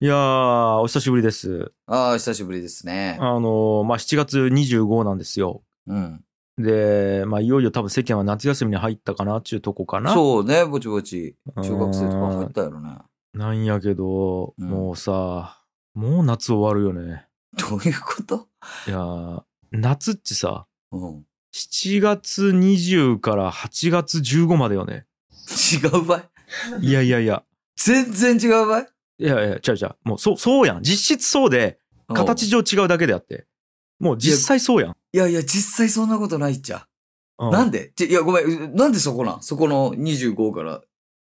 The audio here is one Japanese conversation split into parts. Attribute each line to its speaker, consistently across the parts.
Speaker 1: いやー、お久しぶりです。
Speaker 2: ああ、久しぶりですね
Speaker 1: あ。のーまあ、7月25なんですよ。
Speaker 2: うん。
Speaker 1: で、まあ、いよいよ多分世間は夏休みに入ったかなっていうとこかな。
Speaker 2: そうね、ぼちぼち。
Speaker 1: うん
Speaker 2: 中学生とかもいたやろね。
Speaker 1: なんやけど、
Speaker 2: うん
Speaker 1: もうさ、もう夏終わるよね。
Speaker 2: どういうこと
Speaker 1: いやー、夏ってさ、
Speaker 2: うん。
Speaker 1: 7月20から8月15までよ ね。
Speaker 2: 違うばい
Speaker 1: いやいやいや。
Speaker 2: 全然違うばい
Speaker 1: いやいや、違う違う。もう、そう、そうやん。実質そうで、形
Speaker 2: うん
Speaker 1: 上違うだけであって。もう実際そうやん。
Speaker 2: いやいや、実際そんなことないっちゃ。
Speaker 1: う
Speaker 2: なんでちいや、ごめん。なんでそこなんそこの25から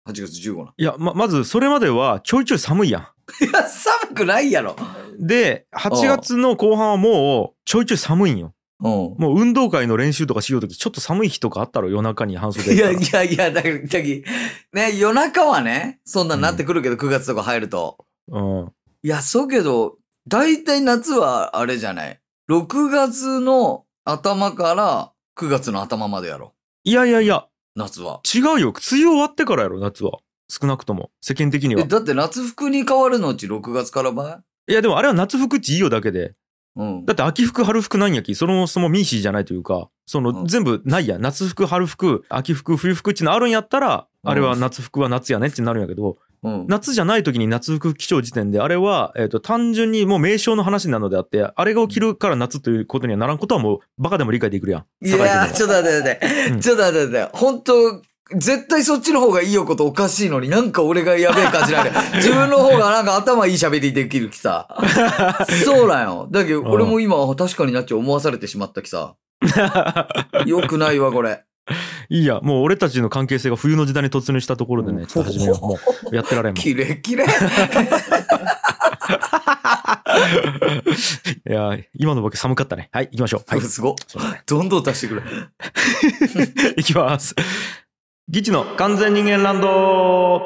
Speaker 2: 8月15なん。
Speaker 1: いや、ま、まず、それまではちょいちょい寒いやん。
Speaker 2: いや、寒くないやろ。
Speaker 1: で、8月の後半はもう、ちょいちょい寒いんよ。
Speaker 2: うん。
Speaker 1: もう運動会の練習とかしようとき、ちょっと寒い日とかあったろ、夜中に半袖
Speaker 2: い
Speaker 1: や
Speaker 2: や
Speaker 1: っ
Speaker 2: い
Speaker 1: たら
Speaker 2: やいや、だから、だきね、夜中はね、そんなんなってくるけど、9月とか入ると。
Speaker 1: うん。
Speaker 2: いや、そうけど、大体夏はあれじゃない。6月の頭から9月の頭までやろ。
Speaker 1: いやいやいや、
Speaker 2: 夏は。
Speaker 1: 違うよ。梅雨終わってからやろ、夏は。少なくとも。世間的には
Speaker 2: え、。だって夏服に変わるのうち6月からば
Speaker 1: いや、でもあれは夏服っちいいよだけで。
Speaker 2: いうん
Speaker 1: だ。って秋服、春服なんやき、そのそもミーシーじゃないというか、その、
Speaker 2: うん
Speaker 1: 全部ないやん。夏服、春服、秋服、冬服っちのあるんやったら、あれは夏服は夏やねってなるんやけど、
Speaker 2: うん。
Speaker 1: 夏じゃない時に夏服基調時点であれは、えー、と単純にもう名称の話なのであってあれが起きるから夏ということにはならんことはもうバカでも理解できるやん。
Speaker 2: いやー、ちょっと待って待っ
Speaker 1: うん
Speaker 2: て。ちょっと待って待って。本当絶対そっちの方がいいよことおかしいのになんか俺がやべえ感じなんで。自分の方がなんか頭いい喋りできるきさ。そうなんよ。だけど俺も今確かになっちゃ思わされてしまったきさ。よくないわ、これ。
Speaker 1: いいやもう俺たちの関係性が冬の時代に突入したところでね、ちょっと始めようもうやってられんもん。い
Speaker 2: キレキレ。
Speaker 1: や今のボケ寒かったね。はい行きましょう。はい
Speaker 2: すごっ
Speaker 1: そうだね
Speaker 2: どんどん足してくれ。
Speaker 1: 行きます。ギチの完全人間ランド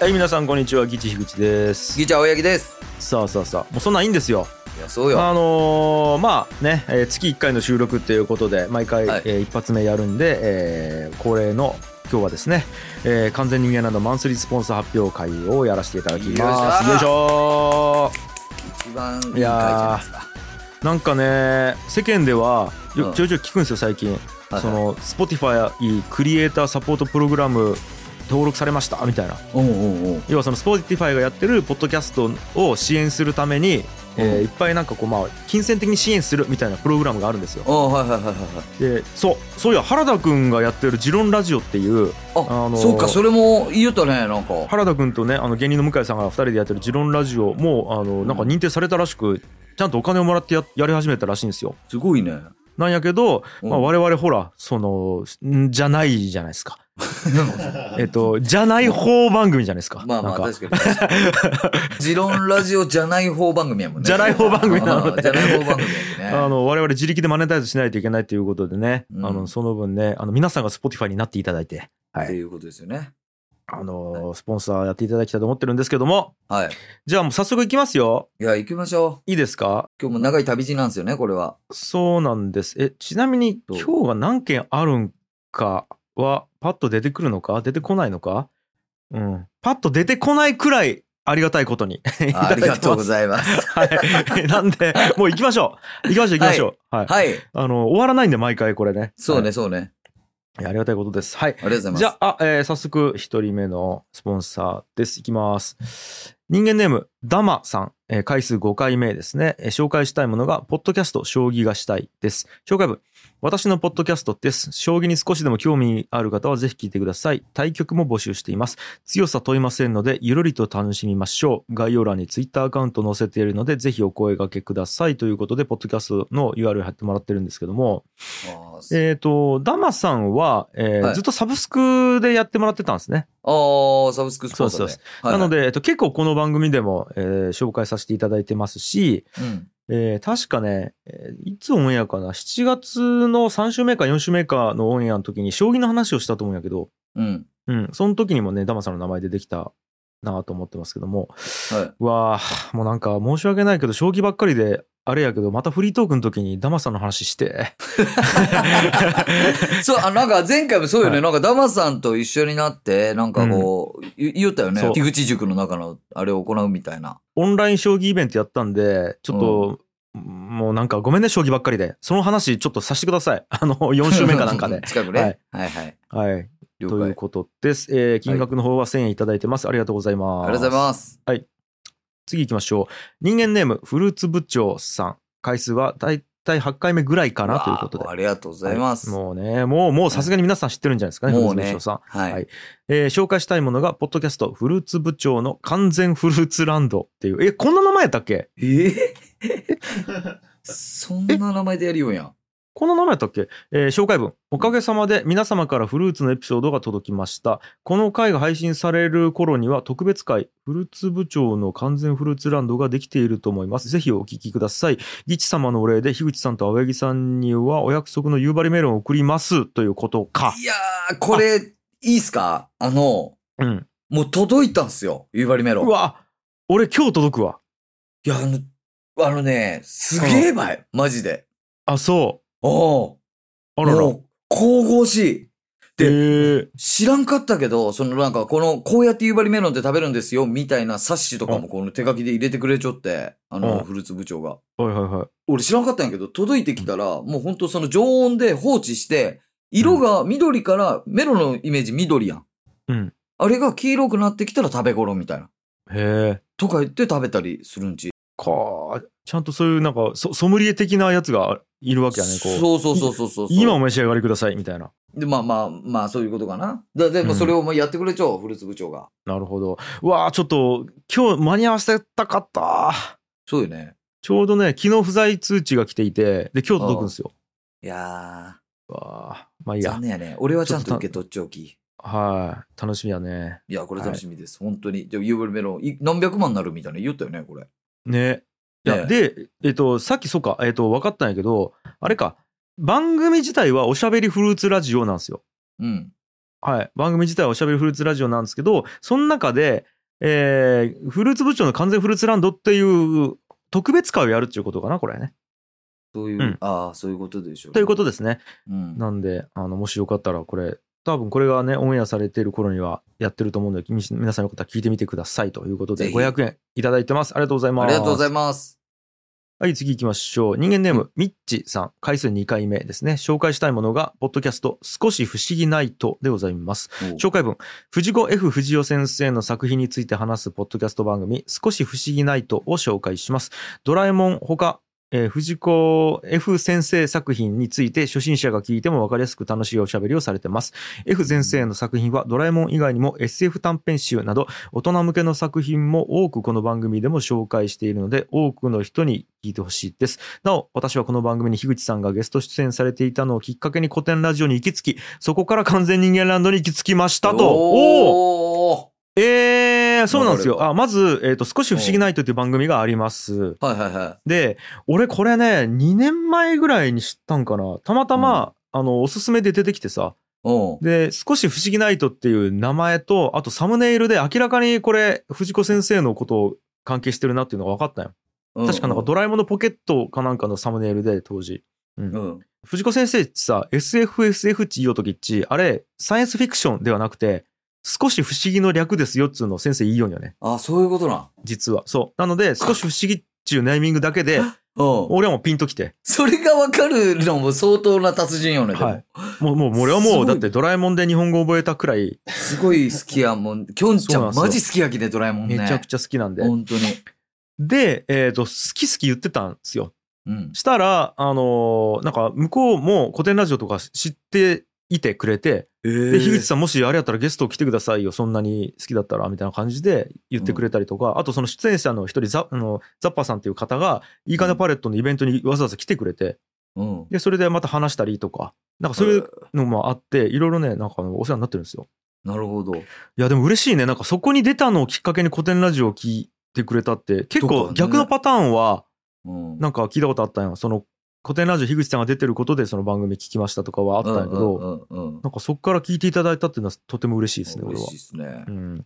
Speaker 1: はい、皆さんこんにちは。ギチ樋口です。
Speaker 2: ギチャ青柳です。
Speaker 1: さあさあさあ、もうそんなんいいんですよ。
Speaker 2: いや、そうよ。
Speaker 1: あのーまあね、えー月1回の収録っていうことで、毎回、
Speaker 2: はい
Speaker 1: えー一発目やるんで、えー恒例の今日はですね、えー完全人間ランドマンスリースポンサー発表会をやらせていただきます。よ
Speaker 2: よ
Speaker 1: い
Speaker 2: い
Speaker 1: し
Speaker 2: し
Speaker 1: ょ
Speaker 2: 一番いい回じゃないですか。
Speaker 1: ーなんかね、世間ではよ
Speaker 2: うん
Speaker 1: ちょいちょい聞くんですよ、最近。
Speaker 2: はいはい
Speaker 1: その、Spotify クリエイターサポートプログラム登録されましたみたいな。
Speaker 2: うんうんうん。
Speaker 1: 要はその Spotify がやってるポッドキャストを支援するために、えー
Speaker 2: うん
Speaker 1: いっぱいなんかこうまあ金銭的に支援するみたいなプログラムがあるんですよ
Speaker 2: あ。あ、はいはいはいはい
Speaker 1: でそうそういや原田くんがやってる「ジロンラジオ」っていう
Speaker 2: はい。
Speaker 1: あ
Speaker 2: あ、
Speaker 1: のー
Speaker 2: そうか、それも言うたね、なんか。
Speaker 1: 原田くんとねあの芸人の向井さんが2人でやってる「ジロンラジオ」もあのなんか認定されたらしくちゃんとお金をもらってややり始めたらしいんですよ。
Speaker 2: すごいね。
Speaker 1: なんやけど、
Speaker 2: うん
Speaker 1: まあ、我々ほらそのんじゃないじゃないです か。えっとじゃない方番組じゃないですか。
Speaker 2: まあまあ、
Speaker 1: なんか
Speaker 2: 確かに確かに。ジロンラジオじゃない方番組やもんね。
Speaker 1: じゃない方番組なので
Speaker 2: ああじゃない方番組
Speaker 1: あ
Speaker 2: やもんね。
Speaker 1: の我々自力でマネタイズしないといけないということでね、
Speaker 2: うん
Speaker 1: あのその分ねあの皆さんが Spotify になっていただいて、は
Speaker 2: って
Speaker 1: い
Speaker 2: いうことですよね。
Speaker 1: あのスポンサーやっていただきたいと思ってるんですけども
Speaker 2: はい。
Speaker 1: じゃあもう早速いきますよ
Speaker 2: いや、行きましょ
Speaker 1: いいですか
Speaker 2: う。今日も長い旅路なんですよね、これは。
Speaker 1: そうなんです。え、ちなみに
Speaker 2: どう
Speaker 1: 今日が何件あるんかは、パッと出てくるのか出てこないのかうん。パッと出てこないくらい、ありがたい ことにいただ
Speaker 2: あ
Speaker 1: いて
Speaker 2: り
Speaker 1: ます。
Speaker 2: がとうご
Speaker 1: い
Speaker 2: ざいます。
Speaker 1: ます。はい。なんで、もう行きましょう。行きましょう、行きましょう。はい。
Speaker 2: はい。
Speaker 1: あの、終わらないんで、毎回これね。
Speaker 2: そう
Speaker 1: は
Speaker 2: ね、そうね。
Speaker 1: い。いやありがたいことです。はい。
Speaker 2: ありがとうございます。
Speaker 1: じゃあ、あえー早速、一人目のスポンサーです。いきます。人間ネーム、ダマさん。えー回数5回目ですね、えー紹介したいものが、ポッドキャスト、将棋がしたいです。紹介文、私のポッドキャストです。将棋に少しでも興味ある方はぜひ聞いてください。対局も募集しています。強さ問いませんので、ゆるりと楽しみましょう。概要欄にツイッターアカウント載せているので、ぜひお声掛けください。ということで、ポッドキャストの URL 貼ってもらってるんですけども、
Speaker 2: あー
Speaker 1: えっ、と、ダマさんは、えー
Speaker 2: はい
Speaker 1: ずっとサブスクでやってもらってたんですね。
Speaker 2: あー、サブスクスポンサ
Speaker 1: そう
Speaker 2: ー
Speaker 1: で。
Speaker 2: ですはいはい
Speaker 1: なの、で、えっと、結構この番組でも、えー紹介させていただいてますし、
Speaker 2: うん。
Speaker 1: えー確かね、えーいつオンエアかな、7月の3週目か4週目かのオンエアの時に将棋の話をしたと思うんやけど、
Speaker 2: うん。
Speaker 1: うん、その時にもね、ダマさんの名前出てきたなと思ってますけども、
Speaker 2: は
Speaker 1: うわあもうなんか申し訳ないけど、将棋ばっかりであれやけど、またフリートークの時にダマさんの話して。
Speaker 2: そう、あなんか前回もそうよね。
Speaker 1: はい
Speaker 2: なんかダマさんと一緒になって、なんかこう、い言ったよね
Speaker 1: そ。う
Speaker 2: 樋口塾の中のあれを行うみたいな。
Speaker 1: オンライン将棋イベントやったんで、ちょっと、もうなんかごめんね、将棋ばっかりで。その話ちょっとさせてください。 あの、4週目かなんか で。
Speaker 2: 近くね。
Speaker 1: はい
Speaker 2: はいはい。
Speaker 1: はい。
Speaker 2: 了
Speaker 1: とい
Speaker 2: 解。あ
Speaker 1: うことです。えー金額の方は1000円いただいてます。ありがとうございます。
Speaker 2: りがとうございます。
Speaker 1: 次行きましょう。人間ネーム、フルーツ部長さん。回数は大体8回目ぐらいかなということで
Speaker 2: わあ。ありがとうございます。
Speaker 1: はいもうね、もう、もうさすがに皆さん知ってるんじゃないですかね、フルー
Speaker 2: もう
Speaker 1: ツ部
Speaker 2: ね
Speaker 1: 長さん。
Speaker 2: はい。
Speaker 1: はいえー紹介したいものが、ポッドキャスト、フルーツ部長の完全フルーツランドっていう。え、こんな名前やったっけ
Speaker 2: えーそんな名前でやるようやん。
Speaker 1: この名前やったっけ、えー紹介文。おかげさまで皆様からフルーツのエピソードが届きました。この回が配信される頃には特別会、フルーツ部長の完全フルーツランドができていると思います。ぜひお聞きください。ギチ様のお礼で、樋口さんと青柳さんにはお約束の夕張メロンを送りますということか。
Speaker 2: いやー、これ、いいっすかあの、
Speaker 1: うん。
Speaker 2: もう届いたんすよ。夕張メロ
Speaker 1: う
Speaker 2: ン。
Speaker 1: わ、俺今日届くわ。
Speaker 2: いや、あの、あのね、すげえばい。マジで。
Speaker 1: あ、そ
Speaker 2: おう。
Speaker 1: う。あらら。
Speaker 2: もう、神々しい。
Speaker 1: え
Speaker 2: で
Speaker 1: ー、
Speaker 2: 知らんかったけど、そのなんか、この、こうやって夕張メロンって食べるんですよ、みたいな冊子とか
Speaker 1: う
Speaker 2: もこの手書きで入れてくれちょって、あ
Speaker 1: うん
Speaker 2: の、フルーツ部長が。
Speaker 1: はいはいはい。
Speaker 2: 俺知らんかったんやけど、届いてきたら、もうほんとその常温で放置して、色が緑から、メロンのイメージ緑やん。
Speaker 1: うん。
Speaker 2: あれが黄色くなってきたら食べ頃みたいな。
Speaker 1: へえ。
Speaker 2: とか言って食べたりするんち。
Speaker 1: かあちゃんとそういうなんかソソムリエ的なやつがいるわけやねこう
Speaker 2: そうそうそうそうそう。
Speaker 1: 今お召し上がりくださいみたいな
Speaker 2: で、まあまあまあ、そういうことかな。だでもそれをもうやってくれちゃう、フルーツ部長が。
Speaker 1: なるほどうわあちょっと今日間に合わせたかった
Speaker 2: そうよね。
Speaker 1: ちょうどね昨日不在通知が来ていてで今日届くんですよ
Speaker 2: いや
Speaker 1: うわあまあい
Speaker 2: ー、
Speaker 1: いや
Speaker 2: 残念やね。俺はちゃんと受け取っちゃおき。
Speaker 1: はい楽しみやね
Speaker 2: いや、これ楽しみです。本当に。で、ユーブルメロン、い何百万になるみたいな言ったよね、これ。
Speaker 1: ねいや
Speaker 2: ね
Speaker 1: でえっとさっきそうかえっと分かったんやけどあれか番組自体はおしゃべりフルーツラジオなんですよ
Speaker 2: うん。
Speaker 1: はい、番組自体はおしゃべりフルーツラジオなんですけどその中で、えーフルーツ部長の完全フルーツランドっていう特別会をやるっていうことかなこれね。
Speaker 2: そういう、
Speaker 1: うん
Speaker 2: ああ、そういうことでしょう。
Speaker 1: ということですね。
Speaker 2: うん。
Speaker 1: なんであのもしよかったらこれ多分これがねオンエアされている頃にはやってると思うのでみ皆さんよかったら聞いてみてくださいということ
Speaker 2: ぜ
Speaker 1: で
Speaker 2: ひ
Speaker 1: 500円いただいてます。ありがとうございま
Speaker 2: あ
Speaker 1: す。
Speaker 2: りがとうござい
Speaker 1: ま
Speaker 2: ます。
Speaker 1: す。はい次行きましょう。人間ネームミッチさん回数2回目ですね。紹介したいものがポッドキャスト少し不思議ナイトでございます。
Speaker 2: おう
Speaker 1: 紹介文、藤子 F 不二雄先生の作品について話すポッドキャスト番組、少し不思議ナイトを紹介します。ドラえもんほか、えー藤子 F 先生作品について初心者が聞いても分かりやすく楽しいおしゃべりをされてます。F 先生の作品はドラえもん以外にも SF 短編集など大人向けの作品も多くこの番組でも紹介しているので多くの人に聞いてほしいです。なお、私はこの番組に樋口さんがゲスト出演されていたのをきっかけに古典ラジオに行き着き、そこから完全人間ランドに行き着きましたと。おお
Speaker 2: お
Speaker 1: えー、そうなんです
Speaker 2: な
Speaker 1: よ。
Speaker 2: る
Speaker 1: あ、まず、えっ、と、少し不思議ないとという番組があります。
Speaker 2: ーはいはいは
Speaker 1: で、俺これね、2年前ぐらいに知ったんかな。たまたま、あの、おすすめで出てきてさ。
Speaker 2: い。うん。
Speaker 1: で、少し不思議ナイトっていう名前と、あとサムネイルで明らかにこれ、藤子先生のことを関係してるなっていうのが分かったんよ。
Speaker 2: うん
Speaker 1: 確かなんかドラえもんのポケットかなんかのサムネイルで当時。うん
Speaker 2: うん。
Speaker 1: 藤子先生ってさ、SFSF って言おうときっち、あれ、サイエンスフィクションではなくて、少し不思議の略ですよっつうのを先生言いようんよね。
Speaker 2: あ、そういうことな。
Speaker 1: 実は。そう。なので、少し不思議っていうネーミングだけで、
Speaker 2: うん。
Speaker 1: 俺はもうピンときて。
Speaker 2: それがわかるのも相当な達人よね、でも
Speaker 1: はいもう、もう、俺は
Speaker 2: す
Speaker 1: も
Speaker 2: ご
Speaker 1: う、
Speaker 2: い
Speaker 1: だってドラえもんで日本語覚えたくらい、
Speaker 2: すごい好きやもん。きょんちゃ
Speaker 1: そうなん
Speaker 2: ん、
Speaker 1: すよ
Speaker 2: マジ好きやきね、ドラえもんね。
Speaker 1: めちゃくちゃ好きなんで。
Speaker 2: 本当に。
Speaker 1: で、えっ、と、好き好き言ってたんですよ。
Speaker 2: うん。
Speaker 1: したら、あのーなんか向こうも古典ラジオとか知っていてくれて、
Speaker 2: え
Speaker 1: で、樋口さんもしあれやったらゲスト来てくださいよ、そんなに好きだったら、みたいな感じで言ってくれたりとか、あとその出演者の一人ザ、あのザッパさんっていう方が、いいかねパレットのイベントにわざわざ来てくれて、
Speaker 2: うん。
Speaker 1: で、それでまた話したりとか、なんかそういうのもあって、いろいろね、なんかあのお世話になってるんですよ。
Speaker 2: なるほど。
Speaker 1: いや、でも嬉しいね。なんかそこに出たのをきっかけに古典ラジオを聞いてくれたって、結
Speaker 2: とか
Speaker 1: 構
Speaker 2: ね
Speaker 1: 逆のパターンは、
Speaker 2: うん。
Speaker 1: なんか聞いたことあったんよ。その古典ラジオ樋口さんが出てることでその番組聞きましたとかはあったんやけど、
Speaker 2: うんうんうんうん
Speaker 1: なんかそこから聞いていただいたっていうのはとても嬉しいですね、俺
Speaker 2: 嬉
Speaker 1: は
Speaker 2: しい。ですね
Speaker 1: う。ん。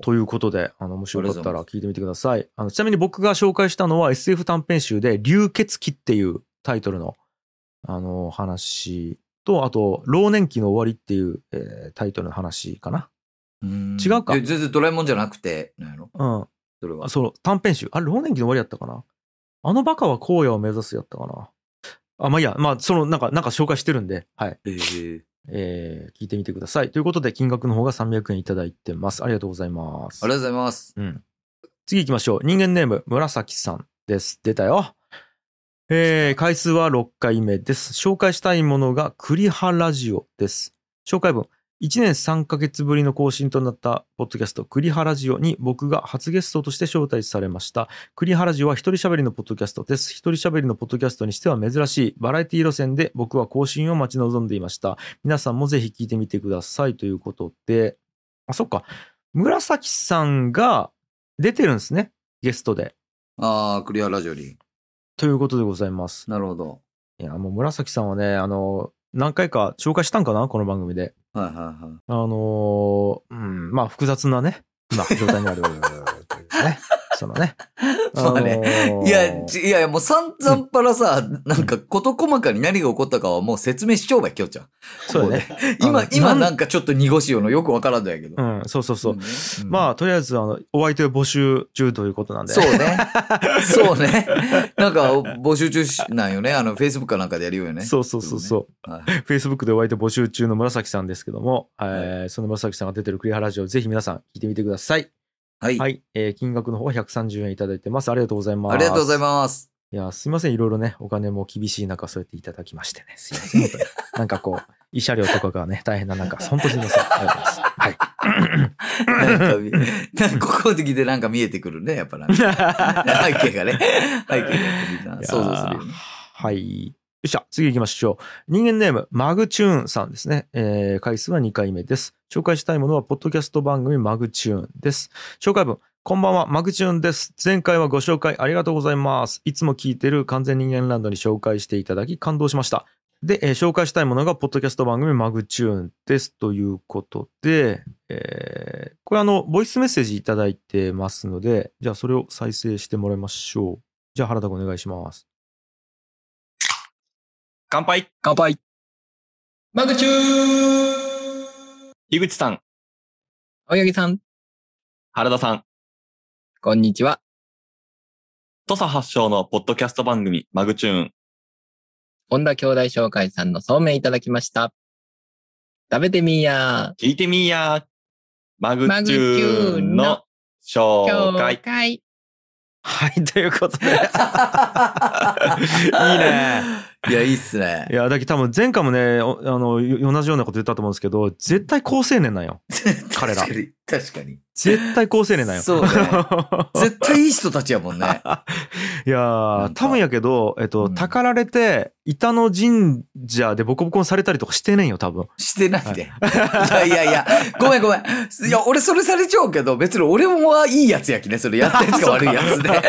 Speaker 1: ということで、あの、もしよかったら聞いてみてください。あの、ちなみに僕が紹介したのは SF 短編集で、流血鬼っていうタイトルの、あの、話と、あと、老年期の終わりっていう、えータイトルの話かな。違
Speaker 2: 違
Speaker 1: うか
Speaker 2: 全然ドラえもんじゃなくて、なんやろ
Speaker 1: うん。
Speaker 2: それは
Speaker 1: あ、。そう、短編集。あれ、老年期の終わりやったかな。あのバカは荒野を目指すやったかな。あ、まあいいや、まあ、その、なんか、なんか紹介してるんで、はい。
Speaker 2: えー
Speaker 1: えー聞いてみてください。ということで、金額の方が300円いただいてます。ありがとうございます。
Speaker 2: ありがとうございます。
Speaker 1: うん。次行きましょう。人間ネーム、紫さんです。出たよ。えー、回数は6回目です。紹介したいものが、栗葉ラジオです。紹介文。1年3ヶ月ぶりの更新となったポッドキャスト、栗原ラジオに僕が初ゲストとして招待されました。栗原ラジオは一人喋りのポッドキャストです。一人喋りのポッドキャストにしては珍しいバラエティ路線で僕は更新を待ち望んでいました。皆さんもぜひ聞いてみてくださいということで、あ、そっか。紫さんが出てるんですね。ゲストで。
Speaker 2: ああ、クリアラジオに。
Speaker 1: ということでございます。
Speaker 2: なるほど。
Speaker 1: いや、もう紫さんはね、あの、何回か紹介したんかなこの番組で。
Speaker 2: はいはいは
Speaker 1: あのーうん、まあ複雑なね、まあ状態にあるという ね。そのね。
Speaker 2: まあね
Speaker 1: のー
Speaker 2: い。いや、ちいやいや、もう散々パラさ、なんか事細かに何が起こったかはもう説明しちゃおうばい、きょうちゃん。
Speaker 1: そうだね。
Speaker 2: 今
Speaker 1: あの、
Speaker 2: 今
Speaker 1: なん
Speaker 2: なんかちょっと濁しようのよくわからんのやけど
Speaker 1: う。ん、そうそうそう。
Speaker 2: うん
Speaker 1: まあ、とりあえず、あの、お相手を募集中ということなんで。
Speaker 2: そうね。そうね。なんか募集中しなんよね。あの、Facebook かなんかでやるよね。
Speaker 1: そうそうそうそう。
Speaker 2: はい
Speaker 1: Facebook でお相手募集中の紫さんですけども、えー
Speaker 2: は
Speaker 1: その紫さんが出てる栗原ラジオ、ぜひ皆さん聞いてみてください。
Speaker 2: はい。
Speaker 1: はい。えー金額の方は130円いただいてます。ありがとうございます。
Speaker 2: ありがとうござい
Speaker 1: す。
Speaker 2: ます。
Speaker 1: いや、すいません。いろいろね、お金も厳しい中、そうやっていただきましてね。すいません。本当になんかこう、慰謝料とかがね、大変な中、本当すいません。ありがとうございます。はい。
Speaker 2: なんかみ、なんかここの時でなんか見えてくるね、やっぱなんか。背景がね。背景がやっぱみんな想像するよね。
Speaker 1: はい。よっしゃ、次行きましょう。人間ネーム、マグチューンさんですね。えー回数は2回目です。紹介したいものは、ポッドキャスト番組マグチューンです。紹介文、こんばんは、マグチューンです。前回はご紹介ありがとうございます。いつも聞いてる完全人間ランドに紹介していただき、感動しました。で、えー紹介したいものが、ポッドキャスト番組マグチューンです。ということで、えーこれあの、ボイスメッセージいただいてますので、じゃあそれを再生してもらいましょう。じゃあ原田君お願いします。
Speaker 3: 乾杯
Speaker 4: 乾杯。
Speaker 3: マグチュー樋口さん、
Speaker 4: 青柳さん、
Speaker 3: 原田さん、
Speaker 4: こんにちは。
Speaker 3: 土佐発祥のポッドキャスト番組マグチューン。
Speaker 4: 本田兄弟紹介さんのそうめんいただきました。食べてみーや
Speaker 3: 聞いてみーやマグ
Speaker 4: マグ
Speaker 3: チ
Speaker 4: チュ
Speaker 3: ュ
Speaker 4: ー
Speaker 3: ー
Speaker 4: ン
Speaker 3: ン
Speaker 4: の
Speaker 3: の
Speaker 4: ー。
Speaker 3: 紹 介。
Speaker 4: 介。
Speaker 1: はい、ということ で。いいね。
Speaker 2: いや、いいっすね
Speaker 1: い。や、だけど多分前回もね、おあの、よ同じようなこと言ったと思うんですけど、絶対高青年なんよ。彼ら
Speaker 2: 確かに。確かに。
Speaker 1: 絶対高青年 なんよ。
Speaker 2: そうね絶対いい人たちやもんね。
Speaker 1: いや
Speaker 2: な
Speaker 1: ー
Speaker 2: ん、か
Speaker 1: 多分やけど、えっと、
Speaker 2: うん
Speaker 1: たかられて、板の神社でボコボコにされたりとかしてねえよ、多分。
Speaker 2: してないで。いやいやいや、ごめんごめん。いや、俺それされちゃうけど、別に俺もはいいやつやきね。それやったやつが悪いやつで。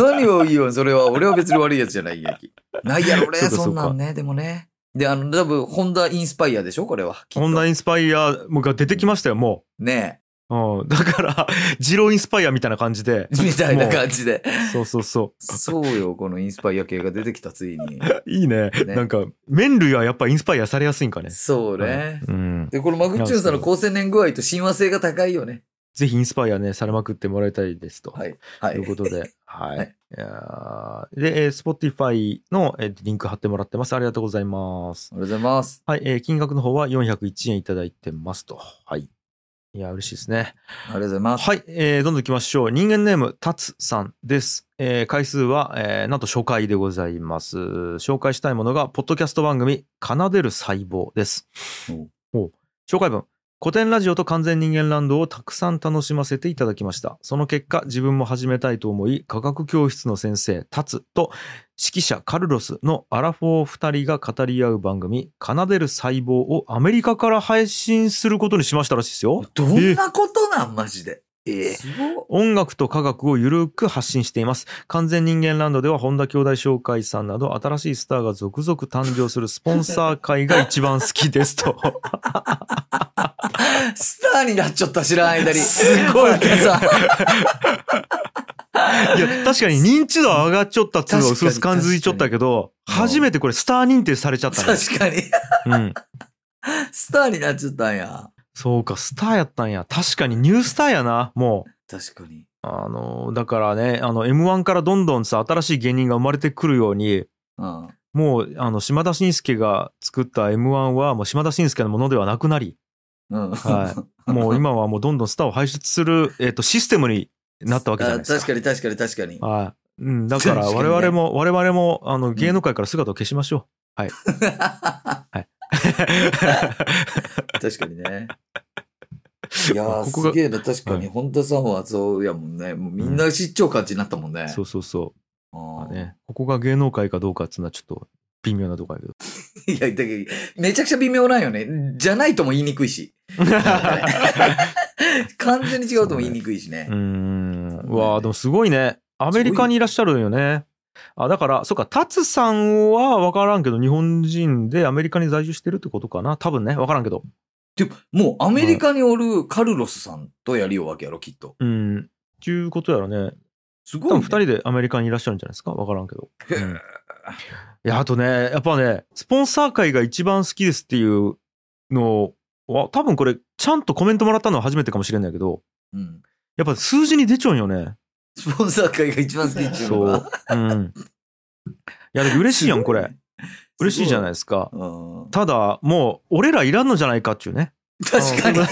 Speaker 2: 何をいいよ、それは。俺は別に悪いやつじゃないやき。ないやろね、
Speaker 1: そうか
Speaker 2: そんなんね、でもね。で、あの、多分、ホンダインスパイアでしょこれは。
Speaker 1: ホンダインスパイアが出てきましたよ、も
Speaker 2: ね
Speaker 1: う。うん、だから、ジローインスパイアみたいな感じで。
Speaker 2: え。みたいな感じで。
Speaker 1: そうそうそ
Speaker 2: そうよ、このインスパイア系が出てきた、ついに。
Speaker 1: う。 いいね。
Speaker 2: ね
Speaker 1: なんか、麺類はやっぱインスパイアされやすいんかね。
Speaker 2: そうね。
Speaker 1: うん。
Speaker 2: で、このマグチューンさんの高青年具合と親和性が高いよね。
Speaker 1: ぜひインスパイアね、されまくってもらいたいですと。
Speaker 2: はい。は
Speaker 1: ということで、はい。
Speaker 2: はい
Speaker 1: い、やーで、えー Spotify の、えーリンク貼ってもらってます。ありがとうございます。
Speaker 2: ありがとうございます。
Speaker 1: はい、えー金額の方は401円いただいてますと。はい。いや、嬉しいですね。
Speaker 2: ありがとうございます。
Speaker 1: はい、えーどんどん行きましょう。人間ネーム、たつさんです。えー回数は、えーなんと初回でございます。紹介したいものが、ポッドキャスト番組、奏でる細胞です。おう紹介文。古典ラジオと完全人間ランドをたくさん楽しませていただきました。その結果、自分も始めたいと思い、科学教室の先生、タツと指揮者カルロスのアラフォー2人が語り合う番組、奏でる細胞をアメリカから配信することにしましたらしいですよ。
Speaker 2: どんなことなん、マジで。ええすご
Speaker 1: 音楽と科学をゆるく発信しています。完全人間ランドでは本田兄弟紹介さんなど新しいスターが続 々誕生するスポンサー会が一番好きですと。
Speaker 2: スターになっちゃった知らん間に。
Speaker 1: すごい
Speaker 2: なんかさ
Speaker 1: いや、確かに認知度上がっちょったっていうのは薄々感づいちょったけど、
Speaker 2: 確かに
Speaker 1: 初めてこれスター認定されちゃったね。
Speaker 2: 確かに。
Speaker 1: うん。
Speaker 2: スターになっちゃったんや。
Speaker 1: そうか、スターやったんや。確かにニュースターやな、もう。
Speaker 2: 確かに。
Speaker 1: あの、だからね、あの、M1 からどんどんさ、新しい芸人が生まれてくるように、
Speaker 2: うん。
Speaker 1: もう、あの、島田紳介が作った M1 は、もう島田紳介のものではなくなり、
Speaker 2: うん。
Speaker 1: はい。もう今はもうどんどんスターを輩出する、えっ、と、システムになったわけじゃないですか。
Speaker 2: あ確かに確かに確かに。
Speaker 1: はい。うん、だから
Speaker 2: 確か
Speaker 1: 我
Speaker 2: にね
Speaker 1: 々も、我々も、あの、芸能界から姿を消しましょう。はい。
Speaker 2: 確かに ね。いやー、
Speaker 1: ここが
Speaker 2: すげえな。確かに、本田さんはそうやもんね。もうみんな失調感じになったもんね。
Speaker 1: そうそうそ
Speaker 2: あ
Speaker 1: う。
Speaker 2: ー
Speaker 1: ね、ここが芸能界かどうかっていうのはちょっと微妙なとこやけど。
Speaker 2: いや、だけどめちゃくちゃ微妙なんよね。じゃないとも言いにくいし。 完全に違うとも言いにくいし ね
Speaker 1: うー。ん。うわあでもすごいね。アメリカにいらっしゃるんよね。あ、だから、そっか、タツさんは分からんけど、日本人でアメリカに在住してるってことかな多分ね、分からんけど。
Speaker 2: でも、もうアメリカにおるカルロスさんとやりようわけやろ、きっと。
Speaker 1: うん。っていうことやろね。
Speaker 2: すごい、
Speaker 1: 多分
Speaker 2: ね。
Speaker 1: 2人でアメリカにいらっしゃるんじゃないですか分からんけど。
Speaker 2: へー
Speaker 1: うんいや、あとね、やっぱね、スポンサー界が一番好きですっていうのは、多分これ、ちゃんとコメントもらったのは初めてかもしれないけど、
Speaker 2: うん。
Speaker 1: やっぱ数字に出ちゃうんよね。
Speaker 2: スポンサー会が一番好きっていうの
Speaker 1: そ
Speaker 2: が
Speaker 1: う。。うん。いや、だけど嬉しいやん、これ。嬉しいじゃない
Speaker 2: い。
Speaker 1: ですか。
Speaker 2: うん、
Speaker 1: ただ、もう、俺らいらんのじゃないかっていうね。
Speaker 2: 確かに
Speaker 1: う。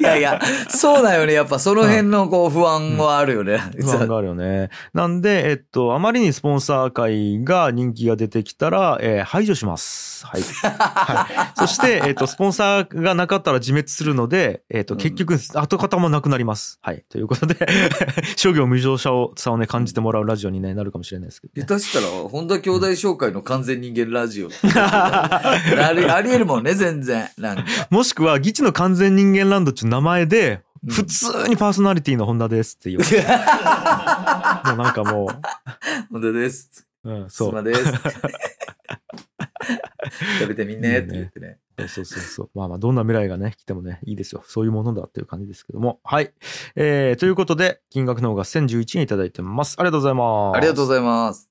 Speaker 2: いやいや、そうだよね。やっぱその辺のこう不安はあるよね。
Speaker 1: 不安があるよね。なんで、えっと、あまりにスポンサー界が人気が出てきたら、えー排除します。はい。はい、そして、えっと、スポンサーがなかったら自滅するので、えっと、
Speaker 2: うん
Speaker 1: 結局、跡形もなくなります。はい。ということで、 商業無常者を、さをね、感じてもらうラジオに、ね、なるかもしれないですけど、
Speaker 2: 下
Speaker 1: ね。
Speaker 2: 手したら、本田兄弟紹介の完全人間ラジオ。 あり、あり得るもんね、全然。なんか。
Speaker 1: もしくは、ギチの完全人間ランドっていう名前で、
Speaker 2: うん
Speaker 1: 普通にパーソナリティの本田ですっていう。 もうなんかも
Speaker 2: 本田です。
Speaker 1: う、うん、
Speaker 2: す
Speaker 1: そう。
Speaker 2: ま です。食べてみんね、って言ってね。
Speaker 1: そうそうそうそう。まあまあ、どんな未来がね、来てもね、いいですよ。そういうものだっていう感じですけども。はい。えー、ということで、金額の方が1011円いただいてます。ありがとうございます。
Speaker 2: ありがと
Speaker 1: う。
Speaker 2: うございます。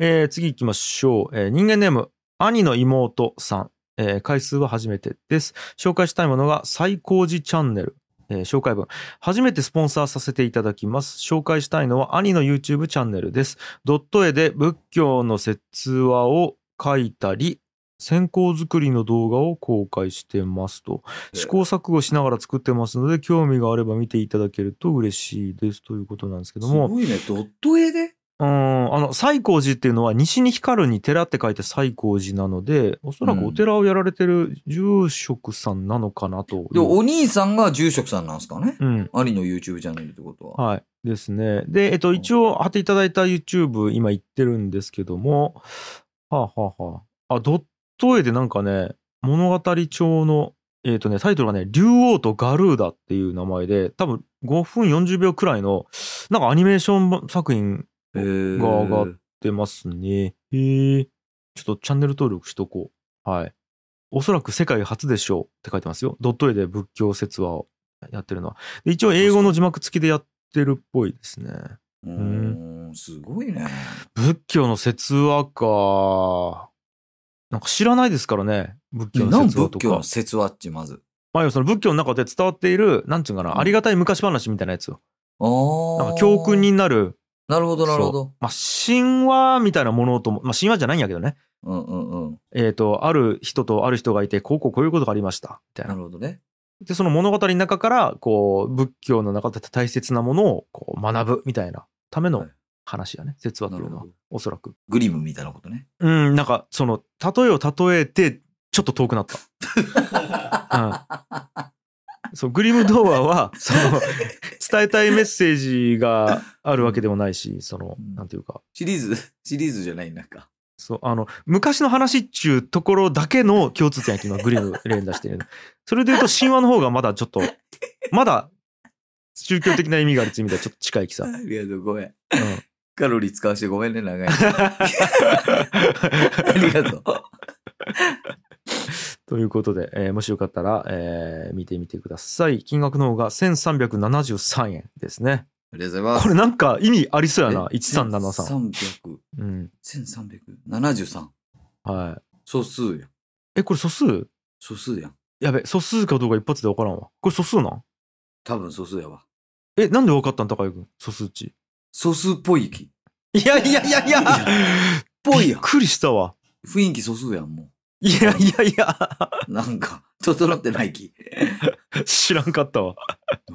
Speaker 1: えー、次行きましょう。えー、人間ネーム、兄の妹さん。えー、回数は初めてです。紹介したいものが、最高時チャンネル。えー紹介文。初めてスポンサーさせていただきます。紹介したいのは兄の YouTube チャンネルです。ドット絵で仏教の説話を書いたり、線香作りの動画を公開してますと。
Speaker 2: えー
Speaker 1: 試行錯誤しながら作ってますので、興味があれば見ていただけると嬉しいですということなんですけど
Speaker 2: す
Speaker 1: も、
Speaker 2: ごいね、ドット絵で
Speaker 1: うん、あの、西光寺っていうのは西に光るに寺って書いて西光寺なので、おそらくお寺をやられてる住職さんなのかなという。
Speaker 2: で、お兄さんが住職さんなんですかね
Speaker 1: うん。
Speaker 2: 兄の YouTube チャンネルってことは。
Speaker 1: はい。ですね。で、えっと、
Speaker 2: うん
Speaker 1: 一応貼っていただいた YouTube、今言ってるんですけども、はあ、はあはあ、あ、ドット絵でなんかね、物語帳の、えっとね、タイトルがね、竜王とガルーダっていう名前で、多分5分40秒くらいの、なんかアニメーション作品
Speaker 2: へー
Speaker 1: が上が出ますね。へえ。ちょっとチャンネル登録しとこう。はい。おそらく世界初でしょうって書いてますよ。ドット絵で仏教説話をやってるのは。で一応英語の字幕付きでやってるっぽいですね。
Speaker 2: うーん、すごいね。
Speaker 1: 仏教の説話か。なんか知らないですからね。仏教の
Speaker 2: 何
Speaker 1: 説話
Speaker 2: 仏
Speaker 1: と
Speaker 2: 教
Speaker 1: か
Speaker 2: の。説話っち、まず。
Speaker 1: まあ要はその仏教の中で伝わっている、なんていうのかな、
Speaker 2: うん
Speaker 1: ありがたい昔話みたいなやつよ。
Speaker 2: あー
Speaker 1: なんか教訓に。なる、
Speaker 2: なるほど、なるほど。
Speaker 1: まあ神話みたいなものとも、まあ神話じゃないんやけどね。
Speaker 2: うんうんうん。
Speaker 1: えー、と、ある人とある人がいて、こうこうこういうことがありました。みたい
Speaker 2: な
Speaker 1: な。
Speaker 2: るほどね。
Speaker 1: で、その物語の中から、こう、仏教の中で大切なものをこう学ぶみたいなため
Speaker 2: は
Speaker 1: の
Speaker 2: い
Speaker 1: 話やね。説話とい
Speaker 2: な
Speaker 1: う
Speaker 2: る
Speaker 1: の
Speaker 2: ほ
Speaker 1: は
Speaker 2: ど、。
Speaker 1: おそらく。
Speaker 2: グリムみたいなことね。
Speaker 1: うん、なんか、その、例えを例えて、ちょっと遠く なった。うん。そう、グリム童話は、その、 伝えたいメッセージがあるわけでもないし、その
Speaker 2: う、ん
Speaker 1: なんていうか、
Speaker 2: シリーズ、 シリーズじゃない、なんか。
Speaker 1: そう、あの、昔の話っちゅうところだけの共通点やけど今、グリム連打して る。それで言うと、神話の方がまだちょっと、まだ、宗教的な意味があるっていう意味ではちょっと近いきさ。
Speaker 2: ありがとう、ごめん。
Speaker 1: うん
Speaker 2: カロリー使わしてごめん ね、長い。ありがとう。
Speaker 1: ということで、えーもしよかったら、えー見てみてください。金額の方が1373円ですね。
Speaker 2: ありがとうございます。
Speaker 1: これなんか意味ありそうやな、
Speaker 2: え
Speaker 1: 1373。
Speaker 2: 1300
Speaker 1: うん。
Speaker 2: 1373。
Speaker 1: はい。
Speaker 2: 素数やん。
Speaker 1: え、これ素数
Speaker 2: 素数やん。
Speaker 1: やべ、素数かどうか一発で分からんわ。これ素数なん
Speaker 2: 多分素数やわ。
Speaker 1: え、なんで分かったん高井君素数値。
Speaker 2: 素数っぽい気。っ
Speaker 1: いやいやいやいや
Speaker 2: ぽい
Speaker 1: びっ
Speaker 2: やん。
Speaker 1: くりしたわ。
Speaker 2: 雰囲気素数やん、も
Speaker 1: いやいやいや、
Speaker 2: う。なんか、整ってない 気。
Speaker 1: 知らんかったわ。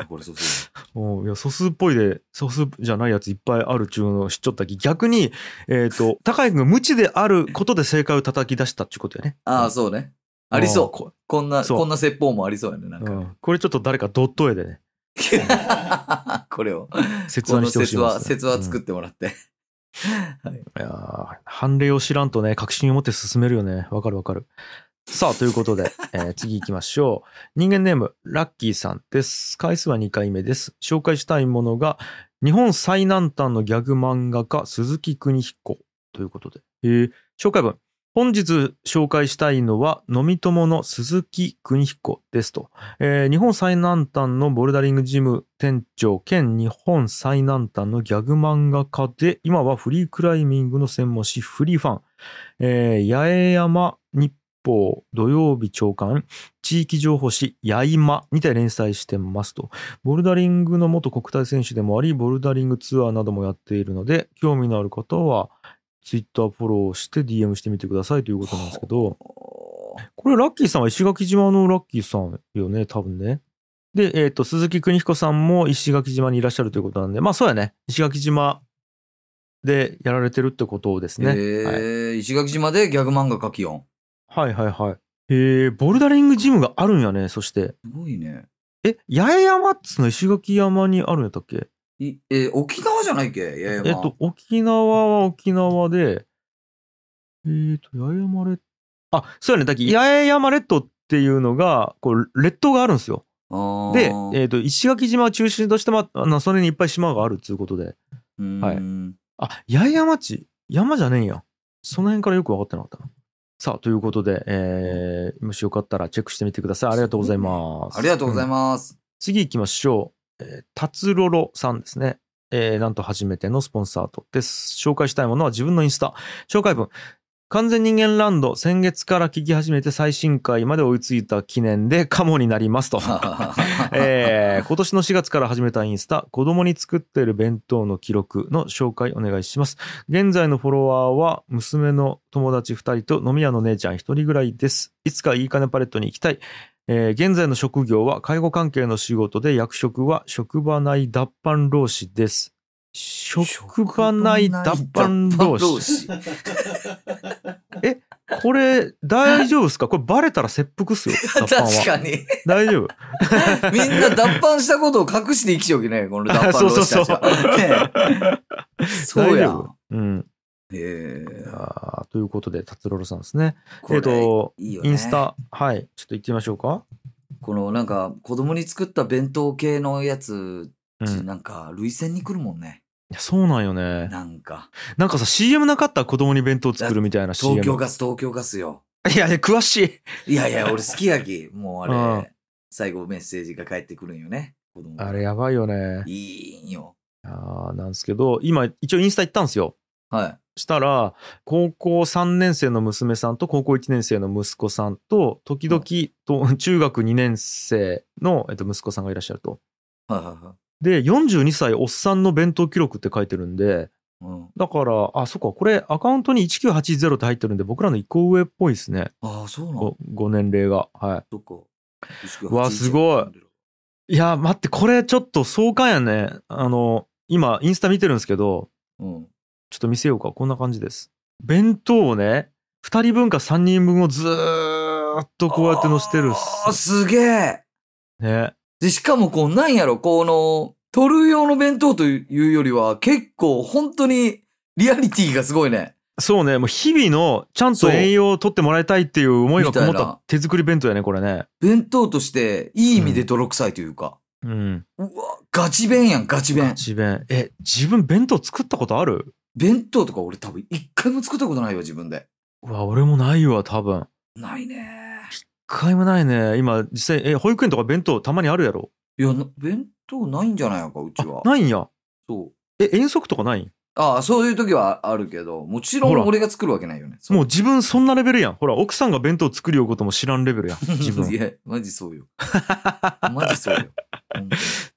Speaker 2: これ素数
Speaker 1: おういや素数っぽいで素数じゃないやついっぱいあるっちゅうのを知っちゃったき逆に、えっ と高井君が無知であることで正解を叩き出したっちゅうことやね。
Speaker 2: やん。ああ、そうね。ありそう。
Speaker 1: こ,、
Speaker 2: こんな、
Speaker 1: そう
Speaker 2: こんな説法もありそうやね、なん
Speaker 1: う
Speaker 2: か。
Speaker 1: ん、これちょっと誰かドット絵でね
Speaker 2: これを。
Speaker 1: 説
Speaker 2: こ
Speaker 1: 話
Speaker 2: の
Speaker 1: してほしい
Speaker 2: 説
Speaker 1: もん
Speaker 2: 話、
Speaker 1: ですね
Speaker 2: 説話作ってもらって。
Speaker 1: いやー判例を知らんとね、確信を持って進めるよね。わかるわかる。さあ、ということで、 えー次行きましょう。人間ネーム、ラッキーさんです。回数は2回目です。紹介したいものが、日本最南端のギャグ漫画家、鈴木邦彦ということで。えー紹介文。本日紹介したいのは、飲み友の鈴木邦彦ですと。えー日本最南端のボルダリングジム店長兼日本最南端のギャグ漫画家で、今はフリークライミングの専門誌フリーファン、えー八重山日報土曜日朝刊、地域情報誌八重間にて連載してますと。ボルダリングの元国体選手でもあり、ボルダリングツアーなどもやっているので、興味のある方は、ツイッターフォローして DM してみてくださいということなんですけど、これラッキーさんは石垣島のラッキーさんよね、多分ね。で、えっ、と、鈴木邦彦さんも石垣島にいらっしゃるということなんで、まあそうやね。石垣島でやられてるってことですね。はい
Speaker 2: えー、石垣島でギャグ漫画描きよん。
Speaker 1: はいはいはい。えー、ボルダリングジムがあるんやね、そして。
Speaker 2: すごいね。
Speaker 1: え、八重山っつうの石垣山にあるんやったっけ
Speaker 2: いえー沖縄じゃないっけ八重山。
Speaker 1: えっと、沖縄は沖縄で、えっ、と、八重山列あ、そうやね。だっけ八重山列島っていうのが、こう、列島があるんですよ。
Speaker 2: あー
Speaker 1: で、えー、と石垣島を中心として、まあの、それにいっぱい島があるっていうことで
Speaker 2: うーん
Speaker 1: はいあ八重山地山じゃねえんやその辺からよく分かってなかったなさあということで、えーもしよかったらチェックしてみてくださいありがとうございます
Speaker 2: ありがとうござい
Speaker 1: す、ん
Speaker 2: ます。
Speaker 1: 次行きましょう、えー、達ろろさんですねえーなんと初めてのスポンサーとです紹介したいものは自分のインスタ紹介文完全人間ランド先月から聞き始めて最新回まで追いついた記念でカモになりますと えー今年の4月から始めたインスタ、子供に作っている弁当の記録の紹介お願いします。現在のフォロワーは、娘の友達2人と飲み屋の姉ちゃん1人ぐらいです。いつかいいかねパレットに行きたい。えー現在の職業は介護関係の仕事で役職は職場内脱藩老師です。職場内脱藩老師。
Speaker 2: 師。
Speaker 1: これ大丈夫ですかこれバレたら切腹っすよ。脱藩
Speaker 2: 確
Speaker 1: は。
Speaker 2: かに。
Speaker 1: 大丈夫。
Speaker 2: みんな脱藩したことを隠して生きちゃうけね、この脱藩老師たちは。ねえそう
Speaker 1: 大
Speaker 2: や
Speaker 1: 丈
Speaker 2: ん
Speaker 1: 夫。。うん。
Speaker 2: え
Speaker 1: あーということで、達郎さんですね。
Speaker 2: こ
Speaker 1: え
Speaker 2: れ
Speaker 1: っ、と、
Speaker 2: いいよね
Speaker 1: インスタ、はい、ちょっと行ってみましょうか。
Speaker 2: このなんか子供に作った弁当系のやつ、
Speaker 1: うん、い
Speaker 2: なんか類線に来るもんね。
Speaker 1: やそうなんよね。
Speaker 2: なんか
Speaker 1: なんかさ、CM なかった子供に弁当作るみたいな CM。
Speaker 2: 東京ガス東京ガスよ。
Speaker 1: いやいや、詳しい。
Speaker 2: いやい や、俺好きやき。もうあれ、
Speaker 1: うん
Speaker 2: 最後メッセージが返ってくるんよね。子供
Speaker 1: あれやばいよね。
Speaker 2: いいんよ。
Speaker 1: あーなんですけど、今、一応インスタ行ったんですよ。
Speaker 2: はい。
Speaker 1: したら、高校3年生の娘さんと高校1年生の息子さんと、時々と、中学2年生の、えっと、息子さんがいらっしゃると。
Speaker 2: はいはいは
Speaker 1: で、42歳おっさんの弁当記録って書いてるんで、
Speaker 2: い。うん、
Speaker 1: だから、あ、そっか、これアカウントに1980って入ってるんで、僕らの一個上っぽいですね。
Speaker 2: ああ、そうなの
Speaker 1: ごご年齢が。は
Speaker 2: そっか。
Speaker 1: うわすごいい。いや、待って、これちょっと壮観やね。あの、今、インスタ見てるんですけど、
Speaker 2: うん。
Speaker 1: ちょっと見せようか。こんな感じです。弁当をね、2人分か3人分をずーっとこうやって載せてるっ
Speaker 2: あー
Speaker 1: す。
Speaker 2: すげえ
Speaker 1: ね。
Speaker 2: で、しかもこう、なんやろ、この、取る用の弁当というよりは、結構、本当に、リアリティがすごいね。
Speaker 1: そうね、もう日々のちゃん
Speaker 2: そ
Speaker 1: と
Speaker 2: う
Speaker 1: 栄養を取ってもらいたいっていう思いがこもっ
Speaker 2: みたいな
Speaker 1: た手作り弁当やね、これね。
Speaker 2: 弁当として、いい意味で泥臭いというか。
Speaker 1: うん。
Speaker 2: うわ、ガチ弁やん、ガチ弁。
Speaker 1: 自弁。え、自分弁当作ったことある
Speaker 2: 弁当とか俺多分一回も作ったことないわ、自分で。
Speaker 1: うわ、俺もないわ、多分。
Speaker 2: ないね。
Speaker 1: 回もないね。今、実際、え、保育園とか弁当たまにあるやろ。
Speaker 2: いや、な弁当ないんじゃないのか、うちは
Speaker 1: あ、。ないんや。
Speaker 2: そう。
Speaker 1: え、遠足とかないん
Speaker 2: ああ、そういう時はあるけど、もちろ
Speaker 1: ほ
Speaker 2: ん
Speaker 1: ら
Speaker 2: 俺が作るわけないよね。そう
Speaker 1: もう自分そんなレベルやん。ほら、奥さんが弁当作りようことも知らんレベルやん。自分
Speaker 2: い。や、マジそうよ。マジそうよ。本当に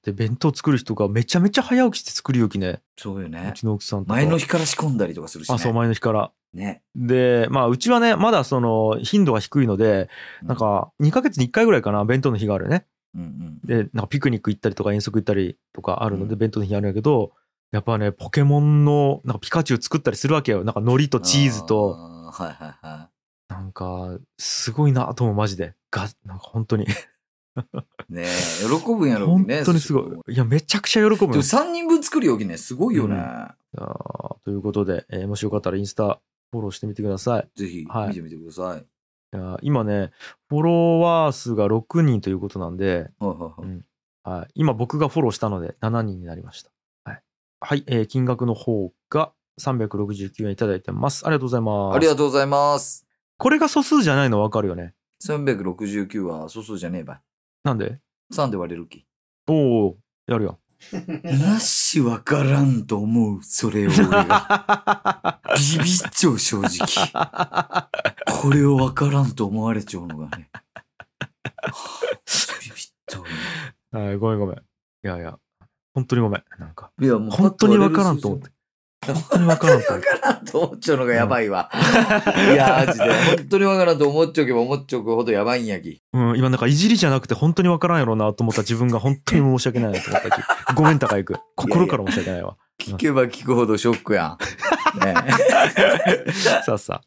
Speaker 1: で、弁当作る人がめちゃめちゃ早起きして作り置きね。
Speaker 2: そうよ
Speaker 1: う
Speaker 2: ね。
Speaker 1: ちの奥さんとか。
Speaker 2: 前の日から仕込んだりとかするしね。
Speaker 1: あ、そう、前の日から。
Speaker 2: ね。
Speaker 1: で、まあ、うちはね、まだその、頻度が低いので、
Speaker 2: う
Speaker 1: なん、か、2ヶ月に1回ぐらいかな、弁当の日があるよね。
Speaker 2: うんうん。
Speaker 1: で、なんかピクニック行ったりとか遠足行ったりとかあるの
Speaker 2: う
Speaker 1: で、弁当の日あるんやけど、やっぱね、ポケモンの、なんかピカチュウ作ったりするわけよ。なんか海苔とチーズと、
Speaker 2: あー。はいはいは
Speaker 1: なんか、すごいなと思う、マジで。が、なんか本当に。
Speaker 2: い。ねえ喜ぶんやろう
Speaker 1: 本
Speaker 2: ね。
Speaker 1: 当にすごい
Speaker 2: そこ。
Speaker 1: いや、めちゃくちゃ喜ぶ
Speaker 2: で
Speaker 1: よ
Speaker 2: も。3人分作るよきね、すごいよね。
Speaker 1: あーということで、えーもしよかったらインスタフォローしてみてください。
Speaker 2: ぜひ
Speaker 1: はい
Speaker 2: 見てみてください。はい
Speaker 1: いやー今ね、フォロワー数が6人ということなんで、
Speaker 2: はいはい。
Speaker 1: はい、今僕がフォローしたので7人になりました。はい、はいえー金額の方が369円いただいてます。ありがとうございます。
Speaker 2: ありがとうございます。
Speaker 1: これが素数じゃないの分かるよね。
Speaker 2: 369は素数じゃねえば。
Speaker 1: なんで
Speaker 2: 3で割れるき。
Speaker 1: おおやるやん。
Speaker 2: なしわからんと思う、それを俺が。 ビビっちゃう、正直。これをわからんと思われちゃうのがね。はあビビっちゃうね
Speaker 1: はい、ごめんごめん。いやいや、本当にごめん。なんか、
Speaker 2: いや、もう
Speaker 1: 本当に分からんと思って。。本当に分からんと思
Speaker 2: わ
Speaker 1: っ
Speaker 2: からんと思っちゃうのがやばいわ。いや、マジで。本当にわからんと思っちゃうけば思っちゃうほどやばいんやき。
Speaker 1: うん、今なんかいじりじゃなくて本当に分からんやろうなと思った自分が本当に申し訳ないなと思ったき。 ごめん、高井くん。心から申し訳ないわ。
Speaker 2: 聞けば聞くほどショックや ん。ね
Speaker 1: さあさ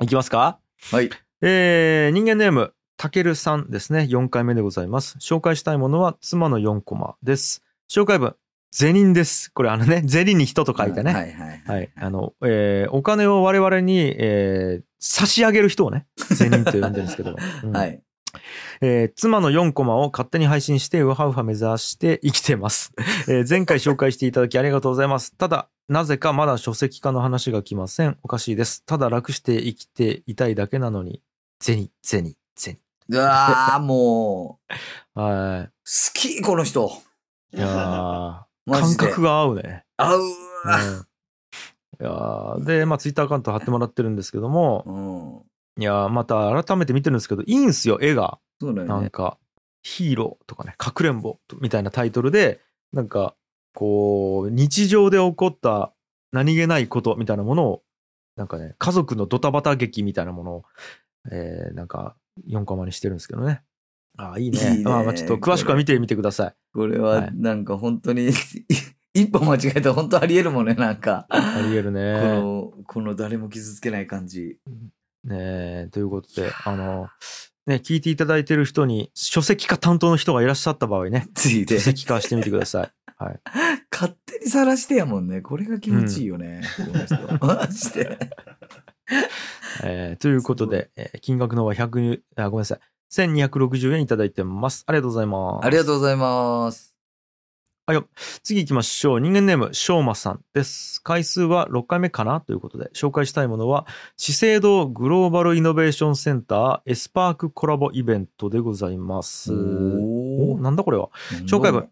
Speaker 1: あ。いきますか
Speaker 2: えはい。
Speaker 1: えー、人間ネーム、たけるさんですね。4回目でございます。紹介したいものは妻の4コマです。紹介文、銭です。これあのね、銭に人と書いてね。
Speaker 2: は
Speaker 1: はい。
Speaker 2: いはい。
Speaker 1: あの、えーお金を我々に、えー差し上げる人をね、銭と呼んでるんですけど。 うん
Speaker 2: はい。
Speaker 1: えー妻の4コマを勝手に配信してウハウハ目指して生きてます、 えー前回紹介していただきありがとうございますただなぜかまだ書籍化の話が来ませんおかしいですただ楽して生きていたいだけなのに銭銭銭
Speaker 2: うわあ、もう、
Speaker 1: は
Speaker 2: 好き、この人。
Speaker 1: いいやー
Speaker 2: マジ
Speaker 1: 感
Speaker 2: で。
Speaker 1: 覚が合う ね、
Speaker 2: 合う
Speaker 1: うん
Speaker 2: わ。
Speaker 1: いやーでまあツイッターアカウント貼ってもらってるんですけども
Speaker 2: うん。
Speaker 1: いやーまた改めて見てるんですけどいいんすよ絵が
Speaker 2: そうだよ
Speaker 1: なん
Speaker 2: ね。
Speaker 1: か、ヒーローとかね、かくれんぼみたいなタイトルで、なんか、こう、日常で起こった何気ないことみたいなものを、なんかね、家族のドタバタ劇みたいなものを、えーなんか、4コマにしてるんですけどね。ああ、いいね。
Speaker 2: いいね
Speaker 1: まあまあ、ちょっと詳しくは見てみてください。
Speaker 2: これ
Speaker 1: は、
Speaker 2: はいなんか本当に、 一歩間違えたら本当ありえるもんね、なんか。
Speaker 1: ありえる
Speaker 2: こ
Speaker 1: ね。
Speaker 2: の、この誰も傷つけない感じ。
Speaker 1: ねえということで、あの、ね、聞いていただいてる人に、書籍化担当の人がいらっしゃった場合ね、
Speaker 2: つい
Speaker 1: 書
Speaker 2: で。
Speaker 1: 籍化してみてください。はい。
Speaker 2: 勝手に晒してやもんね。これが気持ちいいよね。この 人マジで。
Speaker 1: えーということで、えー金額の方は100あ、ごめんなさい。1260円いただいてます。ありがとうございます。
Speaker 2: ありがとうございます。
Speaker 1: 次行きましょう。人間ネーム、しょうまさんです。回数は6回目かなということで、紹介したいものは、資生堂グローバルイノベーションセンターエスパークコラボイベントでございます。お
Speaker 2: おー
Speaker 1: なんだこれは紹介文。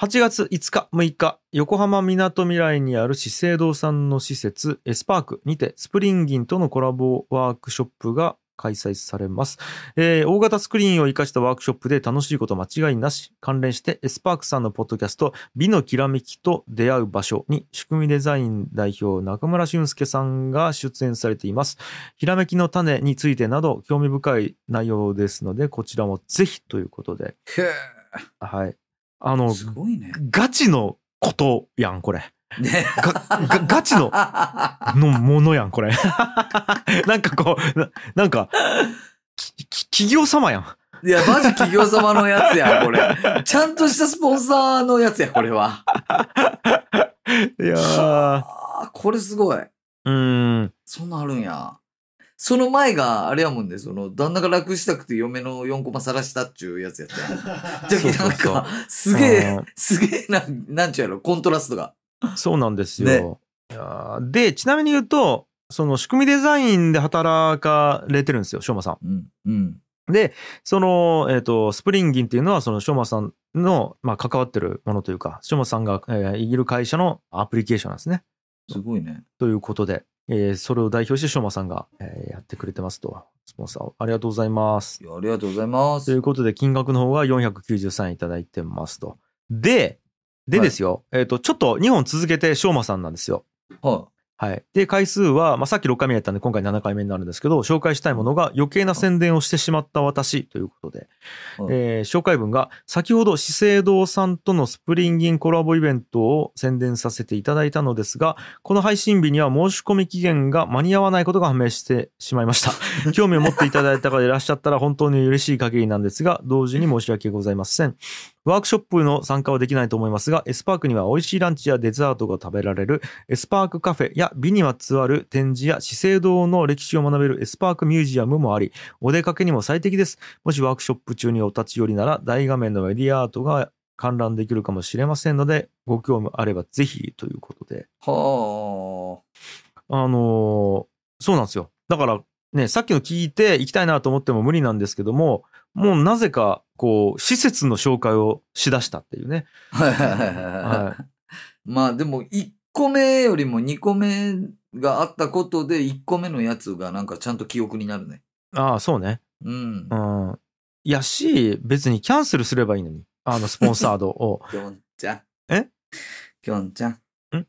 Speaker 1: 8月5日、6日、横浜みなとみらいにある資生堂さんの施設、エスパークにて、スプリンギンとのコラボワークショップが開催されます。えー大型スクリーンを生かしたワークショップで楽しいこと間違いなし、関連して、エスパークさんのポッドキャスト、美のきらめきと出会う場所に、仕組みデザイン代表、中村俊介さんが出演されています。ひらめきの種についてなど、興味深い内容ですので、こちらもぜひということで、
Speaker 2: へ
Speaker 1: はい。あ
Speaker 2: ー
Speaker 1: の、
Speaker 2: すごいね。
Speaker 1: ガチのことやん、これ。
Speaker 2: ね。
Speaker 1: が、がガチの、のものやん、これ。 なんかこう、ななんか、きき企業様やん。
Speaker 2: いや、マジ企業様のやつや、これ。ちゃんとしたスポンサーのやつや、これは。
Speaker 1: いやー。
Speaker 2: あーこれすごい。
Speaker 1: うーん。
Speaker 2: そんなんあるんや。その前が、あれやもんね、その、旦那が楽したくて嫁の4コマ晒したっちゅうやつやったやん。 じゃ
Speaker 1: そう
Speaker 2: あ
Speaker 1: そう
Speaker 2: なん
Speaker 1: そう
Speaker 2: か、すげえ
Speaker 1: うん、
Speaker 2: すげえ、なん、なんちゅうやろ、コントラストが。
Speaker 1: そうなんですよ。
Speaker 2: ね
Speaker 1: いやーで、ちなみに言うと、その仕組みデザインで働かれてるんですよ、しょうまさん。
Speaker 2: うん、うん。
Speaker 1: で、その、えっ、と、スプリンギンっていうのは、その、ショーマさんの、まあ、関わってるものというか、ショーマさんが、えーいる会社のアプリケーションなんですね。
Speaker 2: すごいね。
Speaker 1: ということで、えーそれを代表してショーマさんが、えーやってくれてますと、スポンサーを。ありがとうございます
Speaker 2: い。や、ありがとうございま
Speaker 1: とい
Speaker 2: す
Speaker 1: う。ことで、金額の方が493円いただいてますと。で、でですよ、えっ、と、ちょっと2本続けて、しょうまさんなんですよ。
Speaker 2: は
Speaker 1: はい。で、回数は、まあ、さっき6回目やったんで、今回7回目になるんですけど、紹介したいものが余計な宣伝をしてしまった私ということで、
Speaker 2: はい
Speaker 1: えー紹介文が、先ほど資生堂さんとのスプリンギンコラボイベントを宣伝させていただいたのですが、この配信日には申し込み期限が間に合わないことが判明してしまいました。興味を持っていただいた方いらっしゃったら本当に嬉しい限りなんですが、同時に申し訳ございません。ワークショップの参加はできないと思いますが、エスパークには美味しいランチやデザートが食べられる、エスパークカフェや美にまつわる展示や資生堂の歴史を学べるエスパークミュージアムもあり、お出かけにも最適です。もしワークショップ中にお立ち寄りなら、大画面のエリアアートが観覧できるかもしれませんので、ご興味あればぜひということで。
Speaker 2: あ。は
Speaker 1: あのーそうなんですよ。だからね、さっきの聞いて行きたいなと思っても無理なんですけども、もうなぜか、こう、施設の紹介をしだしたっていうね。
Speaker 2: あ。はいはいはいはいはい。まあでも、1個目よりも2個目があったことで、1個目のやつがなんかちゃんと記憶になるね。
Speaker 1: ああ、そうね。
Speaker 2: うん
Speaker 1: う。ん。いやし、別にキャンセルすればいいのに。あの、スポンサードを。
Speaker 2: きょんちゃん。
Speaker 1: え
Speaker 2: きょんちゃん。
Speaker 1: ん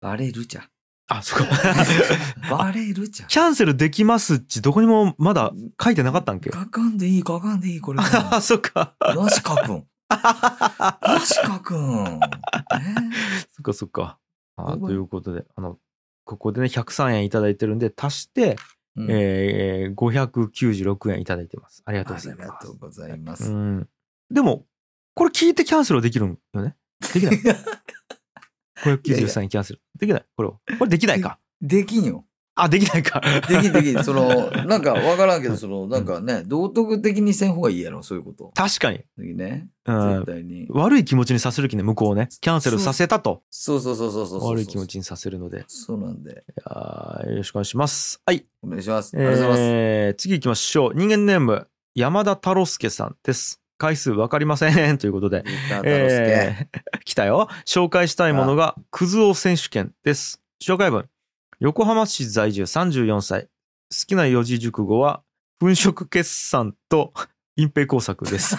Speaker 2: バレるじゃん。
Speaker 1: あ、そっか。
Speaker 2: バレるじ ゃん。
Speaker 1: キャンセルできますっち、どこにもまだ書いてなかったんけ。
Speaker 2: 書かんでいい、書かんでいい、これは。
Speaker 1: あ、 そっか。
Speaker 2: よしかくん。よしかくん。ね
Speaker 1: そっかそっか。あ
Speaker 2: す
Speaker 1: ー
Speaker 2: ごい
Speaker 1: ということで、あの、ここでね、103円いただいてるんで、足して、
Speaker 2: うん
Speaker 1: えー、596円いただいてます。ありがとうご
Speaker 2: あ
Speaker 1: ざい
Speaker 2: りが
Speaker 1: ま
Speaker 2: と
Speaker 1: す
Speaker 2: う。ございま
Speaker 1: う
Speaker 2: す。
Speaker 1: ん。でも、これ聞いてキャンセルはできるんよね。でき ない。593円キャンセル。できない。これを。これできない か。
Speaker 2: できんよ。
Speaker 1: あ、できないか。
Speaker 2: できんできん。その、なんかわからんけど、その、なんかね、道徳的にせん方がいいやろ、そういうこと。
Speaker 1: 確かに。
Speaker 2: 次ね。
Speaker 1: うん
Speaker 2: 絶。対に。
Speaker 1: 悪い気持ちにさせる気ね、向こうをね。キャンセルさせたと。
Speaker 2: そうそうそうそうそうそうそう。
Speaker 1: 悪い気持。ちにさせるので。い
Speaker 2: そうなんで。
Speaker 1: やーよろしくお願いします。はい。
Speaker 2: お願いします。ありがとうございます。
Speaker 1: えー、次行きましょう。人間ネーム、山田太郎介さんです。回数わかりません。 ということで。
Speaker 2: ゆたたろすけ。
Speaker 1: えー 来たよ。紹介したいものが、クズオ選手権です。紹介文。横浜市在住34歳。好きな四字熟語は、粉飾決算と隠蔽工作です。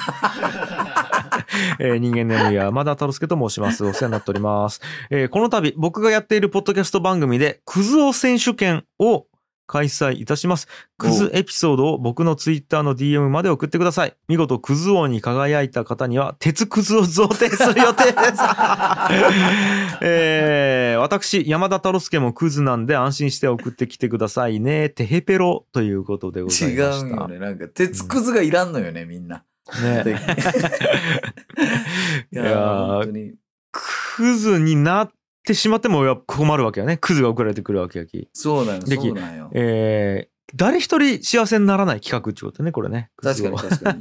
Speaker 1: えー人間ネーム山田太郎介と申します。お世話になっております。えーこの度、僕がやっているポッドキャスト番組で、クズオ選手権を開催いたします。クズエピソードを僕のツイッターの DM まで送ってください。見事クズ王に輝いた方には、鉄クズを贈呈する予定です。 えー私、山田太郎介もクズなんで安心して送ってきてくださいね。テヘペロということでござい
Speaker 2: 違
Speaker 1: まし
Speaker 2: う
Speaker 1: た。
Speaker 2: よね。なんか、鉄くずがいらんのよね、みんな。
Speaker 1: ね
Speaker 2: で い
Speaker 1: いや
Speaker 2: や
Speaker 1: ー
Speaker 2: ー、本当に。
Speaker 1: クズになってしまってもやっぱ困るわけよね。クズが送られてくるわけやき。
Speaker 2: そうなんよ。
Speaker 1: でき
Speaker 2: そうなんよ。
Speaker 1: えー誰一人幸せにならない企画ってことね、これね。ク
Speaker 2: 確
Speaker 1: ズ
Speaker 2: か
Speaker 1: を
Speaker 2: に確 かに。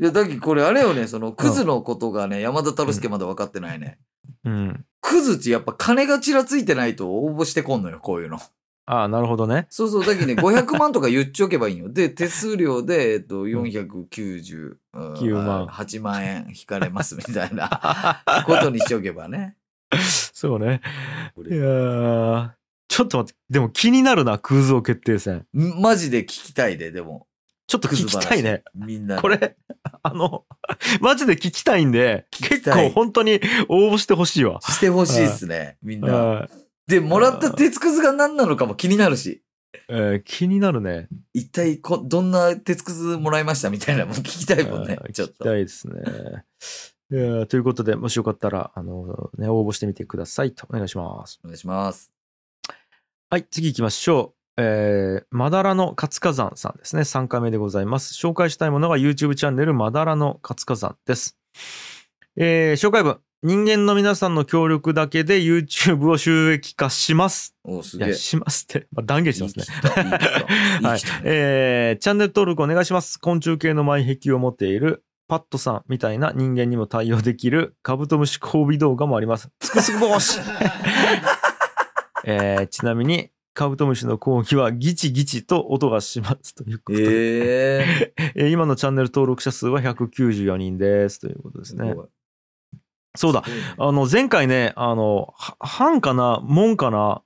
Speaker 2: いや、だけどこれあれよね、その、クズのことがね、山田太郎介まだ分かってないね。
Speaker 1: うん。
Speaker 2: クズってやっぱ金がちらついてないと応募してこんのよ、こういうの。
Speaker 1: ああ、なるほどね。
Speaker 2: そうそう、だ けどね、500万とか言っちゃおけばいいんよ。で、手数料で、えっと、490、
Speaker 1: 9万
Speaker 2: 8万円引かれますみたいなことにしちゃおけばね。
Speaker 1: そうね。
Speaker 2: こ
Speaker 1: いや
Speaker 2: れ
Speaker 1: ーちょっと待って、でも気になるな、クズ王決定戦。
Speaker 2: マジで聞きたいで、でも。
Speaker 1: ちょっと聞きたいね。
Speaker 2: みんなで。
Speaker 1: これ、あの、マジで聞きたいんで、
Speaker 2: 聞き
Speaker 1: 結
Speaker 2: たい
Speaker 1: 構本当に応募してほしいわ。
Speaker 2: してほしいっすね、みん
Speaker 1: う
Speaker 2: な。
Speaker 1: ん
Speaker 2: で、もらった鉄くずが何なのかも気になるし。
Speaker 1: えー気になるね。
Speaker 2: 一体こ、どんな鉄くずもらいましたみたいなもん聞きたいもんね
Speaker 1: あー。
Speaker 2: ちょっ
Speaker 1: 聞きた
Speaker 2: と。
Speaker 1: いですね。いやーということで、もしよかったら、あの、ね、応募してみてくださいとお願いします。
Speaker 2: お願いします。
Speaker 1: はい、次行きましょう。えー、まだらの活火山さんですね。3回目でございます。紹介したいものが YouTube チャンネルまだらの活火山です。えー、紹介文。人間の皆さんの協力だけで YouTube を収益化します。
Speaker 2: おす
Speaker 1: い
Speaker 2: げえ
Speaker 1: や、。しますって。まあ、断言してますね。
Speaker 2: いい人いい 人
Speaker 1: はい
Speaker 2: い人ね
Speaker 1: えーチャンネル登録お願いします。昆虫系の前壁を持っているパットさんみたいな人間にも対応できるカブトムシ 交尾動画もあります。つくすく帽子えーちなみに、カブトムシの講義はギチギチと音がしますということで、
Speaker 2: え
Speaker 1: えー今のチャンネル登録者数は194人ですということですね。そうだ、あの前回ね、あの、は藩かな、門かな、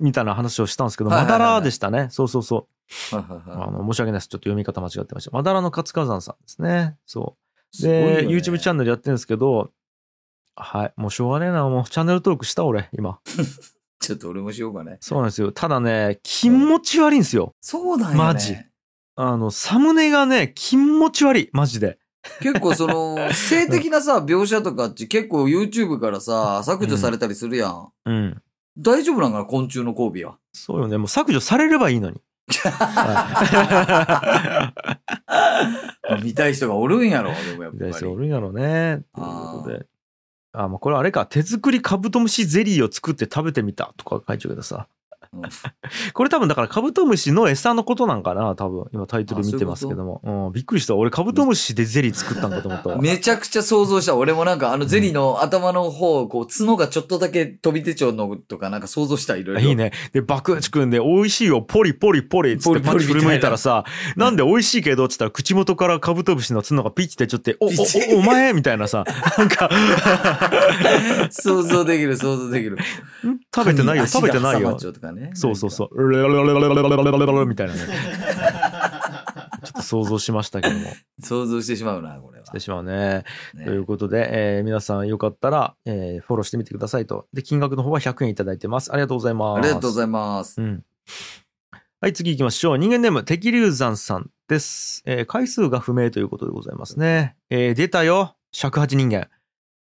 Speaker 1: みたいな話をしたんですけど、
Speaker 2: はいは
Speaker 1: ま
Speaker 2: いは
Speaker 1: だ
Speaker 2: い
Speaker 1: らでしたね。そうそうそう。
Speaker 2: すごいはいはいはい
Speaker 1: あの申し訳ないです。ちょっと読み方間違ってました。まだらの活火山さんですね。そう。
Speaker 2: すごいよね
Speaker 1: で、YouTube チャンネルやってるんですけど、はい。もうしょうがねえな。もうチャンネル登録した俺、今。
Speaker 2: ちょっと俺もしようかね。
Speaker 1: そうなんですよ。ただね、気持ち悪いんですよ。
Speaker 2: そうだよね。
Speaker 1: マジあの、サムネがね、気持ち悪い。マジで。
Speaker 2: 結構 その、性的なさ、描写とかって結構 YouTube からさ、削除されたりするやん。
Speaker 1: うん。
Speaker 2: 大丈夫なんかな昆虫の交尾は。
Speaker 1: そうよね。もう削除されればいいのに。はい
Speaker 2: 見たい人がおるんやろ、で もやっぱ
Speaker 1: 大丈夫。お
Speaker 2: り。
Speaker 1: るんやろうね。ということで。あ、まあこれあれか。手作りカブトムシゼリーを作って食べてみたとか書いてるけどさ。
Speaker 2: うん
Speaker 1: これ多分だからカブトムシの餌のことなんかな多分今タイトル見てますけどもうん、びっくりした俺カブトムシでゼリー作ったんかと思 ったわ
Speaker 2: めちゃくちゃ想像した。俺もなんかあのゼリーの頭の方、こう、角がちょっとだけ飛び出ちゃうのとかなんか想像した、いろいろ。
Speaker 1: いい。ねで爆竹組んで美味しいよポリポリポリっつっ
Speaker 2: ポ
Speaker 1: て
Speaker 2: リ
Speaker 1: パ
Speaker 2: ポリ
Speaker 1: ッと振り向いたらさ
Speaker 2: な
Speaker 1: なんで美味しいけどっつったら口元からカブトムシの角がピッて出ちゃってお
Speaker 2: ピチ
Speaker 1: おおお前みたいな さなんか
Speaker 2: 想像できる、想像でき
Speaker 1: ん
Speaker 2: る。
Speaker 1: 食べてないよ
Speaker 2: 足
Speaker 1: 食
Speaker 2: が
Speaker 1: べてない
Speaker 2: 挟ま
Speaker 1: よ
Speaker 2: っちゃうとかね
Speaker 1: そうそうそうレレレレレレレレレレみたいなねちょっと想像しましたけども
Speaker 2: 想像してしまうな、これは
Speaker 1: し。てしまうね
Speaker 2: ね
Speaker 1: ということで、えー皆さんよかったら、えーフォローしてみてくださいと。で、金額の方は100円いただいてます。ありがとうございます。
Speaker 2: ありがとうご
Speaker 1: い
Speaker 2: ざいます。
Speaker 1: ます。うん。はい、次行きましょう。人間ネーム、敵流山さんです。えー回数が不明ということでございますね。えー出たよ。尺八人間。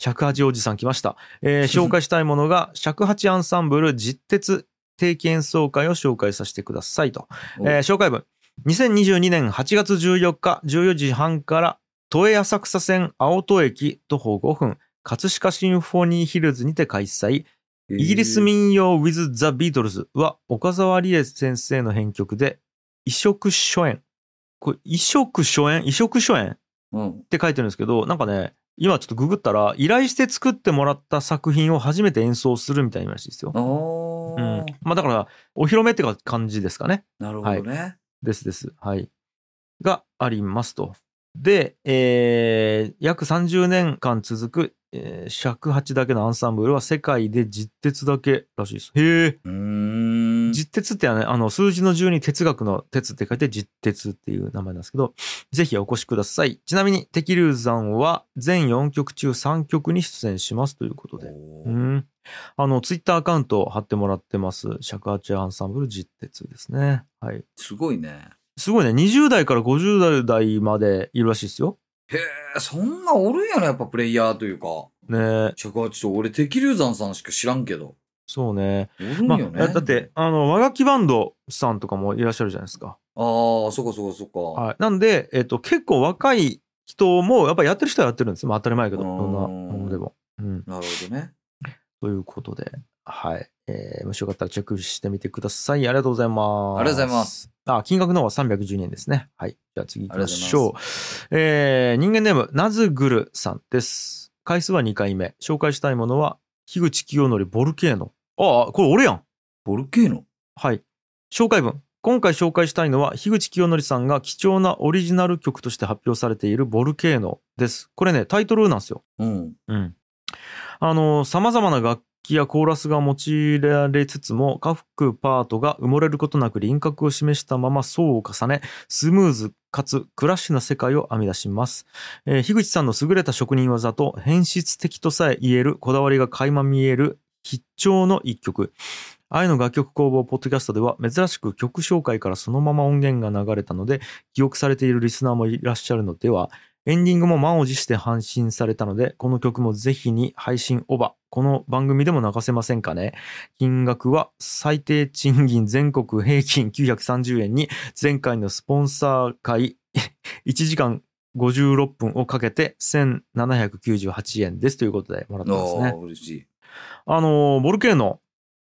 Speaker 1: 尺八おじさん来ました。 えー紹介したいものが、尺八アンサンブル実鉄定期演奏会を紹介させてくださいと。
Speaker 2: お
Speaker 1: えー紹介文。2022年8月14日14時半から、都営浅草線青戸駅徒歩5分、葛飾シンフォニーヒルズにて開催。イギリス民謡 with the Beatles は、岡沢理恵先生の編曲で、移植初演。これ、移植初演移植初演っ
Speaker 2: うん。
Speaker 1: て書いてるんですけど、なんかね、今ちょっとググったら、依頼して作ってもらった作品を初めて演奏するみたいな話ですよ。
Speaker 2: お
Speaker 1: う
Speaker 2: ー
Speaker 1: ん。まあだから、お披露目ってか感じですかね。
Speaker 2: なるほどね。
Speaker 1: ですです。はい。がありますと。で、えー約30年間続く、えー尺八だけのアンサンブルは世界で実鉄だけらしいです。へえ。
Speaker 2: うーん。
Speaker 1: 実鉄ってね、あの、数字の10に哲学の鉄って書いて実鉄っていう名前なんですけど、ぜひお越しください。ちなみに、敵流山は全4曲中3曲に出演しますということで。
Speaker 2: お
Speaker 1: う
Speaker 2: ー
Speaker 1: ん。あの、ツイッターアカウント貼ってもらってます。尺八アンサンブル実鉄ですね。はい。
Speaker 2: すごいね。
Speaker 1: すごいね。20代から50代までいるらしいですよ。
Speaker 2: えーそんなおるんやな、やっぱプレイヤーというか。
Speaker 1: ね
Speaker 2: ちょ、こちょ、俺、敵流山さんしか知らんけど。
Speaker 1: そうね。
Speaker 2: おるん
Speaker 1: ま
Speaker 2: よ
Speaker 1: あ、
Speaker 2: ね。
Speaker 1: だだって、、あの、和楽器バンドさんとかもいらっしゃるじゃないですか。
Speaker 2: ああ、そっかそっかそっか。
Speaker 1: はい。なんで、えっと、結構若い人も、やっぱやってる人はやってるんですよ。まあ、当たり前やけど、
Speaker 2: うーん
Speaker 1: どんなものでも。うん。
Speaker 2: なるほどね。
Speaker 1: ということで、はい。えー、もしよかったらチェックしてみてください。ありがとうございます。
Speaker 2: ありがとうございます。
Speaker 1: あ、金額の方は312円ですね。はい。じゃあ次行きまし
Speaker 2: あ
Speaker 1: ょ
Speaker 2: り
Speaker 1: う。えー、人間ネーム、なずぐるさんです。回数は2回目。紹介したいものは、樋口清則ボルケーノ。ああ、これ俺やん。
Speaker 2: ボルケーノ
Speaker 1: はい。紹介文。今回紹介したいのは、樋口清則さんが貴重なオリジナル曲として発表されているボルケーノです。これね、タイトルなんですよ。
Speaker 2: うん。
Speaker 1: うん。あの、様々な楽器やコーラスが用いられつつも、各パートが埋もれることなく輪郭を示したまま層を重ね、スムーズかつクラッシュな世界を編み出します。えー樋口さんの優れた職人技と変質的とさえ言えるこだわりが垣間見える必聴の一曲。愛の楽曲工房ポッドキャストでは珍しく曲紹介からそのまま音源が流れたので記憶されているリスナーもいらっしゃるのではエンディングも満を持して配信されたので、この曲もぜひに配信オーバー。この番組でも流せませんかね。金額は最低賃金全国平均930円に、前回のスポンサー会1時間56分をかけて1798円ですということでもらったんです
Speaker 2: ああ、
Speaker 1: ね。
Speaker 2: 嬉しい。
Speaker 1: あのー、ボルケーノ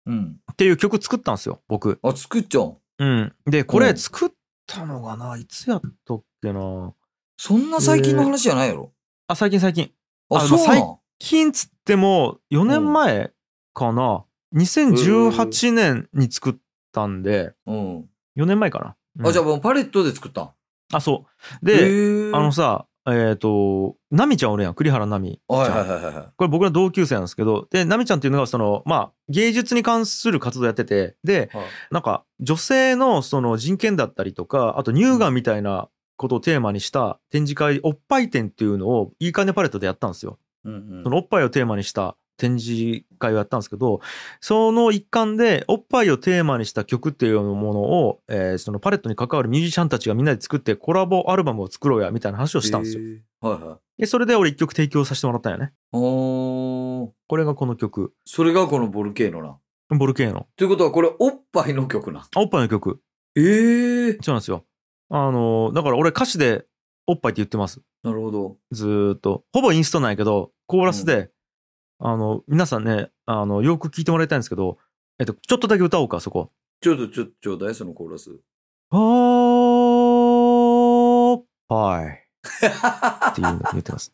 Speaker 2: うん。
Speaker 1: っていう曲作ったんですよ、僕。
Speaker 2: あ、作っちゃうん。
Speaker 1: うん。で、こ
Speaker 2: う
Speaker 1: れ
Speaker 2: ん
Speaker 1: 作ったのがな、いつやったっけな。
Speaker 2: そんな最近の話じゃないやろ。
Speaker 1: あ、最近最近。
Speaker 2: あ、
Speaker 1: あ
Speaker 2: そうなん
Speaker 1: ま金つっても4年前かな、2018年に作っしたんで、
Speaker 2: うん。
Speaker 1: 4年前かな。うん
Speaker 2: あ、じゃあもうパレットで作ったん
Speaker 1: あ、そう。
Speaker 2: へ
Speaker 1: で、
Speaker 2: ー
Speaker 1: あのさ、えっ、と、ナミちゃんおるやん、栗原ナミちゃん。
Speaker 2: はいはいはいはいはい。
Speaker 1: これ僕の同級生なんですけど、で、ナミちゃんっていうのが、その、まあ、芸術に関する活動やってて、で、
Speaker 2: はい
Speaker 1: なんか、女性のその人権だったりとか、あと乳がんみたいなことをテーマにした展示会、おっぱい展っていうのを、いいかねパレットでやったんですよ。
Speaker 2: うんうん
Speaker 1: そのおっぱいをテーマにした展示会をやったんですけど、その一環で、おっぱいをテーマにした曲っていうものを、えーそのパレットに関わるミュージシャンたちがみんなで作ってコラボアルバムを作ろうや、みたいな話をしたんですよ。
Speaker 2: へーはいはい。
Speaker 1: で、それで俺一曲提供させてもらったんよね。
Speaker 2: おー
Speaker 1: これがこの曲。
Speaker 2: それがこのボルケーノな。
Speaker 1: ボルケーノ。
Speaker 2: ということはこれおっぱいの曲な。
Speaker 1: あおっぱいの曲。
Speaker 2: ええー。
Speaker 1: そうなんですよ。あの、だから俺歌詞でおっぱいって言ってます。
Speaker 2: なるほど。
Speaker 1: ずーっと。ほぼインストなんやけど、コーラスで、あの、皆さんね、あの、よく聞いてもらいたいんですけど、えっと、ちょっとだけ歌おうか、そこ。
Speaker 2: ちょっとちょ、ちょうだい、そのコーラス。
Speaker 1: おっぱいっていうの言ってます。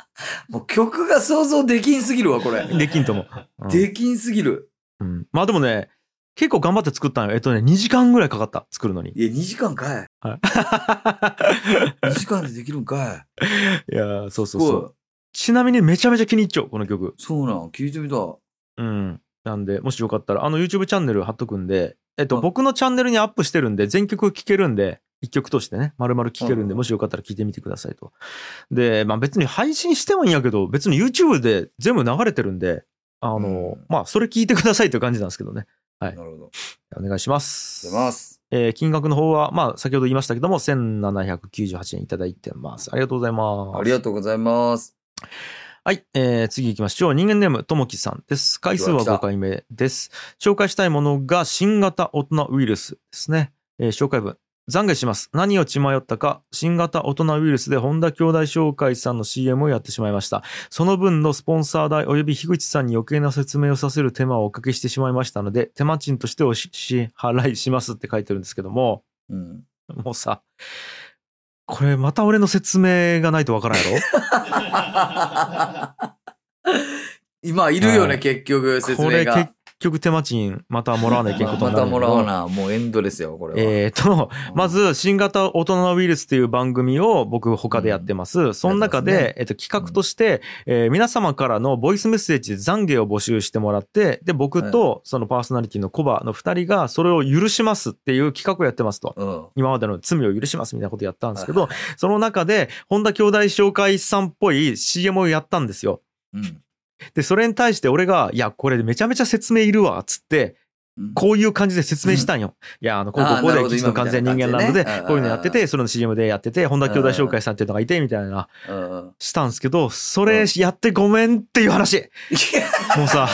Speaker 2: もう曲が想像できんすぎるわ、これ。
Speaker 1: できんとも。うん
Speaker 2: できんすぎる。
Speaker 1: うんまあでもね、結構頑張って作ったんよ。えっとね、2時間ぐらいかかった、作るのに。
Speaker 2: いや、2時間 かい。2時間でできるんか
Speaker 1: いやーそう
Speaker 2: い。
Speaker 1: そうそう。ちなみにめちゃめちゃ気に入っちゃう、この曲。
Speaker 2: すごい。そうなん、聞いてみた。
Speaker 1: うん。なんで、もしよかったら、あの YouTube チャンネル貼っとくんで、えっと、
Speaker 2: うん
Speaker 1: 僕のチャンネルにアップしてるんで、全曲聴けるんで、一曲としてね、丸々聴けるんで、
Speaker 2: うん
Speaker 1: もしよかったら聴いてみてくださいと。で、まあ別に配信してもいいんやけど、別に YouTube で全部流れてるんで、あの、
Speaker 2: うん
Speaker 1: まあそれ聞いてくださいという感じなんですけどね。はい
Speaker 2: なるほど。
Speaker 1: お願いします。
Speaker 2: 出ます。
Speaker 1: えー金額の方は、まあ先ほど言いましたけども、1798円いただいてます。ありがとうございます。
Speaker 2: ありがとうございます。
Speaker 1: はい、えー、次行きましょう。人間ネーム、ともきさんです。回数は
Speaker 2: 来た
Speaker 1: 5回目です。紹介したいものが新型大人ウイルスですね。えー紹介文。懺悔します。何を血迷ったか、新型大人ウイルスで本田兄弟紹介さんの CM をやってしまいました。その分のスポンサー代及び樋口さんに余計な説明をさせる手間をおかけしてしまいましたので、手間賃としてお支払いしますって書いてるんですけども、
Speaker 2: うん。
Speaker 1: もうさ、これまた俺の説明がないとわからんやろ
Speaker 2: 今いるよ
Speaker 1: は
Speaker 2: ね、
Speaker 1: い
Speaker 2: 結局、説
Speaker 1: これ
Speaker 2: 明が
Speaker 1: 結。局手間賃またもらわないけんこと
Speaker 2: ま
Speaker 1: にな
Speaker 2: た
Speaker 1: るんだ
Speaker 2: も
Speaker 1: け
Speaker 2: ら
Speaker 1: ど
Speaker 2: わな。もうエンドレスよ、これは。
Speaker 1: えーと、
Speaker 2: うん
Speaker 1: ま、ず、新型大人ウイルスという番組を僕他でやってます。その中
Speaker 2: やってま
Speaker 1: で、えっと、企画として、えー皆様からのボイスメッセージで懺悔を募集してもらって、で、僕とそのパーソナリティのコバの二人がそれを許しますっていう企画をやってますと。
Speaker 2: うん。
Speaker 1: 今までの罪を許しますみたいなことやったんですけど、その中で、本田兄弟紹介さんっぽい CM をやったんですよ。
Speaker 2: うん。
Speaker 1: で、それに対して俺が、いや、これめちゃめちゃ説明いるわ、つって、
Speaker 2: うん
Speaker 1: こういう感じで説明したんよ。いや、あの、こうこうこう
Speaker 2: あ
Speaker 1: で、
Speaker 2: ーなるほど
Speaker 1: 基地の完全人間ランド
Speaker 2: 今み
Speaker 1: で、
Speaker 2: たいな感じでね
Speaker 1: こういうのやって
Speaker 2: うんうん
Speaker 1: て、それの CM でやってて、本田兄弟紹介さんっていうのがいて、みたいな、
Speaker 2: うんうん。
Speaker 1: したんですけど、それやってごめんっていう 話。
Speaker 2: いや、
Speaker 1: もうさ、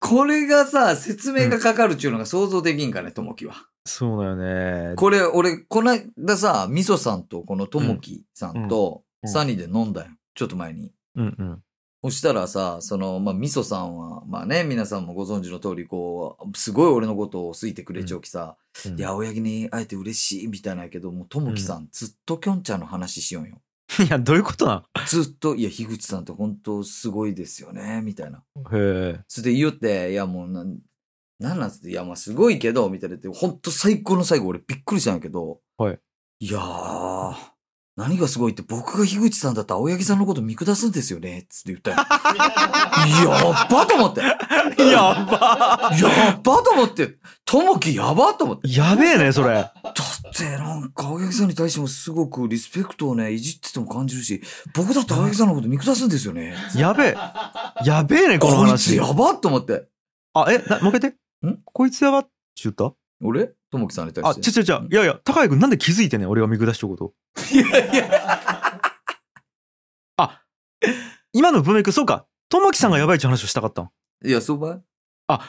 Speaker 2: これがさ、説明がかかるっていうのが想像できんかね、ともきは。
Speaker 1: そうだよね。
Speaker 2: これ、俺、こないださ、みそさんと、このともきさんと、
Speaker 1: うんうん
Speaker 2: サニーで飲んだよ。ちょっと前に。
Speaker 1: うんうん。
Speaker 2: そしたらさ、その、まあ、みそさんは、まあね、皆さんもご存知の通り、こう、すごい俺のことを好いてくれちゃうきさ、
Speaker 1: うん
Speaker 2: いや、親父に会えて嬉しい、みたいなんやけど、もう、ともきさん、ずっときょんちゃんの話しよんよ。
Speaker 1: いや、どういうことな
Speaker 2: ずっと、いや、樋口さんって本当すごいですよね、みたいな。
Speaker 1: のへえ。
Speaker 2: それで言いよって、いや、もうなん、なんなんつって、いや、まあ、すごいけど、みたいな言って、ほんと最高の最後、俺びっくりしたんやけど、
Speaker 1: はい。
Speaker 2: いやー、何がすごいって、僕が樋口さんだったら青柳さんのこと見下すんですよね、つって言ったよ。やっばと思って。 や
Speaker 1: やば
Speaker 2: っばと思って。ともきやばと思って。
Speaker 1: やべえね、それ。
Speaker 2: だってなんか青柳さんに対してもすごくリスペクトをね、いじってても感じるし、僕だって青柳さんのこと見下すんですよね。
Speaker 1: やべえ。やべえね、この
Speaker 2: こいつ
Speaker 1: 話
Speaker 2: や。ばと思って。
Speaker 1: あ、え、な、もう一回言って。
Speaker 2: ん
Speaker 1: こいつやばって言った
Speaker 2: 俺ともきさんに対
Speaker 1: あ、
Speaker 2: し
Speaker 1: ち
Speaker 2: て。
Speaker 1: ょちょちょ、いやいや、高谷君なんで気づいてんねん俺が見下したこと。
Speaker 2: いやいや。
Speaker 1: 今の文脈、そうか。ともきさんがやばいって話をしたかったん。
Speaker 2: いや、そうばい
Speaker 1: あ、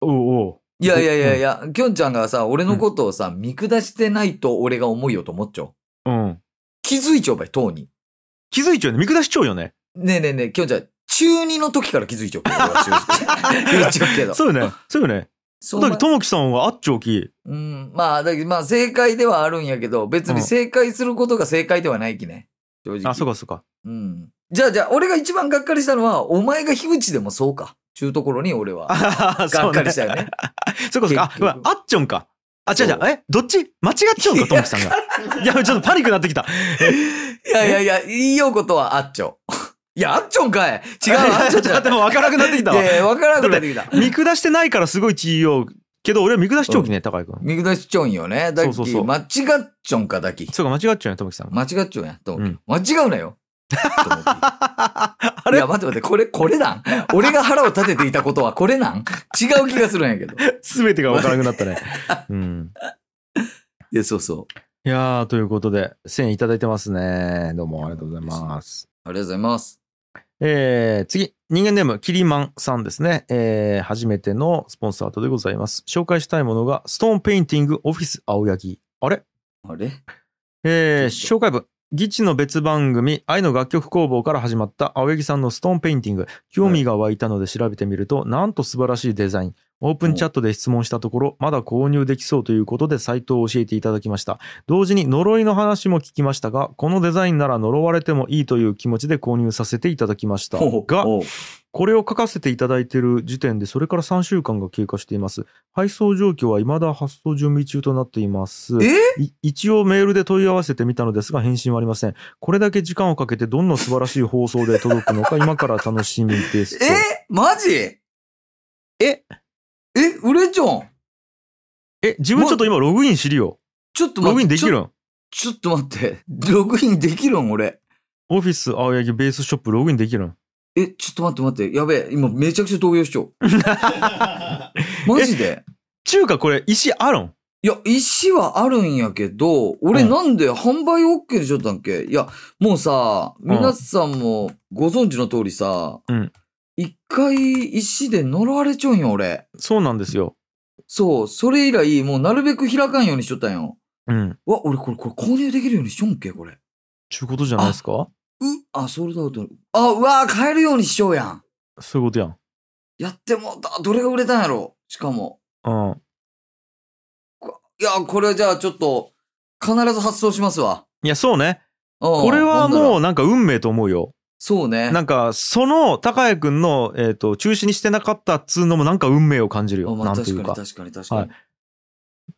Speaker 1: おうおう。
Speaker 2: いやいやいやいや、きょんちゃんがさ、俺のことをさ、見下してないと俺が思いよと思っちゃう。
Speaker 1: うん。
Speaker 2: 気づいちゃうばい、とうに。
Speaker 1: 気づいちゃうよね。見下しちゃうよね。
Speaker 2: ねえねえねえ、きょんちゃん、中二の時から気づいちゃう けど。俺は正直言っちゃうけど。
Speaker 1: そうよね。そうよね。
Speaker 2: そ
Speaker 1: だ
Speaker 2: うな
Speaker 1: けど、ともきさんはあっちょうき。
Speaker 2: うん、まあ、だけど、まあ、正解ではあるんやけど、別に正解することが正解ではないきね。正直。
Speaker 1: あ、そうかそうか。
Speaker 2: うん。じゃあ、じゃあ、俺が一番がっかりしたのは、お前が樋口でもそうか。ちゅうところに俺は。
Speaker 1: ああ、
Speaker 2: がっかりした
Speaker 1: そう
Speaker 2: よね。
Speaker 1: そうかそうか。
Speaker 2: 結
Speaker 1: あ、う
Speaker 2: 局
Speaker 1: わあっちょんか。あ、違う違う
Speaker 2: そ。
Speaker 1: え、どっち間違っちゃうんか、ともきさんが。いや、ちょっとパニックにな ってきた。
Speaker 2: いやいやいや、いいよことはあっちょ。いや、あっちょんかい違う、あっ ち
Speaker 1: ち
Speaker 2: ょ
Speaker 1: ょ
Speaker 2: ん
Speaker 1: っと
Speaker 2: じゃ
Speaker 1: 待って、
Speaker 2: な
Speaker 1: もう分からなくなってきた
Speaker 2: い。い
Speaker 1: わ。
Speaker 2: やいや、わからなくなってきた。
Speaker 1: 見下してないからすごい地位を、けど俺は見下しちょうきね、高井君。
Speaker 2: 見下しちょんよね。だっ
Speaker 1: そうそう
Speaker 2: き、
Speaker 1: そう
Speaker 2: 間違っちょんか、だき。
Speaker 1: そうか、間違っちゃうね、ともきさん。
Speaker 2: 間違っちょんや、と思
Speaker 1: うん
Speaker 2: う。間違うなよ。と思う
Speaker 1: あ
Speaker 2: い
Speaker 1: れ
Speaker 2: や、待って待って、これ、これなん俺が腹を立てていたことは これなん違う気がするんやけど。
Speaker 1: すべてが分からなくなったね。 うん。
Speaker 2: いや、そうそう。
Speaker 1: いやー、ということで、1000円いただいてますね。どうもありがとうございます。
Speaker 2: ありがとうございます。
Speaker 1: えー次、人間ネーム、キリマンさんですね。えー初めてのスポンサーとでございます。紹介したいものが、ストーンペインティングオフィス青柳。あれ
Speaker 2: あれ
Speaker 1: えー紹介文。ギチの別番組、愛の楽曲工房から始まった青柳さんのストーンペインティング。興味が湧いたので調べてみると、なんと素晴らしいデザイン。オープンチャットで質問したところ、まだ購入できそうということでサイトを教えていただきました。同時に呪いの話も聞きましたが、このデザインなら呪われてもいいという気持ちで購入させていただきましたが、
Speaker 2: おう
Speaker 1: これを書かせていただいている時点で、それから3週間が経過しています。配送状況は未だ発送準備中となっています。
Speaker 2: え
Speaker 1: い一応メールで問い合わせてみたのですが、返信はありません。これだけ時間をかけて、どんな素晴らしい放送で届くのか、今から楽しみです。
Speaker 2: えマジええ、売れちょん
Speaker 1: え、自分ちょっと今ログインしるよ。
Speaker 2: ちょっと待っ
Speaker 1: ロ
Speaker 2: て。
Speaker 1: グインできるん
Speaker 2: ちょちょっと待って。ログインできるん俺。
Speaker 1: オフィス青柳ベースショップログインできるん
Speaker 2: え、ちょっと待って待って。やべえ。今めちゃくちゃ動揺しちょ う。マジで
Speaker 1: 中華これ、石あるん
Speaker 2: いや、石はあるんやけど、俺
Speaker 1: うん
Speaker 2: なんで販売 OK にしちゃったんけ、いや、もうさ、
Speaker 1: うん
Speaker 2: 皆さんもご存知の通りさ、
Speaker 1: うん
Speaker 2: 一回石で呪われちょんよ、俺。
Speaker 1: そうなんですよ。
Speaker 2: そう、それ以来、もうなるべく開かんようにしとったんよ。
Speaker 1: うん。
Speaker 2: うわ、俺これ、これ購入できるようにしちょんけ、これ。
Speaker 1: ちゅうことじゃないですか
Speaker 2: う、あ、ソールドアウト。あ、うわ、買えるようにしちょうやん。
Speaker 1: そういうことやん。
Speaker 2: やってもうた。どれが売れたんやろしかも。
Speaker 1: うん。
Speaker 2: いや、これじゃあちょっと、必ず発送しますわ。
Speaker 1: いや、そうね。
Speaker 2: こ
Speaker 1: これはも
Speaker 2: う、
Speaker 1: うんなんか運命と思うよ。
Speaker 2: そうね。
Speaker 1: なんか、その、高谷くんの、えっ、と、中止にしてなかったっつうのもなんか運命を感じるよ。
Speaker 2: あま
Speaker 1: な
Speaker 2: あ、
Speaker 1: んとい
Speaker 2: 確
Speaker 1: う
Speaker 2: かに
Speaker 1: か。
Speaker 2: 確かに確かに。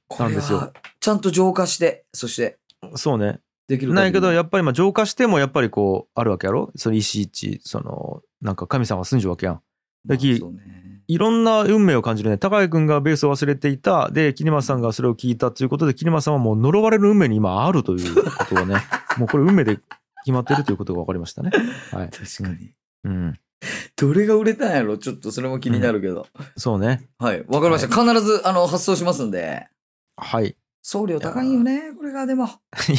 Speaker 2: これ
Speaker 1: な
Speaker 2: は
Speaker 1: んですよ。
Speaker 2: ちゃんと浄化して、そして、
Speaker 1: そうね。
Speaker 2: できる
Speaker 1: ないけど、
Speaker 2: や
Speaker 1: やっぱりまあ浄化しても、やっぱりこう、あるわけやろその石一、その、なんか神様が住んじゃうわけやん。だき
Speaker 2: そうね。
Speaker 1: いろんな運命を感じるね。高谷くんがベースを忘れていた。で、キリマさんがそれを聞いたということで、キリマさんはもう呪われる運命に今あるということ がね。もうこれ運命で決まってるということが分かりましたね。 はい。
Speaker 2: 確かに。
Speaker 1: うん。
Speaker 2: どれが売れたんやろちょっとそれも気になるけど。
Speaker 1: そうね。
Speaker 2: はい。わかりました。必ず、あの、発送しますんで。
Speaker 1: はい。 い
Speaker 2: 送料高いよね、これが、でも。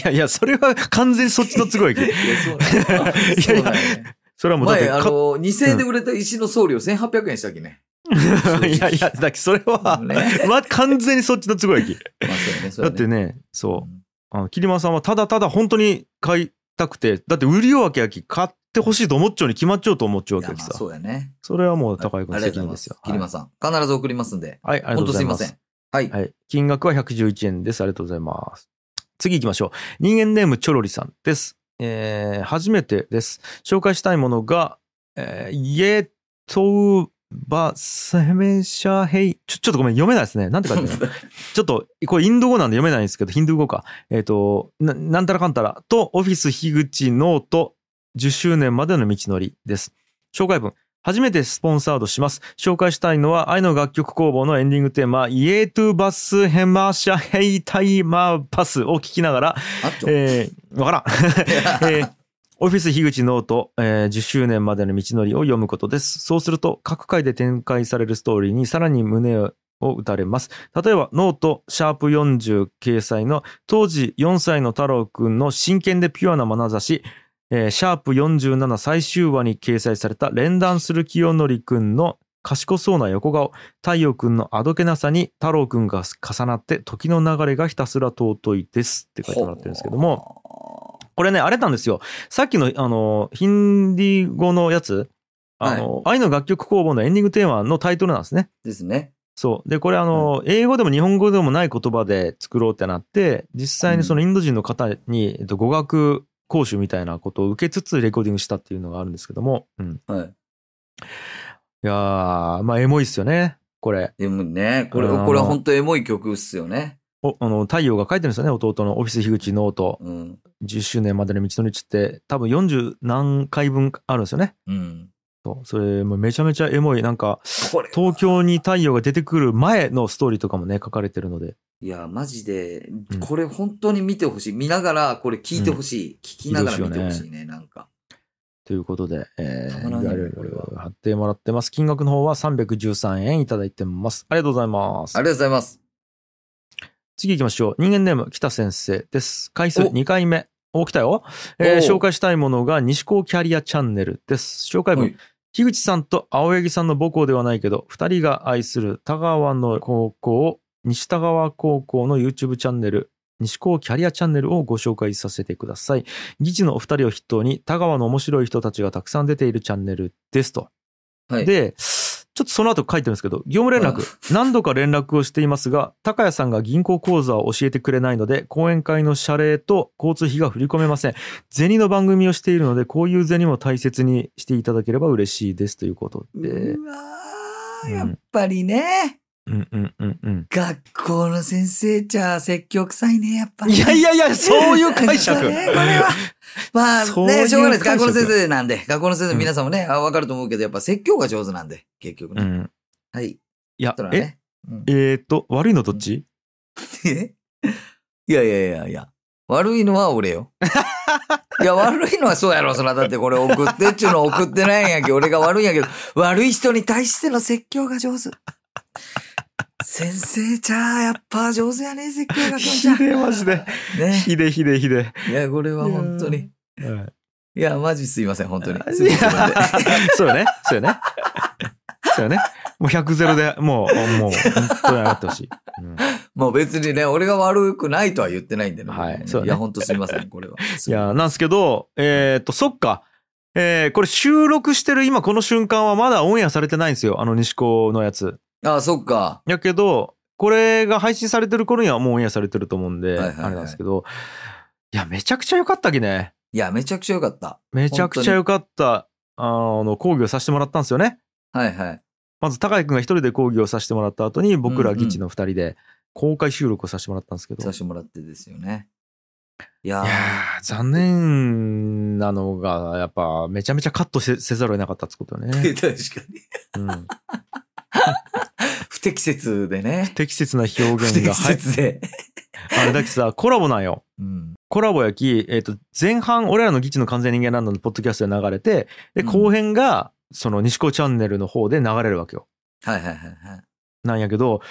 Speaker 1: やいや、それは完全にそっちの都合や
Speaker 2: い
Speaker 1: けど
Speaker 2: や、そうなんや
Speaker 1: いやいや
Speaker 2: そうなんやね
Speaker 1: それはもうだって
Speaker 2: 前、
Speaker 1: か、
Speaker 2: あの、2000円で売れた石の送料1800円したっけね。
Speaker 1: いやいや、だってそれは、
Speaker 2: ね。ま
Speaker 1: ま、
Speaker 2: あ、
Speaker 1: 完全にそっちの都合やき。
Speaker 2: そうやね、そう
Speaker 1: だ
Speaker 2: や
Speaker 1: って
Speaker 2: ね。
Speaker 1: ね、
Speaker 2: う。
Speaker 1: そうんあの、桐間さんはただただ本当に買いたくて、だって売りよわけやき、買ってほしいと思っちゃうに決まっちゃうと思っちゃう
Speaker 2: い
Speaker 1: わ
Speaker 2: や
Speaker 1: け
Speaker 2: ま
Speaker 1: やき
Speaker 2: あ
Speaker 1: さ。
Speaker 2: そうやね。
Speaker 1: それはもう
Speaker 2: ありが
Speaker 1: 高
Speaker 2: と
Speaker 1: 井
Speaker 2: う
Speaker 1: 君
Speaker 2: ござ
Speaker 1: 責
Speaker 2: い
Speaker 1: 任
Speaker 2: ま
Speaker 1: です
Speaker 2: す
Speaker 1: よ。。
Speaker 2: キリマ
Speaker 1: さ
Speaker 2: さん、必ず送りますんで。
Speaker 1: ん。はい、ありがと
Speaker 2: ほ
Speaker 1: うんご
Speaker 2: と
Speaker 1: ざ
Speaker 2: す
Speaker 1: い
Speaker 2: い
Speaker 1: ま
Speaker 2: ますせ。ん。はい。
Speaker 1: はい。金額は111円です。ありがとうございます。次行きましょう。人間ネームチョロリさんです。えー、初めてです。紹介したいものが、えー、イエトウバセメシャヘイ。ちょ、ちょっとごめん、読めないですね。なんて書いてあるのちょっと、これインド語なんで読めないんですけど、ヒンドゥー語か。えっ、とな、なんたらかんたらと、オフィス樋口ノート10周年までの道のりです。紹介文。初めてスポンサードします。紹介したいのは、愛の楽曲工房のエンディングテーマ、イエートゥバスヘマシャヘイタイマーパスを聞きながら、
Speaker 2: あっちょ。
Speaker 1: えー、わからん。えーオフィス樋口ノート、えー10周年までの道のりを読むことです。そうすると、各回で展開されるストーリーにさらに胸を打たれます。例えば、ノート、シャープ40掲載の、当時4歳の太郎くんの真剣でピュアな眼差し、えーシャープ47最終話に掲載された連弾する清則くんの賢そうな横顔、太陽くんのあどけなさに太郎くんが重なって時の流れがひたすら尊いですって書いてもらってるんですけども、
Speaker 2: も。
Speaker 1: これね、あれなんですよ。さっきの、あの、ヒンディー語のやつ、あの、愛の楽曲工房のエンディングテーマのタイトルなんですね。
Speaker 2: ですね。
Speaker 1: そう。で、これ、あの、英語でも日本語でもない言葉で作ろうってなって、実際にそのインド人の方に、えっと、語学講習みたいなことを受けつつレコーディングしたっていうのがあるんですけども、うん。
Speaker 2: はい。
Speaker 1: いやー、まあ、エモいっすよね、これ。
Speaker 2: でもね、これ、
Speaker 1: うん
Speaker 2: これは本当エモい曲っすよね。
Speaker 1: おあの太陽が書いてるんですよね、弟のオフィス樋口ノート。
Speaker 2: うん。
Speaker 1: 10周年までの道のりっつって、多分40何回分あるんですよね。
Speaker 2: うん。
Speaker 1: そうそれ、もうめちゃめちゃエモい。なんか、
Speaker 2: これ、
Speaker 1: 東京に太陽が出てくる前のストーリーとかもね、書かれてるので。
Speaker 2: いや、マジで
Speaker 1: うん、
Speaker 2: これ本当に見てほしい。見ながら、これ聞いてほしい。聞きながら見てほしいね、なんか。
Speaker 1: ということで、えー、
Speaker 2: たまらんね
Speaker 1: URL を貼ってもらってます。金額の方は313円いただいてます。ありがとうございます
Speaker 2: あり。がとうございます。
Speaker 1: 次行きましょう。人間ネーム、北先生です。回数
Speaker 2: お
Speaker 1: 2回目。お、来たよ。えー
Speaker 2: お
Speaker 1: 紹介したいものが、西高キャリアチャンネルです。紹介文、
Speaker 2: はい
Speaker 1: 樋口さんと青柳さんの母校ではないけど、二人が愛する田川の高校、西田川高校の YouTube チャンネル、西高キャリアチャンネルをご紹介させてください。議事のお二人を筆頭に、田川の面白い人たちがたくさん出ているチャンネルですと。
Speaker 2: はい。
Speaker 1: で、ちょっとその後書いてるんですけど、業務連絡、 何度か連絡をしていますが、高谷さんが銀行口座を教えてくれないので、講演会の謝礼と交通費が振り込めません。銭の番組をしているので、こういう銭も大切にしていただければ嬉しいですということで。
Speaker 2: うわー
Speaker 1: うん
Speaker 2: やっぱりね、
Speaker 1: うんうんうんうん。
Speaker 2: 学校の先生じゃ説教臭いね、やっぱり。
Speaker 1: いやいやいや、そういう解
Speaker 2: ちょっと
Speaker 1: 釈。
Speaker 2: ねこれは。まあ
Speaker 1: そういう
Speaker 2: ね、しょうがないです。
Speaker 1: 解
Speaker 2: 学校
Speaker 1: 釈
Speaker 2: の先生なんで、学校の先
Speaker 1: う
Speaker 2: 生
Speaker 1: ん
Speaker 2: 皆さんもね、あわかると思うけど、やっぱ説教が上手なんで、結局
Speaker 1: う
Speaker 2: ね。
Speaker 1: ん。
Speaker 2: はい。
Speaker 1: いや
Speaker 2: そ、ら
Speaker 1: え、
Speaker 2: ね。うん
Speaker 1: えー、と、悪いのどっち
Speaker 2: え いやいやいやいや。悪いのは 俺よ。いや、悪いのはそうやろ、そら。だってこれ送ってっちゅうの送ってないんやけど、俺が悪いんやけど、悪い人に対しての説教が上手。先生ちゃあ、やっぱ上手やね、説教がくんちゃ
Speaker 1: ひでえマジで。
Speaker 2: ね。
Speaker 1: ひでひでひで。はい
Speaker 2: や、これは本当に。
Speaker 1: い
Speaker 2: いや、マジすいません、本当に。
Speaker 1: いや そうよね。そうよね。そうよね。もう100ゼロでもう、もう、本当に上がってほしい。うん
Speaker 2: もう別にね、俺が悪くないとは言ってないんでね。
Speaker 1: はいそう
Speaker 2: い
Speaker 1: ね
Speaker 2: や、本当すいません、これは。
Speaker 1: いや、なんですけど、えっと、そっか。えーこれ収録してる今この瞬間はまだオンエアされてないんですよ。あの西高のやつ。
Speaker 2: あそっか。
Speaker 1: やけど、これが配信されてる頃にはもうオンエアされてると思うんで、
Speaker 2: はいはいはい
Speaker 1: あれなんですけど、いや、めちゃくちゃ良かったきね。
Speaker 2: いや、めちゃくちゃよかった。
Speaker 1: めちゃくちゃ良かった、あの、講義をさせてもらったんですよね。
Speaker 2: はいはい。
Speaker 1: まず高井くんが一人で講義をさせてもらった後に僕ら
Speaker 2: うんうん
Speaker 1: 議事の二人で公開収録をさせてもらったんですけど、
Speaker 2: させてもらってですよね。いや
Speaker 1: いやー残念なのがやっぱめちゃめちゃカットせせざるを得なかったってことね、
Speaker 2: ー 確かに。
Speaker 1: うん、
Speaker 2: 不適切でね。
Speaker 1: 適切な表
Speaker 2: 不
Speaker 1: 現
Speaker 2: 適
Speaker 1: が、はい、
Speaker 2: 切で。
Speaker 1: あれだけさコラボなんよ
Speaker 2: うん。
Speaker 1: コラボやき、えっと前半俺らの議事の完全人間ランドのポッドキャストで流れてで
Speaker 2: うん
Speaker 1: 後編がその西高チャンネルの方で流れるわけよ
Speaker 2: はいはいはいはい。
Speaker 1: なんやけど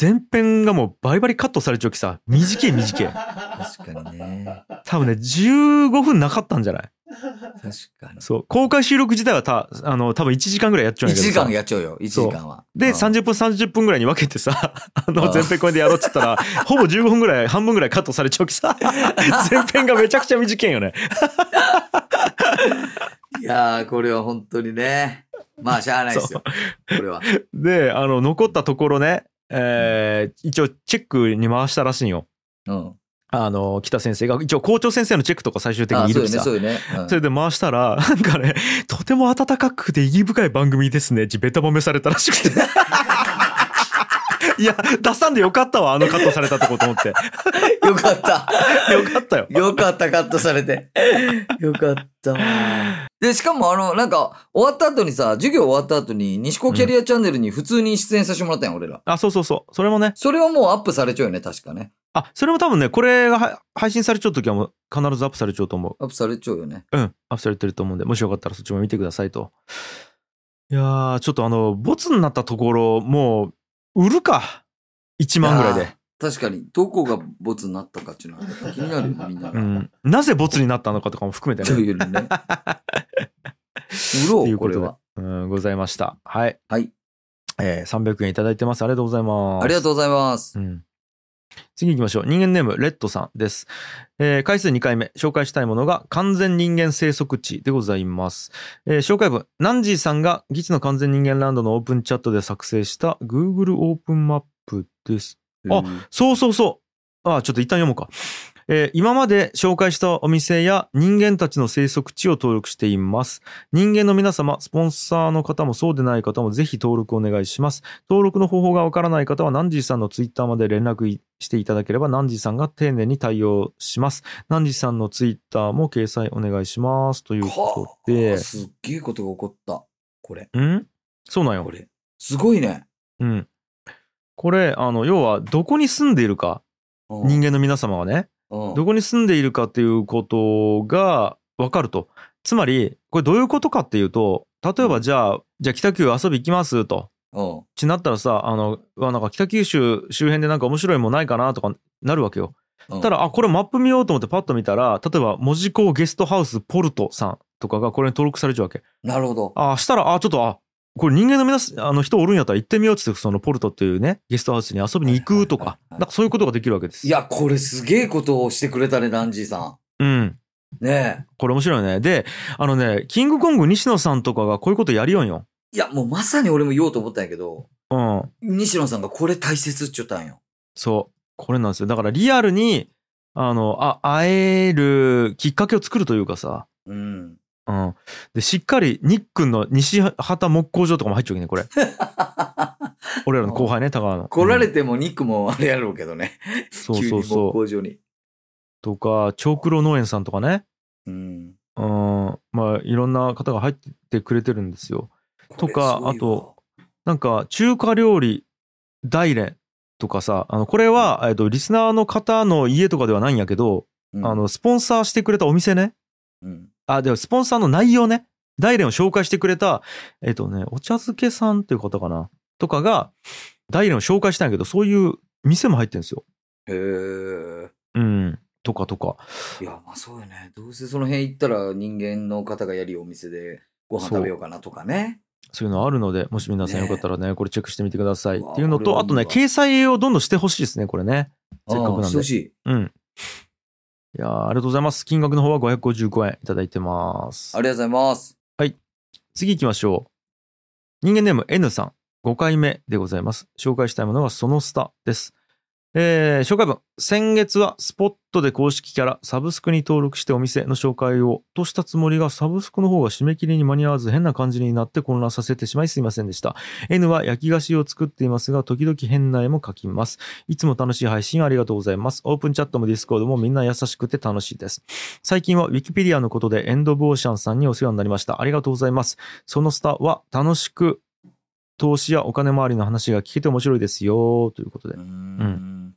Speaker 1: 前編がもうバリバリカットされちゃうきさ短い短い
Speaker 2: 確かにね。
Speaker 1: 多分ね15分なかったんじゃない
Speaker 2: 確かに。
Speaker 1: そう公開収録自体はたあの多分1時間ぐらいやっちゃうん
Speaker 2: 1
Speaker 1: やけど
Speaker 2: 時
Speaker 1: さ
Speaker 2: 間やっちゃうよ、1時間は。
Speaker 1: で、
Speaker 2: うん
Speaker 1: 30分30分ぐらいに分けてさ、あの、
Speaker 2: あ
Speaker 1: 前編これでやろうっつったら、ほぼ15分ぐらい、半分ぐらいカットされちゃうきさ、 前編がめちゃくちゃ短いよね。
Speaker 2: いやー、これは本当にね。まあ、しゃあないですよ。これは。
Speaker 1: で、あの、残ったところね、えー一応チェックに回したらしいんよ。
Speaker 2: うん。
Speaker 1: あの、北先生が、一応校長先生のチェックとか最終的
Speaker 2: あ
Speaker 1: にい
Speaker 2: そう
Speaker 1: る
Speaker 2: よ
Speaker 1: き
Speaker 2: ね、
Speaker 1: さ。
Speaker 2: そうよね。うん
Speaker 1: それで回したら、 なんかね、とても温かくて意義深い番組ですねってベタ褒めされたらしくて。 いや、出さんでよかったわ、あのカットされたとこと思って。
Speaker 2: よかった。
Speaker 1: よかったよ。
Speaker 2: よかった、カットされ て。よかったわ。で、しかも、あの、なんか、終わった後にさ、授業終わった後に、西高キャリアチャンネルに普通に出演させてもらったんや、俺ら。
Speaker 1: あ、そうそうそう。それもね、
Speaker 2: それはもうアップされちゃうよね、確かね。
Speaker 1: あ、それも多分ね、これがは配信されちゃうときはもう必ずアップされちゃうと思う。
Speaker 2: アップされちゃうよね。
Speaker 1: うん、アップされてると思うんで、もしよかったらそっちも見てくださいと。いやー、ちょっとあの、ボツになったところ、もう、売るか。1万ぐらい
Speaker 2: いや
Speaker 1: で
Speaker 2: ー。確かに、どこがボツになったかっていうのは、気になるよ、みん な
Speaker 1: う
Speaker 2: が。
Speaker 1: ん。なぜボツになったのかとかも含めて
Speaker 2: と
Speaker 1: ね。
Speaker 2: いうよりね。売ろ、
Speaker 1: っていううこ
Speaker 2: ことれ
Speaker 1: で
Speaker 2: は。
Speaker 1: うん、ございました。はい。
Speaker 2: はい。
Speaker 1: えー、300円いただいてます。ありがとうございます。
Speaker 2: ありがとうございます。
Speaker 1: うん。次行きましょう。人間ネーム、レッドさんです。えー回数2回目、紹介したいものが完全人間生息地でございます。えー紹介文、ナンジーさんがギチの完全人間ランドのオープンチャットで作成した Google オープンマップです。あ
Speaker 2: うん
Speaker 1: そうそうそう。あ、ちょっと一旦読もうか。えー今まで紹介したお店や人間たちの生息地を登録しています。人間の皆様、スポンサーの方もそうでない方もぜひ登録お願いします。登録の方法がわからない方は、ナンジーさんのツイッターまで連絡いしていただければ、ナンジーさんが丁寧に対応します。ナンジーさんのツイッターも掲載お願いします。ということで。
Speaker 2: すっげえことが起こった。これ。
Speaker 1: んそうなん
Speaker 2: こ
Speaker 1: よ。
Speaker 2: れ。すごいね。
Speaker 1: うん。これ、あの、要は、どこに住んでいるか、人間の皆様はね、
Speaker 2: 間
Speaker 1: どこに住んでいるかっていうことが分かると。つまり、これどういうことかっていうと、例えばじゃあ、じゃあ北九遊び行きますと。
Speaker 2: うん。
Speaker 1: ちなったらさ、あの、うわなんか北九州周辺でなんか面白いもんないかなとかなるわけよ。
Speaker 2: うん
Speaker 1: た、だ、あ、これマップ見ようと思ってパッと見たら、例えば、門司港ゲストハウスポルトさんとかがこれに登録されちゃうわけ。
Speaker 2: なるほど。
Speaker 1: あ、したら、あ、ちょっと、あ、これ人間の皆す、あの人おるんやったら行ってみようっつって、そのポルトっていうね、ゲストハウスに遊びに行くと
Speaker 2: はいは
Speaker 1: か
Speaker 2: い、は
Speaker 1: ないんかそういうことができるわけです。
Speaker 2: いや、これすげえことをしてくれたね、ダンジーさ
Speaker 1: うん。
Speaker 2: ん。ね
Speaker 1: これ面白いよね。で、あのね、キングコング西野さんとかがこういうことやりよんよ。
Speaker 2: え。いや、もうまさに俺も言おうと思ったんやけど、
Speaker 1: うん。
Speaker 2: 西野さんがこれ大切って言ったんよ。
Speaker 1: そう。これなんですよ。だからリアルに、あの、あ、会えるきっかけを作るというかさ。
Speaker 2: うん。
Speaker 1: うん。で、しっかり、ニックンの西畑木工所とかも入っちゃうわけね、こ れ。俺らの後輩ね、高野の。
Speaker 2: 来られ
Speaker 1: うん
Speaker 2: てもニックもあれやろうけどね。
Speaker 1: そう
Speaker 2: 急
Speaker 1: そ
Speaker 2: に
Speaker 1: う
Speaker 2: 木
Speaker 1: そう。
Speaker 2: 工場に。
Speaker 1: とか、長九郎農園さんとかね。
Speaker 2: うん。
Speaker 1: うん。まあ、いろんな方が入ってくれてるんですよ。とか
Speaker 2: これすごいわ
Speaker 1: あと、なんか中華料理大連とかさあのこれは、えっとリスナーの方の家とかではないんやけど、
Speaker 2: うん
Speaker 1: あ、のスポンサーしてくれたお店ね
Speaker 2: うん。
Speaker 1: あでもスポンサーの内容ね大連を紹介してくれたえっ、とねお茶漬けさんっていう方かなとかが大連を紹介したんやけどそういう店も入ってるんですよ。
Speaker 2: へえ。
Speaker 1: うんとかとか
Speaker 2: いや、まあそうよね。どうせその辺行ったら人間の方がやりお店でご飯食べようかなとかね。
Speaker 1: そういうのあるのでもし皆さんよ
Speaker 2: ね
Speaker 1: かったらねこれチェックしてみてくださいっ
Speaker 2: うわ
Speaker 1: ていうの
Speaker 2: これ
Speaker 1: と
Speaker 2: はいいわ
Speaker 1: あとね掲載をどんどんしてほしいですねこれねせっかく
Speaker 2: ああ
Speaker 1: な
Speaker 2: し
Speaker 1: ん
Speaker 2: て
Speaker 1: で
Speaker 2: ほしい。
Speaker 1: うん。いやーありがとうございます。金額の方は555円いただいてます
Speaker 2: あ。りがとうございます。
Speaker 1: 次行きましょう。人間ネーム N さん、5回目でございます。紹介したいものはそのスタです。えー紹介文。先月はスポットで公式キャラ、サブスクに登録してお店の紹介をとしたつもりが、サブスクの方が締め切りに間に合わず変な感じになって混乱させてしまいすいませんでした。N は焼き菓子を作っていますが、時々変な絵も描きます。いつも楽しい配信ありがとうございます。オープンチャットもディスコードもみんな優しくて楽しいです。最近は Wikipedia のことでエンドボーシャンさんにお世話になりました。ありがとうございます。そのスタは楽しく投資やお金回りの話が聞けて面白いですよということで
Speaker 2: う。ん。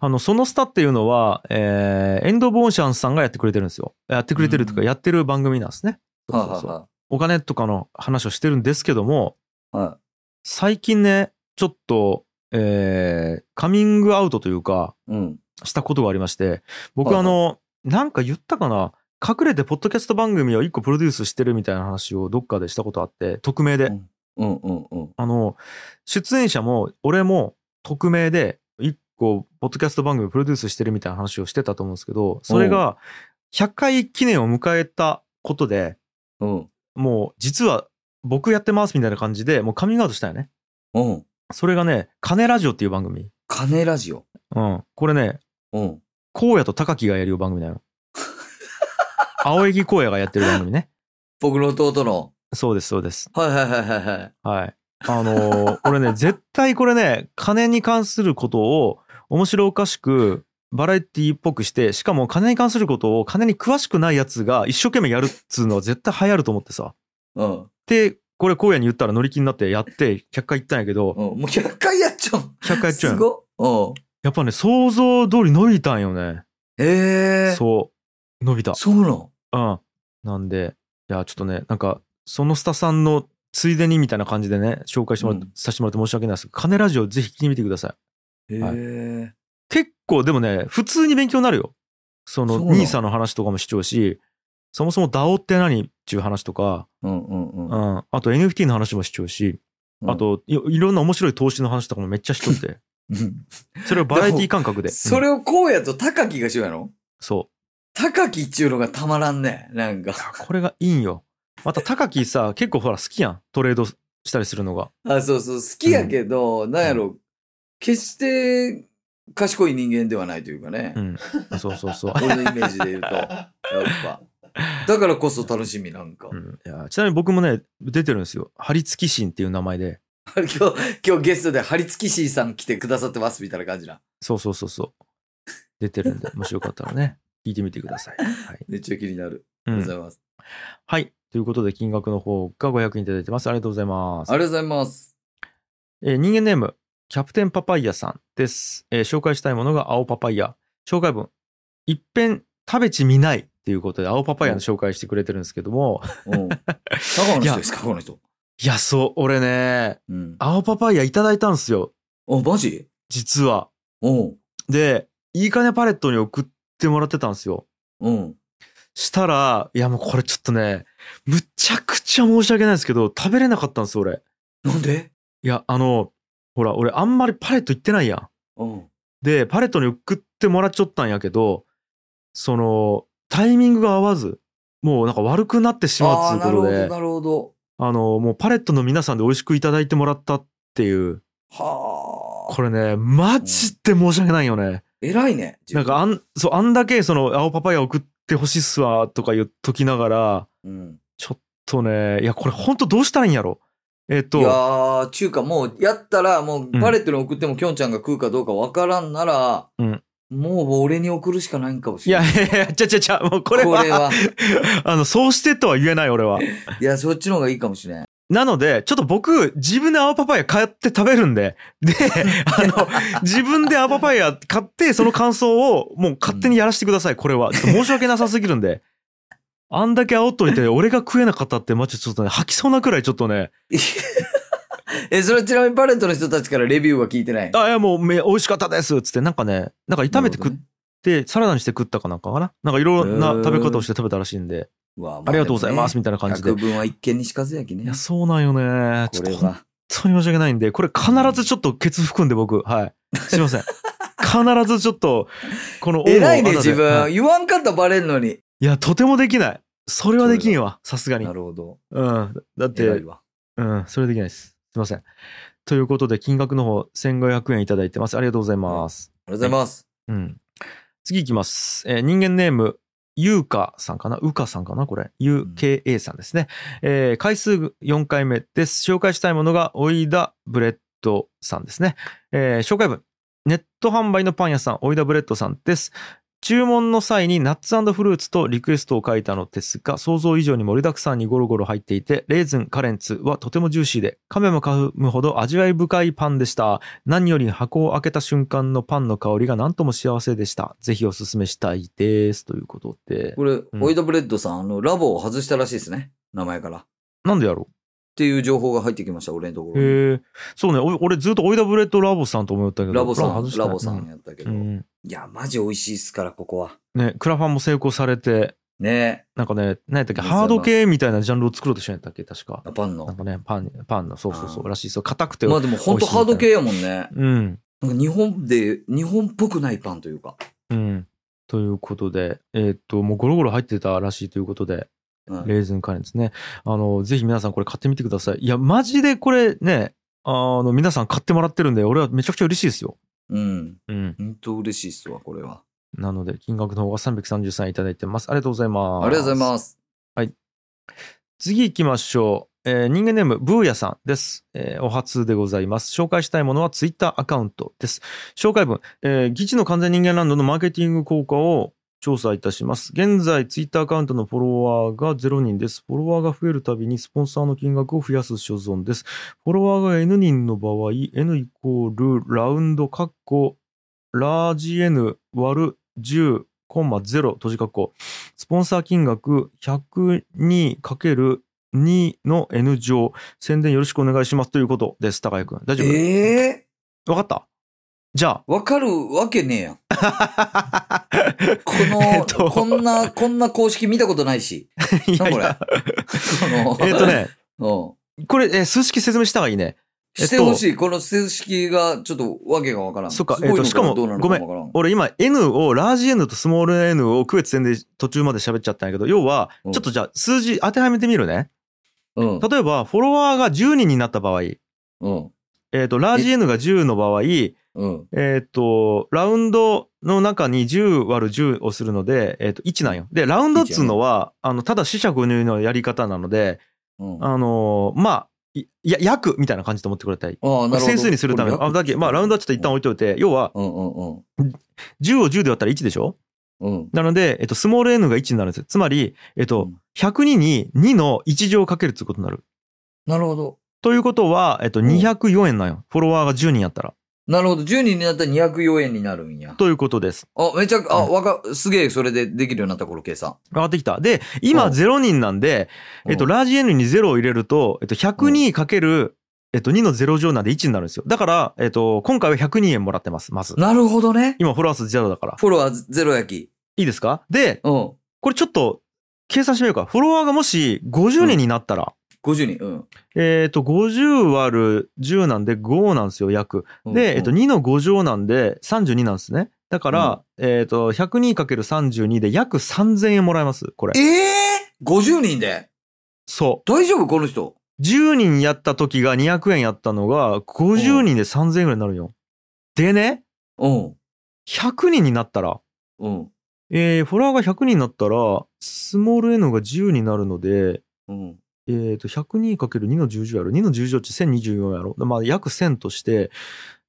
Speaker 1: あの、そのスタっていうのは、えーエンドボーシャンさんがやってくれてるんですよ。やってくれてるとか、
Speaker 2: うん
Speaker 1: やってる番組なんですね。そ
Speaker 2: は
Speaker 1: うそうそう
Speaker 2: は
Speaker 1: お金とかの話をしてるんですけども、
Speaker 2: はは
Speaker 1: 最近ね、ちょっと、えーカミングアウトというか、
Speaker 2: い。うん。
Speaker 1: したことがありまして、
Speaker 2: はい
Speaker 1: 僕
Speaker 2: は
Speaker 1: あ
Speaker 2: い
Speaker 1: の、なんか言ったかな隠れてポッドキャスト番組を一個プロデュースしてるみたいな話をどっかでしたことあって、匿名で。
Speaker 2: うんうんうん。
Speaker 1: あの、出演者も俺も匿名で一個ポッドキャスト番組をプロデュースしてるみたいな話をしてたと思うんですけど、それが100回記念を迎えたことで、
Speaker 2: うん。
Speaker 1: もう実は僕やってますみたいな感じで、もうカミングアウトしたよね。
Speaker 2: うん。
Speaker 1: それがね、カネラジオっていう番組。
Speaker 2: 金ラジオ。
Speaker 1: うん。これね、
Speaker 2: うん。
Speaker 1: 荒野と高木がやるよ番組なの。青柳荒野がやってる番組ね。
Speaker 2: 僕の弟の。
Speaker 1: そうです、そうです。
Speaker 2: はいはいはいはいは
Speaker 1: は
Speaker 2: い。
Speaker 1: い。あのー 俺ね、絶対これね、金に関することを面白おかしく、バラエティっぽくして、しかも金に関することを金に詳しくないやつが一生懸命やるっつうのは絶対流行ると思ってさ。
Speaker 2: うん。
Speaker 1: で、これ荒野に言ったら乗り気になってやって、100回行ったんやけど
Speaker 2: う、ん。もう100回やっちゃう。
Speaker 1: 100回やっちゃう
Speaker 2: す
Speaker 1: んや
Speaker 2: ごっ。うん。
Speaker 1: やっぱね、想像通り伸びたんよね。
Speaker 2: ええ。
Speaker 1: そう。伸びた。
Speaker 2: そうなの
Speaker 1: うん。なんで、いや、ちょっとね、なんか、そのスタさんのついでにみたいな感じでね、紹介してもらって、
Speaker 2: うん
Speaker 1: させてもらって申し訳ないですけど、金ラジオぜひ聞いてみてください。
Speaker 2: へ
Speaker 1: はい
Speaker 2: え。
Speaker 1: 結構、でもね、普通に勉強になるよ。その、
Speaker 2: そうなの
Speaker 1: NISA の話とかも視聴し、そもそも DAO って何っていう話とか、
Speaker 2: うんうん
Speaker 1: う
Speaker 2: うん。
Speaker 1: ん。あと NFT の話も視聴し、
Speaker 2: うん
Speaker 1: あとい、いろんな面白い投資の話とかもめっちゃ視聴して、それをバラエティ感覚で。
Speaker 2: そ
Speaker 1: うん
Speaker 2: れをこうやと高木がしようやろ
Speaker 1: そう。
Speaker 2: 高木っちゅうのがたまらんね。なんか。
Speaker 1: これがいいんよ。また、高木さ、結構ほら、好きやん。トレードしたりするのが。
Speaker 2: あ、そうそう。好きやけど、なんやろ。決して、賢い人間ではないというかね。
Speaker 1: うん。そうそう そう。
Speaker 2: 俺のイメージで言うと、やっぱ。だからこそ楽しみなんか。
Speaker 1: うん、いやちなみに僕もね出てるんですよ「張り付き神」っていう名前で
Speaker 2: 今日、今日ゲストで張り付き C さん来てくださってますみたいな感じな。
Speaker 1: そうそうそうそう出てるんでもしよかったらね聞いてみてください。はい、
Speaker 2: めっちゃ気になる。
Speaker 1: う
Speaker 2: ありがとうござ
Speaker 1: ん
Speaker 2: います。
Speaker 1: はい、ということで金額の方が500円いただいてますありがとうございます
Speaker 2: あ。りがとうございます。
Speaker 1: えー人間ネームキャプテンパパイヤさんです、えー紹介したいものが青パパイヤ紹介文「一遍食べちみない」ということで青パパイヤの紹介してくれてるんですけども、
Speaker 2: うん。高尾の人ですか、この人。
Speaker 1: いやそう俺ね
Speaker 2: うん。
Speaker 1: 青パパイヤいただいたんですよ
Speaker 2: あ、マジ
Speaker 1: 実は。
Speaker 2: うん。
Speaker 1: でいいかねパレットに送ってもらってたんですよ。
Speaker 2: うん。
Speaker 1: したら、いやもうこれちょっとね、むちゃくちゃ申し訳ないですけど、食べれなかったんです、俺。
Speaker 2: なんで
Speaker 1: いや、あの、ほら、俺あんまりパレット行ってないやん。
Speaker 2: うん。
Speaker 1: で、パレットに送ってもらっちゃったんやけど、その、タイミングが合わず、もうなんか悪くなってしま
Speaker 2: あ
Speaker 1: うって
Speaker 2: あー、
Speaker 1: い
Speaker 2: な
Speaker 1: う
Speaker 2: る
Speaker 1: こ
Speaker 2: ほ
Speaker 1: と
Speaker 2: ど、
Speaker 1: で、
Speaker 2: なるほど。
Speaker 1: あの、もうパレットの皆さんで美味しくいただいてもらったっていう、
Speaker 2: はあ。
Speaker 1: これね、マジで申し訳ないよね。
Speaker 2: 偉いね。
Speaker 1: なんかあん、そう、あんだけその、青パパイヤ送ってほしいっすわ、とか言っときながら、
Speaker 2: うん。
Speaker 1: とね、いや、これ本当どうしたらいいんやろ。えっ、
Speaker 2: いや
Speaker 1: と、
Speaker 2: ー、ちゅうかもう、やったら、もう、
Speaker 1: うん
Speaker 2: パレットに送っても、きょんちゃんが食うかどうかわからんなら、
Speaker 1: うん
Speaker 2: もう俺に送るしかないんかもし
Speaker 1: い
Speaker 2: れ
Speaker 1: や
Speaker 2: ないい。
Speaker 1: やいや、ちゃちゃちゃ、もうこれは、
Speaker 2: これは。
Speaker 1: あの、そうしてとは言えない、俺は。
Speaker 2: いや、そっちの方がいいか もしれん。
Speaker 1: なので、ちょっと僕、自分で青パパイヤ買って食べるんで、 で、あの、自分で青パパイヤ買って、その感想をもう勝手にやらせてください、これは。ちょっと申し訳なさすぎるんで。あんだけ煽っといて、俺が食えなかったって、マジでちょっとね、吐きそうなくらいちょっとね、
Speaker 2: え、それちなみにパレットの人たちからレビューは聞いてない。
Speaker 1: あ、いやもうめ、美味しかったですっつって、なんかね、なんか炒めて食っ
Speaker 2: なる
Speaker 1: て、サラダにして食ったかなんかかな。なんかいろんな
Speaker 2: へー
Speaker 1: 食べ方をして食べたらしいんで。
Speaker 2: ほどね。わ
Speaker 1: ありがとうございます、みたいな
Speaker 2: まあ
Speaker 1: 感じ
Speaker 2: で
Speaker 1: で
Speaker 2: もね。百聞は一見にしかずやきね。
Speaker 1: いや、そうなんよね。ちょ
Speaker 2: こ
Speaker 1: っと
Speaker 2: れ
Speaker 1: 本
Speaker 2: は。
Speaker 1: 当に申し訳ないんで、これ必ずちょっとケツ含んで僕、はい。すいません。必ずちょっと、この恩を
Speaker 2: 偉いね、
Speaker 1: あだで
Speaker 2: 自
Speaker 1: は
Speaker 2: 分。
Speaker 1: い
Speaker 2: 言わんかったらバレんのに。
Speaker 1: いや、とてもできない。それはできんわ、さすがに
Speaker 2: な。るほど。
Speaker 1: うん。だっ
Speaker 2: 偉い
Speaker 1: て、
Speaker 2: わ。
Speaker 1: うん、それできないです。すいません。ということで、金額の方、1500円いただいてます。ありがとうございます。
Speaker 2: ありがとうございます。
Speaker 1: うん。次いきます。えー人間ネーム、ゆうかさんかなうかさんかなこれ。UKA さんですね。えー回数4回目です。紹介したいものが、おいだブレッドさんですね。えー紹介文。ネット販売のパン屋さん、おいだブレッドさんです。注文の際にナッツフルーツとリクエストを書いたのですが、想像以上に盛りだくさんにゴロゴロ入っていて、レーズン、カレンツはとてもジューシーで、噛めば噛むほど味わい深いパンでした。何より箱を開けた瞬間のパンの香りが何とも幸せでした。ぜひおすすめしたいです。ということで。
Speaker 2: これ、
Speaker 1: ん
Speaker 2: オイドブレッドさん、あの、ラボを外したらしいですね。名前から。っ
Speaker 1: なんでやろ
Speaker 2: ていう情報が入ってきました、俺のとこ
Speaker 1: う
Speaker 2: ろに。
Speaker 1: へえ。そうね、お俺ずっとオイダブレッドラボさんと思ったけど。
Speaker 2: ラボさ
Speaker 1: これは外
Speaker 2: ん、
Speaker 1: した
Speaker 2: ラボさんやったけ
Speaker 1: う
Speaker 2: ど。い
Speaker 1: ん。
Speaker 2: や、マジ美味しいっすから、ここは。
Speaker 1: ね、クラファンも成功されて、
Speaker 2: ね
Speaker 1: なんかね、何やったっけ、
Speaker 2: ありがとうございます
Speaker 1: ハード系みたいなジャンルを作ろうとしたんやったっけ、確か。
Speaker 2: え。パンの
Speaker 1: なん。かね、パン、パンの、そうそうそ
Speaker 2: あ
Speaker 1: う、
Speaker 2: ー
Speaker 1: らしいですよ。硬くて。
Speaker 2: まあでも、本当ハード系やもんね。
Speaker 1: うん。
Speaker 2: なんか日本で、日本っぽくないパンというか。
Speaker 1: うん。ということで、えーっと、もうゴロゴロ入ってたらしいということで、
Speaker 2: うん
Speaker 1: レーズンカレンですね。あの、ぜひ皆さんこれ買ってみてください。いや、マジでこれね、あの、皆さん買ってもらってるんで、俺はめちゃくちゃ嬉しいですよ。
Speaker 2: うん。
Speaker 1: うん。
Speaker 2: 本当嬉しいっすわ、これは。
Speaker 1: なので、金額の方が333いただいてます。ありがとうございます。
Speaker 2: ありがとうございます。
Speaker 1: 次行きましょう。えー人間ネーム、ブーヤさんです。えーお初でございます。紹介したいものはツイッターアカウントです。紹介文、えー、議事の完全人間ランドのマーケティング効果を調査いたします。現在、ツイッターアカウントのフォロワーが0人です。フォロワーが増えるたびにスポンサーの金額を増やす所存です。フォロワーが N 人の場合、N イコールラウンド、カッコ、ラージ N 割る10、コンマ0、閉じ括弧。スポンサー金額 102×2 の N 乗。宣伝よろしくお願いしますということです、高井くん。大丈夫
Speaker 2: ええ
Speaker 1: わかったじゃ
Speaker 2: わかるわけ ねえやん。
Speaker 1: あ。
Speaker 2: こ
Speaker 1: えっと
Speaker 2: の、こんな、こんな公式見たことないし。
Speaker 1: いやい
Speaker 2: なん
Speaker 1: や
Speaker 2: ここの
Speaker 1: えっと。ね、
Speaker 2: うん。
Speaker 1: これ、えー数式説明した方がいいね。
Speaker 2: してほしい。この数式が、ちょっとわけがわからん。
Speaker 1: そっか
Speaker 2: すごいの
Speaker 1: えっとしかも
Speaker 2: どうなのかわからん。
Speaker 1: 俺今 N をラージ N とスモール N を区別線で途中まで喋っちゃったんやけど、要は、
Speaker 2: うん
Speaker 1: ちょっとじゃあ数字当てはめてみるね。
Speaker 2: うん。
Speaker 1: 例えば、フォロワーが10人になった場合、え
Speaker 2: うん。
Speaker 1: えっと、ラージ N が10の場合、
Speaker 2: うん。
Speaker 1: えっ、と、ラウンドの中に10割る10をするので、えっ、と、1なんよ。で、ラウンドっつうのは、あの、ただ四捨五入のやり方なので、
Speaker 2: うん、あ
Speaker 1: あのーまあ、いや、約みたいな感じと思ってくれたい。
Speaker 2: あ、なるほど。
Speaker 1: センスにするための。あ、だけまあ、ラウンドはちょっと一旦置いといて、要は、
Speaker 2: うんうんうん。
Speaker 1: 10を10で割ったら1でしょ
Speaker 2: うん。
Speaker 1: なので、えっと、スモール n が1になるんですよ。つまり、えっと、102に2の1乗をかけるってことになる。
Speaker 2: なるほど。
Speaker 1: ということは、えっと、
Speaker 2: ん
Speaker 1: 204円なんよ。フォロワーが10人やったら。
Speaker 2: なるほど。10人になったら204円になるんや。
Speaker 1: ということです。
Speaker 2: あ、めちゃく、あ、
Speaker 1: う
Speaker 2: わか、すげえ、それでできるようになった頃、計算。
Speaker 1: 上がってきた。で、今
Speaker 2: うん
Speaker 1: 0人なんで、えっと、
Speaker 2: うん
Speaker 1: ラージ n に0を入れると、えっと、102かける、えっと、2の0乗なんで1になるんですよ。だから、えっと、今回は102円もらってます。まず。
Speaker 2: なるほどね。
Speaker 1: 今、フォロワー数0だから。
Speaker 2: フォロワーゼロ焼き。
Speaker 1: いいですかで、
Speaker 2: うん。
Speaker 1: これちょっと、計算してみようか。フォロワーがもし50人になったら、
Speaker 2: 50人。うん。
Speaker 1: えっ、と、50割る10なんで5なんですよ、約。
Speaker 2: うん
Speaker 1: で、えっと、
Speaker 2: うん
Speaker 1: 2の5乗なんで32なんですね。だから、えっと、102×32 で約3000円もらえます、これ。
Speaker 2: ええー、!50 人で
Speaker 1: そ
Speaker 2: 大丈夫この人。
Speaker 1: う。10人やった時が200円やったのが、50人で3000円ぐらいになるよ。でね、
Speaker 2: うん。
Speaker 1: 100人になったら、
Speaker 2: うん。
Speaker 1: えー、フォロワーが100人になったら、スモール n が10になるので、
Speaker 2: うん。
Speaker 1: えー、と 102×2 の10乗やろ2の10乗って1024やろ、まあ、約1000として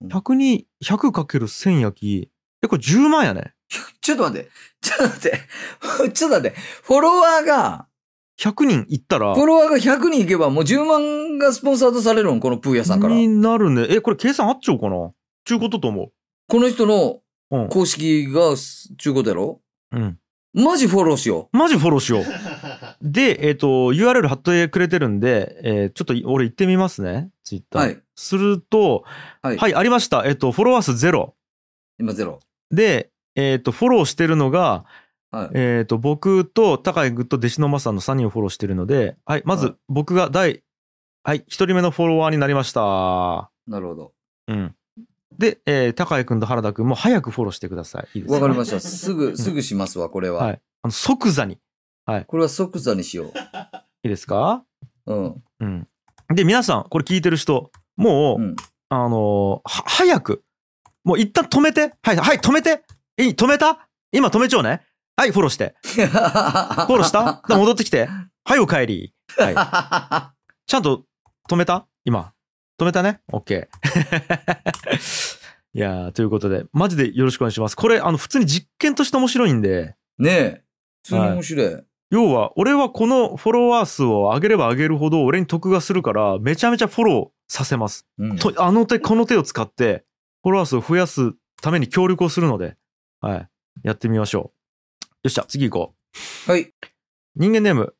Speaker 2: うん
Speaker 1: 100 100×1000 焼きえこれ10万やね
Speaker 2: ちょっと待って。ちょっと待って。 ちょっと待って。フォロワーが、
Speaker 1: 100人いったら
Speaker 2: フォロワーが100人いけばもう10万がスポンサーとされるんこのプーヤさんから。
Speaker 1: になるねえこれ計算あっちゃうかなちゅうことと思
Speaker 2: この人の
Speaker 1: ううん、
Speaker 2: 公式がす、ちゅうことやろ
Speaker 1: うん、
Speaker 2: マジフォローしよ
Speaker 1: マジフォローし ようでえっ、と URL 貼ってくれてるんで、えーちょっと俺行ってみますねツイッ
Speaker 2: う。
Speaker 1: ター、
Speaker 2: はい。
Speaker 1: すると
Speaker 2: は
Speaker 1: はいい、ありましたえっ、とフォロワー数ゼロ
Speaker 2: 今ゼロ。
Speaker 1: でえっ、とフォローしてるのが
Speaker 2: はい。
Speaker 1: えー、と僕と高井君と弟子のマスさんの3人をフォローしてるので、はい、ま
Speaker 2: は
Speaker 1: ず僕が第、はい、1人目のフォロワーになりました。
Speaker 2: なるほど。
Speaker 1: うん、で、えー高井君と原田君も早くフォローしてください。いいです
Speaker 2: わかりま
Speaker 1: し
Speaker 2: した。すぐ、すぐしますわ、これは。
Speaker 1: はいあの即座に。い
Speaker 2: これは即座にしよ
Speaker 1: いですか、
Speaker 2: う。うん。
Speaker 1: うん、で皆さんこれ聞いてる人もう、
Speaker 2: うん
Speaker 1: あのーは早くもう一旦止めてはいはい止めていい止めた今止めちゃうねはいフォローして
Speaker 2: フォ
Speaker 1: フォローしただ戻ってきてはいお帰り。はいちゃんと止めた今。止めたね ?OK。いやー、ということで、マジでよろしくお願いします。これ、あの、普通に実験として面白いんで、
Speaker 2: ねえ。普通に面白い。
Speaker 1: 要は、俺はこのフォロワー数を上げれば上げるほど、俺に得がするから、めちゃめちゃフォローさせます。
Speaker 2: うん
Speaker 1: とあの手、この手を使って、フォロワー数を増やすために協力をするので、はい。やってみましょう。よっしゃ、次行こう。
Speaker 2: はい。
Speaker 1: 人間ネーム、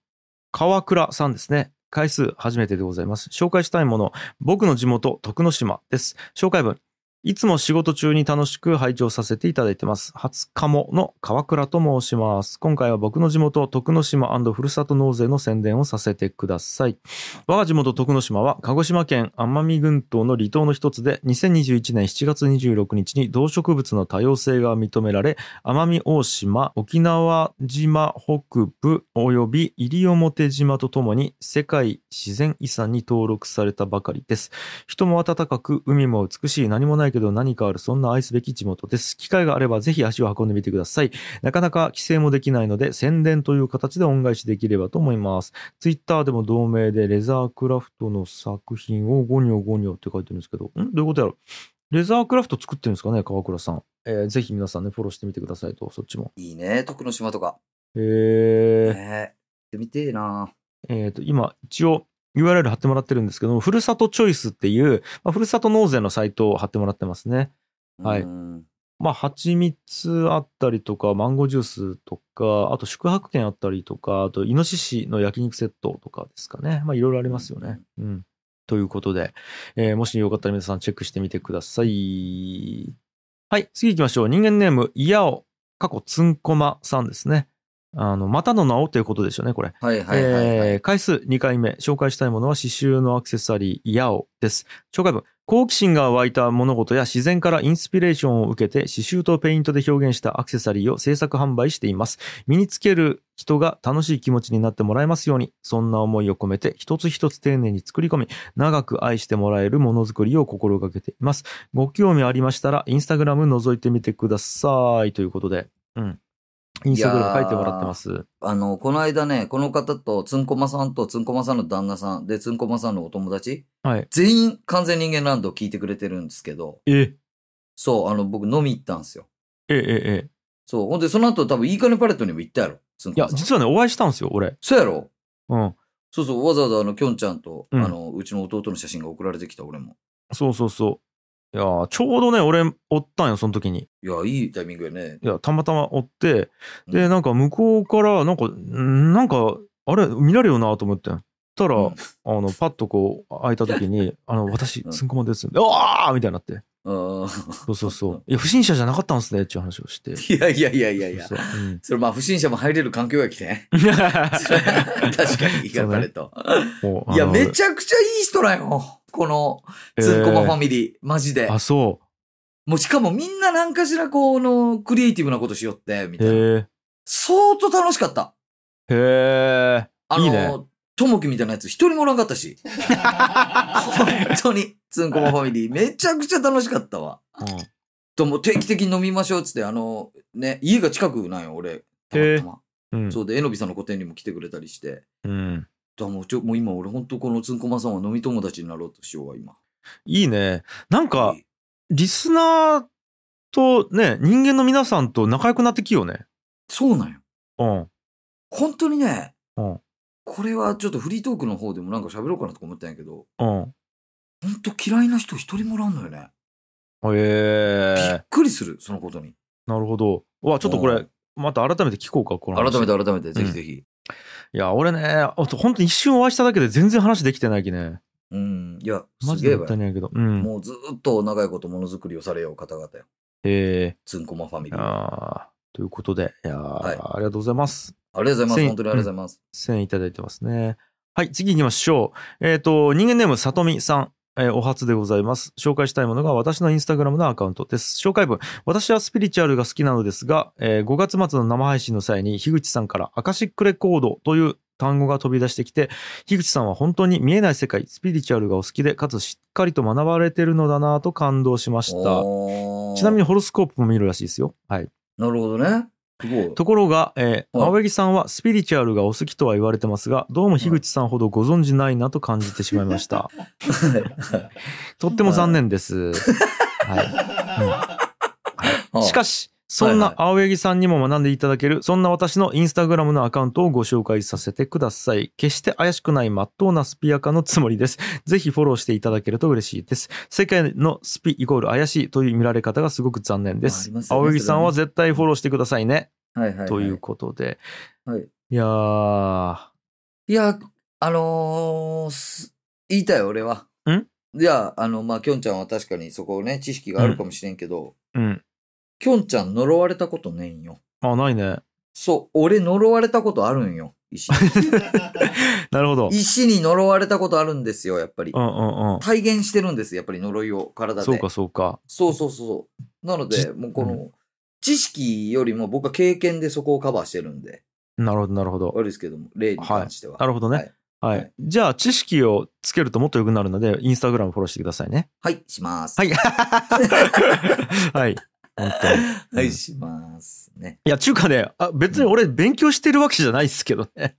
Speaker 1: 川倉さんですね。回数初めてでございます。紹介したいもの、僕の地元、徳之島です。紹介文、いつも仕事中に楽しく拝聴させていただいてます。初カモの川倉と申します。今回は僕の地元、徳之島ふるさと納税の宣伝をさせてください。我が地元、徳之島は、鹿児島県奄美群島の離島の一つで、2021年7月26日に動植物の多様性が認められ、奄美大島、沖縄島北部及び西表島とともに世界自然遺産に登録されたばかりです。人も温かく、海も美しい、何もないけど何かある、そんな愛すべき地元です。機会があればぜひ足を運んでみてください。なかなか規制もできないので、宣伝という形で恩返しできればと思います。ツイッターでも同名でレザークラフトの作品をゴニョゴニョって書いてるんですけど、んどういうことやろレザークラフト作ってるんですかね、川倉さん。えーぜひ皆さんね、フォローしてみてくださいと、そっちも。
Speaker 2: いいね、徳之島とか。
Speaker 1: えー
Speaker 2: ねえ。行ってみてえな
Speaker 1: えーと、今、一応 URL 貼ってもらってるんですけども、ふるさとチョイスっていう、まあ、ふるさと納税のサイトを貼ってもらってますね。はい
Speaker 2: うん
Speaker 1: まあ、蜂蜜あったりとか、マンゴージュースとか、あと宿泊券あったりとか、あと、イノシシの焼肉セットとかですかね。まあ、いろいろありますよね。うん。ということで、えーもしよかったら皆さんチェックしてみてください。はい、次行きましょう。人間ネーム、イヤオ、過去ツンコマさんですね。あの、またの名をということでしょうね、これ。
Speaker 2: はいはいはいはい。
Speaker 1: えー回数2回目、紹介したいものは刺繍のアクセサリー、イヤオです。紹介文、好奇心が湧いた物事や自然からインスピレーションを受けて刺繍とペイントで表現したアクセサリーを制作販売しています。身につける人が楽しい気持ちになってもらえますように、そんな思いを込めて一つ一つ丁寧に作り込み、長く愛してもらえるものづくりを心がけています。ご興味ありましたら、インスタグラム覗いてみてください。ということで、うん。インスタグラム書いてもらってます。
Speaker 2: あの、この間ね、この方と、つんこまさんと、つんこまさんの旦那さん、で、つんこまさんのお友達、
Speaker 1: はい。
Speaker 2: 全員完全人間ランドを聞いてくれてるんですけど、
Speaker 1: え、
Speaker 2: そう、あの、僕飲み行ったんですよ。
Speaker 1: え、え、え。
Speaker 2: そう、ほんで、その後多分、いいかねパレットにも行ったやろ、つん
Speaker 1: い
Speaker 2: こ
Speaker 1: や
Speaker 2: ま、さん。
Speaker 1: 実はね、お会いしたんですよ、俺。
Speaker 2: そうやろ
Speaker 1: うん。
Speaker 2: そうそう、わざわざあの、きょんちゃんと、
Speaker 1: うん
Speaker 2: あの、うちの弟の写真が送られてきた、俺も。
Speaker 1: そうそうそう。いやーちょうどね、俺、おったんよ、その時に。
Speaker 2: いや、いいタイミングやね。
Speaker 1: いや、たまたま追って、
Speaker 2: う
Speaker 1: で、なんか向こうから、なんか、んなんか、あれ、見られるよなと思ってん。たら、
Speaker 2: うん
Speaker 1: あの、パッとこう、開いた時 に、あの、私
Speaker 2: う、ん
Speaker 1: つんこまです。うわーみたいになって。
Speaker 2: うん。
Speaker 1: そうそうそう。いや、不審者じゃなかったんすね、っていう話をして。
Speaker 2: いやいやいやいやいや
Speaker 1: そ。うそう うん
Speaker 2: それまあ不審者も入れる環境や きね。確かに、イカパレット。
Speaker 1: もう
Speaker 2: いや、
Speaker 1: あの
Speaker 2: めちゃくちゃいい人だよ。この、つんこまファミリー。マジ
Speaker 1: え
Speaker 2: で
Speaker 1: ー。あ、そ
Speaker 2: もうしかもみんな何かしらこうの、クリエイティブなことしよって、み
Speaker 1: う。
Speaker 2: たいな。
Speaker 1: へ
Speaker 2: 相当楽しかった。
Speaker 1: え。へえ。
Speaker 2: あの、
Speaker 1: いいね
Speaker 2: ともきみたいなやつ一人もおらんかった し。本当に、つんこまファミリー。めちゃくちゃ楽しかったわ。
Speaker 1: うん
Speaker 2: ともう定期的に飲みましょうっつって、あの、ね、家が近くなんよ、俺。たま
Speaker 1: へえ
Speaker 2: たま。
Speaker 1: うん。
Speaker 2: そうで、えのびさんの個展にも来てくれたりして。
Speaker 1: うん。
Speaker 2: だからもうちょもう今俺本当このつんこまさんは飲み友達になろうとしようわ今。
Speaker 1: いいね。なんか、リスナーとね、人間の皆さんと仲良くなってきよね。
Speaker 2: そうなんよ。
Speaker 1: うん。
Speaker 2: 本当にね、
Speaker 1: うん
Speaker 2: これはちょっとフリートークの方でもなんか喋ろうかなとか思ったんやけど、
Speaker 1: うん。
Speaker 2: 本当嫌いな人一人もおらんのよね。
Speaker 1: へ
Speaker 2: び
Speaker 1: え
Speaker 2: っ。くりする、そのことに。
Speaker 1: なるほど。うわ、ちょっとこ
Speaker 2: う
Speaker 1: れ
Speaker 2: ん、
Speaker 1: また改めて聞こうか、この
Speaker 2: 改
Speaker 1: 話
Speaker 2: めて。改めて、ぜひぜひ。
Speaker 1: いや、俺ね、ほんと一瞬お会いしただけで全然話できてないきね。
Speaker 2: うん、いや、
Speaker 1: マ
Speaker 2: す
Speaker 1: ジ
Speaker 2: げ
Speaker 1: で
Speaker 2: え
Speaker 1: もっ
Speaker 2: わ
Speaker 1: たい
Speaker 2: よ。
Speaker 1: ないけど。うん。
Speaker 2: もうずーっと長いことものづくりをされよう方々よ。
Speaker 1: へえ。
Speaker 2: つんこまファミリー。あ
Speaker 1: あーということで、いやー、
Speaker 2: はい
Speaker 1: ありがとうございます。
Speaker 2: りがとうございま
Speaker 1: せ
Speaker 2: す。
Speaker 1: ん
Speaker 2: 本当にありがとうございます。
Speaker 1: 1000いただいてますね。はい、次行きましょう。えっ、と、人間ネーム、さとみさん。えーお初でございます。紹介したいものが私のインスタグラムのアカウントです。紹介文。私はスピリチュアルが好きなのですが、え5月末の生配信の際に、樋口さんからアカシックレコードという単語が飛び出してきて、樋口さんは本当に見えない世界、スピリチュアルがお好きで、かつしっかりと学ばれてるのだなぁと感動しました。ちなみ
Speaker 2: に。
Speaker 1: にホロスコープも見るらしいですよ。はい。
Speaker 2: なるほどね。すごい。
Speaker 1: ところが、えー、
Speaker 2: はい
Speaker 1: 青柳さんはスピリチュアルがお好きとは言われてますが、どうも樋口さんほどご存じないなと感じてしまいました。とっても残念です。 はい、しか
Speaker 2: し、
Speaker 1: し、そんな青柳さんにも学んでいただける、そんな私のインスタグラムのアカウントをご紹介させてください。決して怪しくない真っ当なスピアカのつもりです。ぜひフォローしていただけると嬉しいです。世界のスピイコール怪しいという見られ方がすごく残念で
Speaker 2: あ
Speaker 1: す
Speaker 2: り。ますよね
Speaker 1: 青柳さんは絶対フォローしてくださいね。
Speaker 2: はいはいはい
Speaker 1: ということで。
Speaker 2: はい
Speaker 1: やー、
Speaker 2: いや、あのーす言いたい俺は。
Speaker 1: ん
Speaker 2: いや、あの、まあ、きょんちゃんは確かにそこね、知識があるかもしれんけど、
Speaker 1: うん。
Speaker 2: きょんちゃん呪われたことねえんよ。
Speaker 1: あ、ないね。
Speaker 2: そう、俺呪われたことあるんよ。石に。
Speaker 1: なるほど。
Speaker 2: 石に呪われたことあるんですよ、やっぱり
Speaker 1: う。んうんうん。
Speaker 2: 体現してるんです、やっぱり呪いを体で。
Speaker 1: そうかそうか。
Speaker 2: そうそうそう。なの
Speaker 1: じ
Speaker 2: で、もうこの、
Speaker 1: う
Speaker 2: 知識よりも僕は経験でそこをカバーしてるんで、
Speaker 1: なるほどなるほど。
Speaker 2: 悪いですけども、例に関しては。
Speaker 1: なるほどね。はい。
Speaker 2: はい
Speaker 1: じゃあ、知識をつけるともっと良くなるので、インスタグラムフォローしてくださいね。
Speaker 2: はい、はい、します。
Speaker 1: はい はい。本当に。
Speaker 2: は
Speaker 1: うん
Speaker 2: い、しますね。
Speaker 1: いや、中華ね、あ別に俺勉強してるわけじゃないですけどね。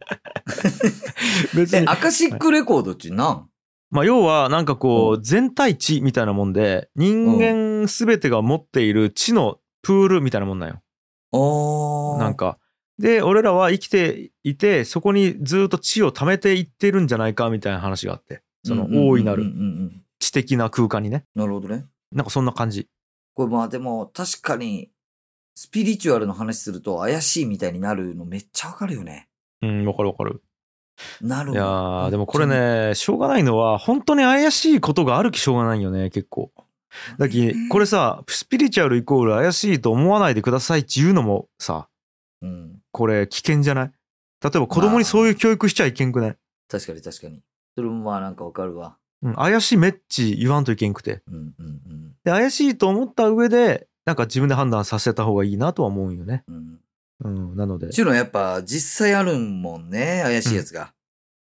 Speaker 1: 別
Speaker 2: え
Speaker 1: に、。
Speaker 2: アカシックレコードってなん
Speaker 1: まあ、要は、なんかこう、全体知みたいなもんで、人間すべてが持っている知のプールみたいなもんなんよ。
Speaker 2: ああ。
Speaker 1: なんか。で、俺らは生きていて、そこにずっと地を貯めていってるんじゃないかみたいな話があって、その
Speaker 2: うんうんうんうんうん
Speaker 1: 大いなる知的な空間にね。
Speaker 2: なるほどね。
Speaker 1: なんかそんな感じ。
Speaker 2: これまあでも確かに、スピリチュアルの話すると怪しいみたいになるのめっちゃわかるよね。
Speaker 1: うん、わかるわかる。
Speaker 2: なる
Speaker 1: いやー、でもこれ。ね、しょうがないのは、本当に怪しいことがあるきしょうがないよね、結構。だき、これさ、スピリチュアルイコール怪しいと思わないでくださいっていうのもさ、
Speaker 2: うん。
Speaker 1: これ危険じゃない例えば子供にそういう教育しちゃいけんくない
Speaker 2: 確かに確かに。それもまあなんかわかるわ。
Speaker 1: うん、怪しいめっち言わんといけんくて。
Speaker 2: うんうんうん
Speaker 1: で、怪しいと思った上で、なんか自分で判断させた方がいいなとは思うんよね。
Speaker 2: うん。
Speaker 1: うん、なので。
Speaker 2: ちゅうのはやっぱ実際あるんもんね、怪しいやつが。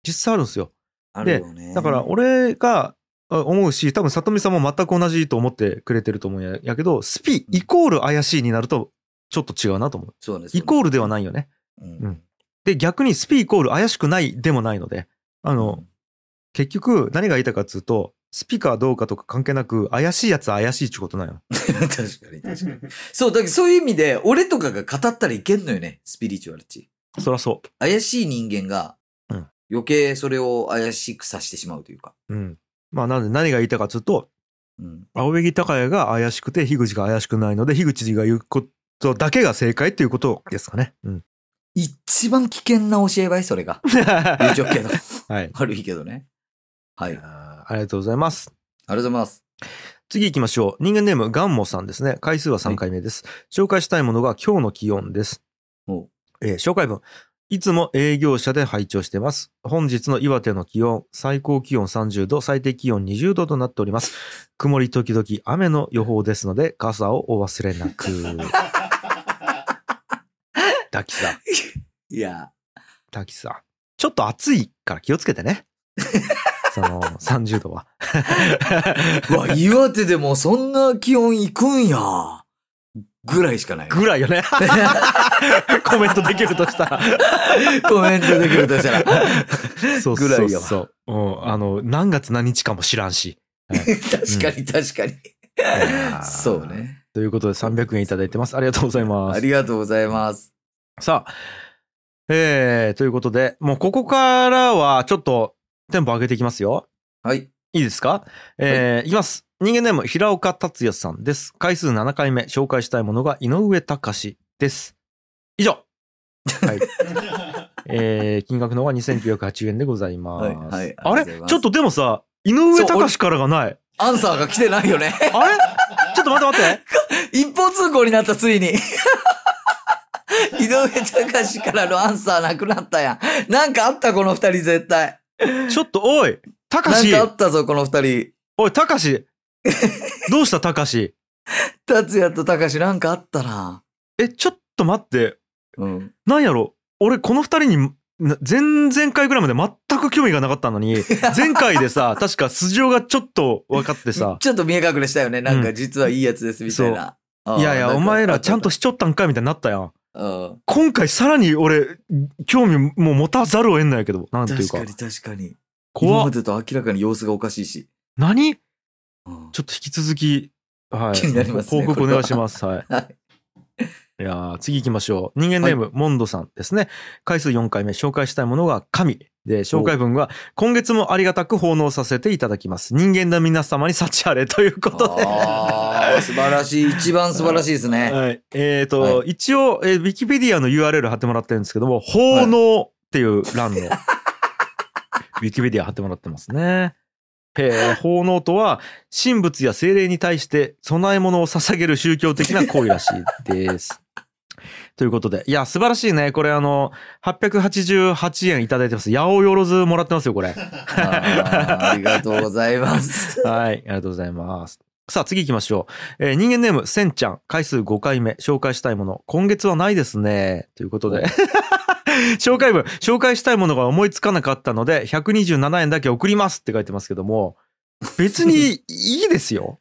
Speaker 1: 実際あるんですよ。
Speaker 2: あるよね。
Speaker 1: だから、俺があ思うし、多分里見さんも全く同じと思ってくれてると思うんややけど、スピイコール怪しいになるとちょっと違うなと思う。
Speaker 2: そうです。
Speaker 1: イコールではないよね。
Speaker 2: う
Speaker 1: うんん。で、逆にスピイコール怪しくないでもないので、あの、結局何が言いたいかっつうと、スピかどうかとか関係なく、怪しいやつは怪しいっちゅうことなんよ。
Speaker 2: 確かに確かに。そう、だけどそういう意味で、俺とかが語ったらいけんのよね、スピリチュアルチ。
Speaker 1: そらそ
Speaker 2: 怪しい人間が
Speaker 1: うん、
Speaker 2: 余計それを怪しくさせてしまうというか。
Speaker 1: う。うん。まあ、なので何が言いたいかっつうと、
Speaker 2: うん。
Speaker 1: 青柳高也が怪しくて、樋口が怪しくないので、樋口が言うことだけが正解っていうことですかね。うん。
Speaker 2: 一番危険な教えばい、それが。言っ
Speaker 1: は
Speaker 2: ちゃ うけど。
Speaker 1: い。
Speaker 2: 悪いけどね。はい。ありが
Speaker 1: あーありがとうございます。
Speaker 2: とうございます。
Speaker 1: 次行きましょう。人間ネーム、ガンモさんですね。回数は3回目です。紹介したいものが今日の気温です。
Speaker 2: お
Speaker 1: えー紹介文。いつも営業者で拝聴してます。本日の岩手の気温、最高気温30度、最低気温20度となっております。曇り時々雨の予報ですので、傘をお忘れなく。滝さん、
Speaker 2: いや、
Speaker 1: 滝さん。ちょっと暑いから気をつけてね。その30度は。
Speaker 2: うわ、岩手でもそんな気温いくんや。ぐらいしかない。
Speaker 1: ぐらいよね。コメントできるとしたら。
Speaker 2: コメントできるとしたら。
Speaker 1: そう
Speaker 2: ぐらいやわ
Speaker 1: そうそううんあの、何月何日かも知らんし。
Speaker 2: 確かに確かに。そう。ね。
Speaker 1: ということで300円いただいてます。ありがとうございま
Speaker 2: あ
Speaker 1: す。
Speaker 2: りがとうございます。
Speaker 1: さあ、えー、ということで、もうここからはちょっとテンポ上げていきますよ。
Speaker 2: はい。
Speaker 1: いいですかえーいきます。人間ネーム、平岡達也さんです。回数7回目、紹介したいものが井上隆です。以上。 はい。えー、金額の方が2980円でございます。
Speaker 2: はいはい
Speaker 1: あ
Speaker 2: ありがとうござい
Speaker 1: れ
Speaker 2: ます
Speaker 1: ちょっとでもさ、井上隆からがない。
Speaker 2: アンサーが来てないよね。
Speaker 1: あれちょっと待って待って。
Speaker 2: 一方通行になった、ついに。 井上隆からのアンサーなくなったやん。なんかあった、この二人絶対。
Speaker 1: ちょっと、おい、たか
Speaker 2: なん
Speaker 1: し
Speaker 2: か、あったぞ、この二人。
Speaker 1: おい、たかし、どうした、たかし。
Speaker 2: 達也と隆なんかあったな。
Speaker 1: え、ちょっと待って、
Speaker 2: うん。
Speaker 1: なんやろ、俺、この二人に、な前々回ぐらいまで全く興味がなかったの に、前回でさ、確か素性がちょっと分かってさ、
Speaker 2: ちょっと見え隠れしたよね。なんか実はいいやつです、みたいな。あー
Speaker 1: いやい
Speaker 2: な
Speaker 1: や、
Speaker 2: んか
Speaker 1: お前らちゃんとしちょったんかみたいになったやん。
Speaker 2: うん。
Speaker 1: 今回さらに俺、興味もう持たざるを得ないけど、なんてい
Speaker 2: 確
Speaker 1: うか
Speaker 2: か。に確かに。今
Speaker 1: 怖
Speaker 2: ま
Speaker 1: っ。
Speaker 2: でと明らかに様子がおかしいし。
Speaker 1: 何
Speaker 2: うん
Speaker 1: ちょっと引き続き、はい。
Speaker 2: 気になりますね
Speaker 1: 報告お願いします。はい。、
Speaker 2: はい
Speaker 1: やー次行きましょう。人間ネーム、モンドさんですね。回数4回目、紹介したいものが神。で、紹介文が、今月もありがたく奉納させていただきます。人間の皆様に幸あれということで。
Speaker 2: ああ、素晴らしい。一番素晴らしいですね。
Speaker 1: はい。えっ、と、
Speaker 2: は
Speaker 1: 一応、えー、ウィキペディアの URL 貼ってもらってるんですけども、奉納っていう 欄の、ウィキペディア貼ってもらってますね。えー奉納とは、神仏や精霊に対して供え物を捧げる宗教的な行為らしい です。ということで。いや、素晴らしいね。これ、あの、888円いただいてます。八百万もらってますよ、これ。
Speaker 2: あーありがとうござ います。
Speaker 1: はい、ありがとうございます。さあ、次行きましょう。えー人間ネーム、せんちゃん、回数5回目、紹介したいもの、今月はないですね。ということで。 紹介文、紹介したいものが思いつかなかったので、127円だけ送りますって書いてますけども、別にいいです よ。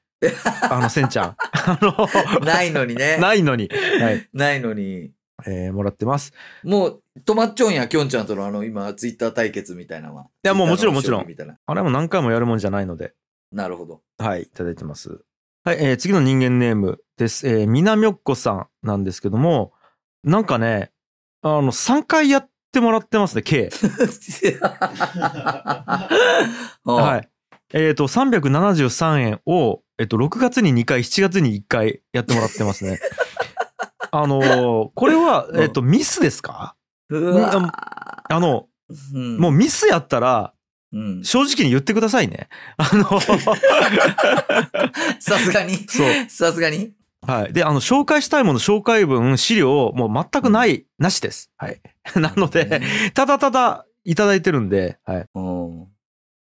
Speaker 1: あの、せんちゃん。あの、
Speaker 2: ないのにね。
Speaker 1: ないのに。はい。
Speaker 2: ないのに。
Speaker 1: えーもらってます。
Speaker 2: もう、止まっちょんや、きょんちゃんとのあの、今、ツイッター対決みたいなのは。い
Speaker 1: やもうもちろんもちろん
Speaker 2: みたいな。
Speaker 1: あれはもう何回もやるもんじゃないので、
Speaker 2: なる ほど。
Speaker 1: はい、いただいてます。はい、えー次の人間ネームです。えー、みなみょっこさんなんですけども、なんかね、あの、3回やってもらってますね、計。は
Speaker 2: はい。
Speaker 1: い。えっ、と、373円を、えっ、と、6月に2回、7月に1回やってもらって ますね。あのーこれは、
Speaker 2: うん
Speaker 1: えっ、と、ミスですか
Speaker 2: う
Speaker 1: うん
Speaker 2: わ
Speaker 1: ああの、
Speaker 2: うん
Speaker 1: もうミスやったら、
Speaker 2: うん
Speaker 1: 正直に言ってくださいね。あの、
Speaker 2: さすがに。
Speaker 1: そう。
Speaker 2: さすがに。
Speaker 1: はい。で、あの、紹介したいもの、紹介文、資料、もう全くない、なしです。 はい。なので、ただただいただいてるんで、はい。
Speaker 2: うん。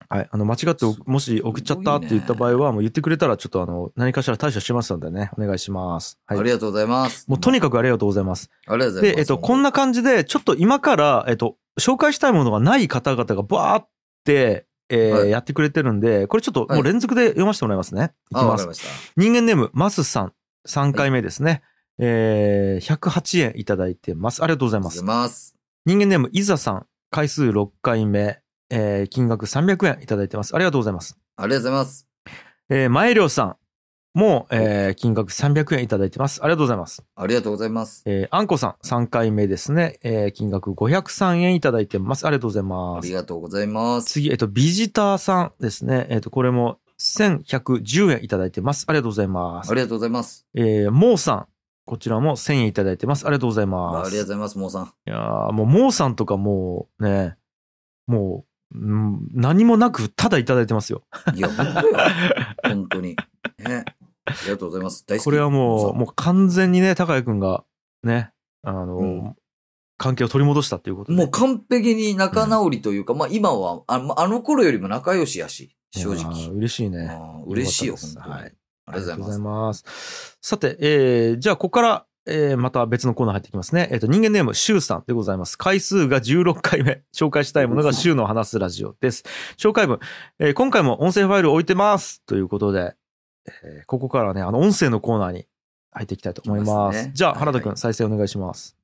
Speaker 1: はい、あの間違っておもし送っちゃったって言った場合は、もう言ってくれたら、ちょっとあの何かしら対処しますのでね、お願いします。はい
Speaker 2: あ、りがとうございます。
Speaker 1: もうとにかくありがとうございます。
Speaker 2: ありがとうございます。
Speaker 1: で、えっと、こんな感じで、ちょっと今から、えっと、紹介したいものがない方々がバーって、えー
Speaker 2: はい
Speaker 1: やってくれてるんで、これちょっともう連続で読ませてもらいますね。いき
Speaker 2: あ、
Speaker 1: ま
Speaker 2: わかり
Speaker 1: す。
Speaker 2: ました。
Speaker 1: 人間ネーム、マスさん、3回目ですね。えー、108円いただいてます。ありがとうござい
Speaker 2: ありがとう
Speaker 1: ま
Speaker 2: ござ
Speaker 1: す
Speaker 2: い。ます。
Speaker 1: 人間ネーム、いざさん、回数6回目、えー、金額300円いただいてます。ありがとうございます。
Speaker 2: ありがとうございます。
Speaker 1: えー、前良さんも、えー、金額300円いただいてます。ありがとうございます。
Speaker 2: ありがとうございます。
Speaker 1: えー、あんこさん、3回目ですね。えー、金額503円いただいてます。ありがとうござい
Speaker 2: あ
Speaker 1: ま
Speaker 2: り
Speaker 1: す。
Speaker 2: がとうございます。
Speaker 1: 次、えっと、ビジターさんですね。えっと、これも1110円いただいてます。ありがとうございま
Speaker 2: あ
Speaker 1: す。
Speaker 2: りがとうございます。
Speaker 1: えー、モーさん、こちらも1000円いただいてます。ありがとうござい
Speaker 2: ありが
Speaker 1: ま
Speaker 2: とう
Speaker 1: す。
Speaker 2: ご
Speaker 1: い
Speaker 2: ざいます、もうさん。
Speaker 1: やーもう、モーさんとかもうね、もう、うん何もなく、ただいただいてますよ。
Speaker 2: いや、本当よ。本当に。ね。ありがとうございます。大好き。
Speaker 1: これはもう、
Speaker 2: さん
Speaker 1: もう完全にね、高谷くんが、ね、あの、
Speaker 2: うん
Speaker 1: 関係を取り戻したっていうことで。
Speaker 2: もう完璧に仲直りというか、まあ今はあ、まああの頃よりも仲良しやし、正
Speaker 1: いや
Speaker 2: 直
Speaker 1: ー。嬉しいね。
Speaker 2: あー嬉しいよ、
Speaker 1: よかったです
Speaker 2: 本当に。
Speaker 1: はい
Speaker 2: ありがとうございます。
Speaker 1: ます。さて、えーじゃあ、ここから、えーまた別のコーナー入ってきますね。えっ、と、人間ネーム、シュウさんでございます。回数が16回目。 紹介したいものが、シュウの話すラジオです。紹介文、えー今回も音声ファイルを置いてます。ということで、えーここからね、あの、音声のコーナーに入っていきたいと思い
Speaker 2: 行
Speaker 1: ま。
Speaker 2: きますすね
Speaker 1: じゃあ、原田くん、
Speaker 2: はいはい
Speaker 1: 再生お願いします。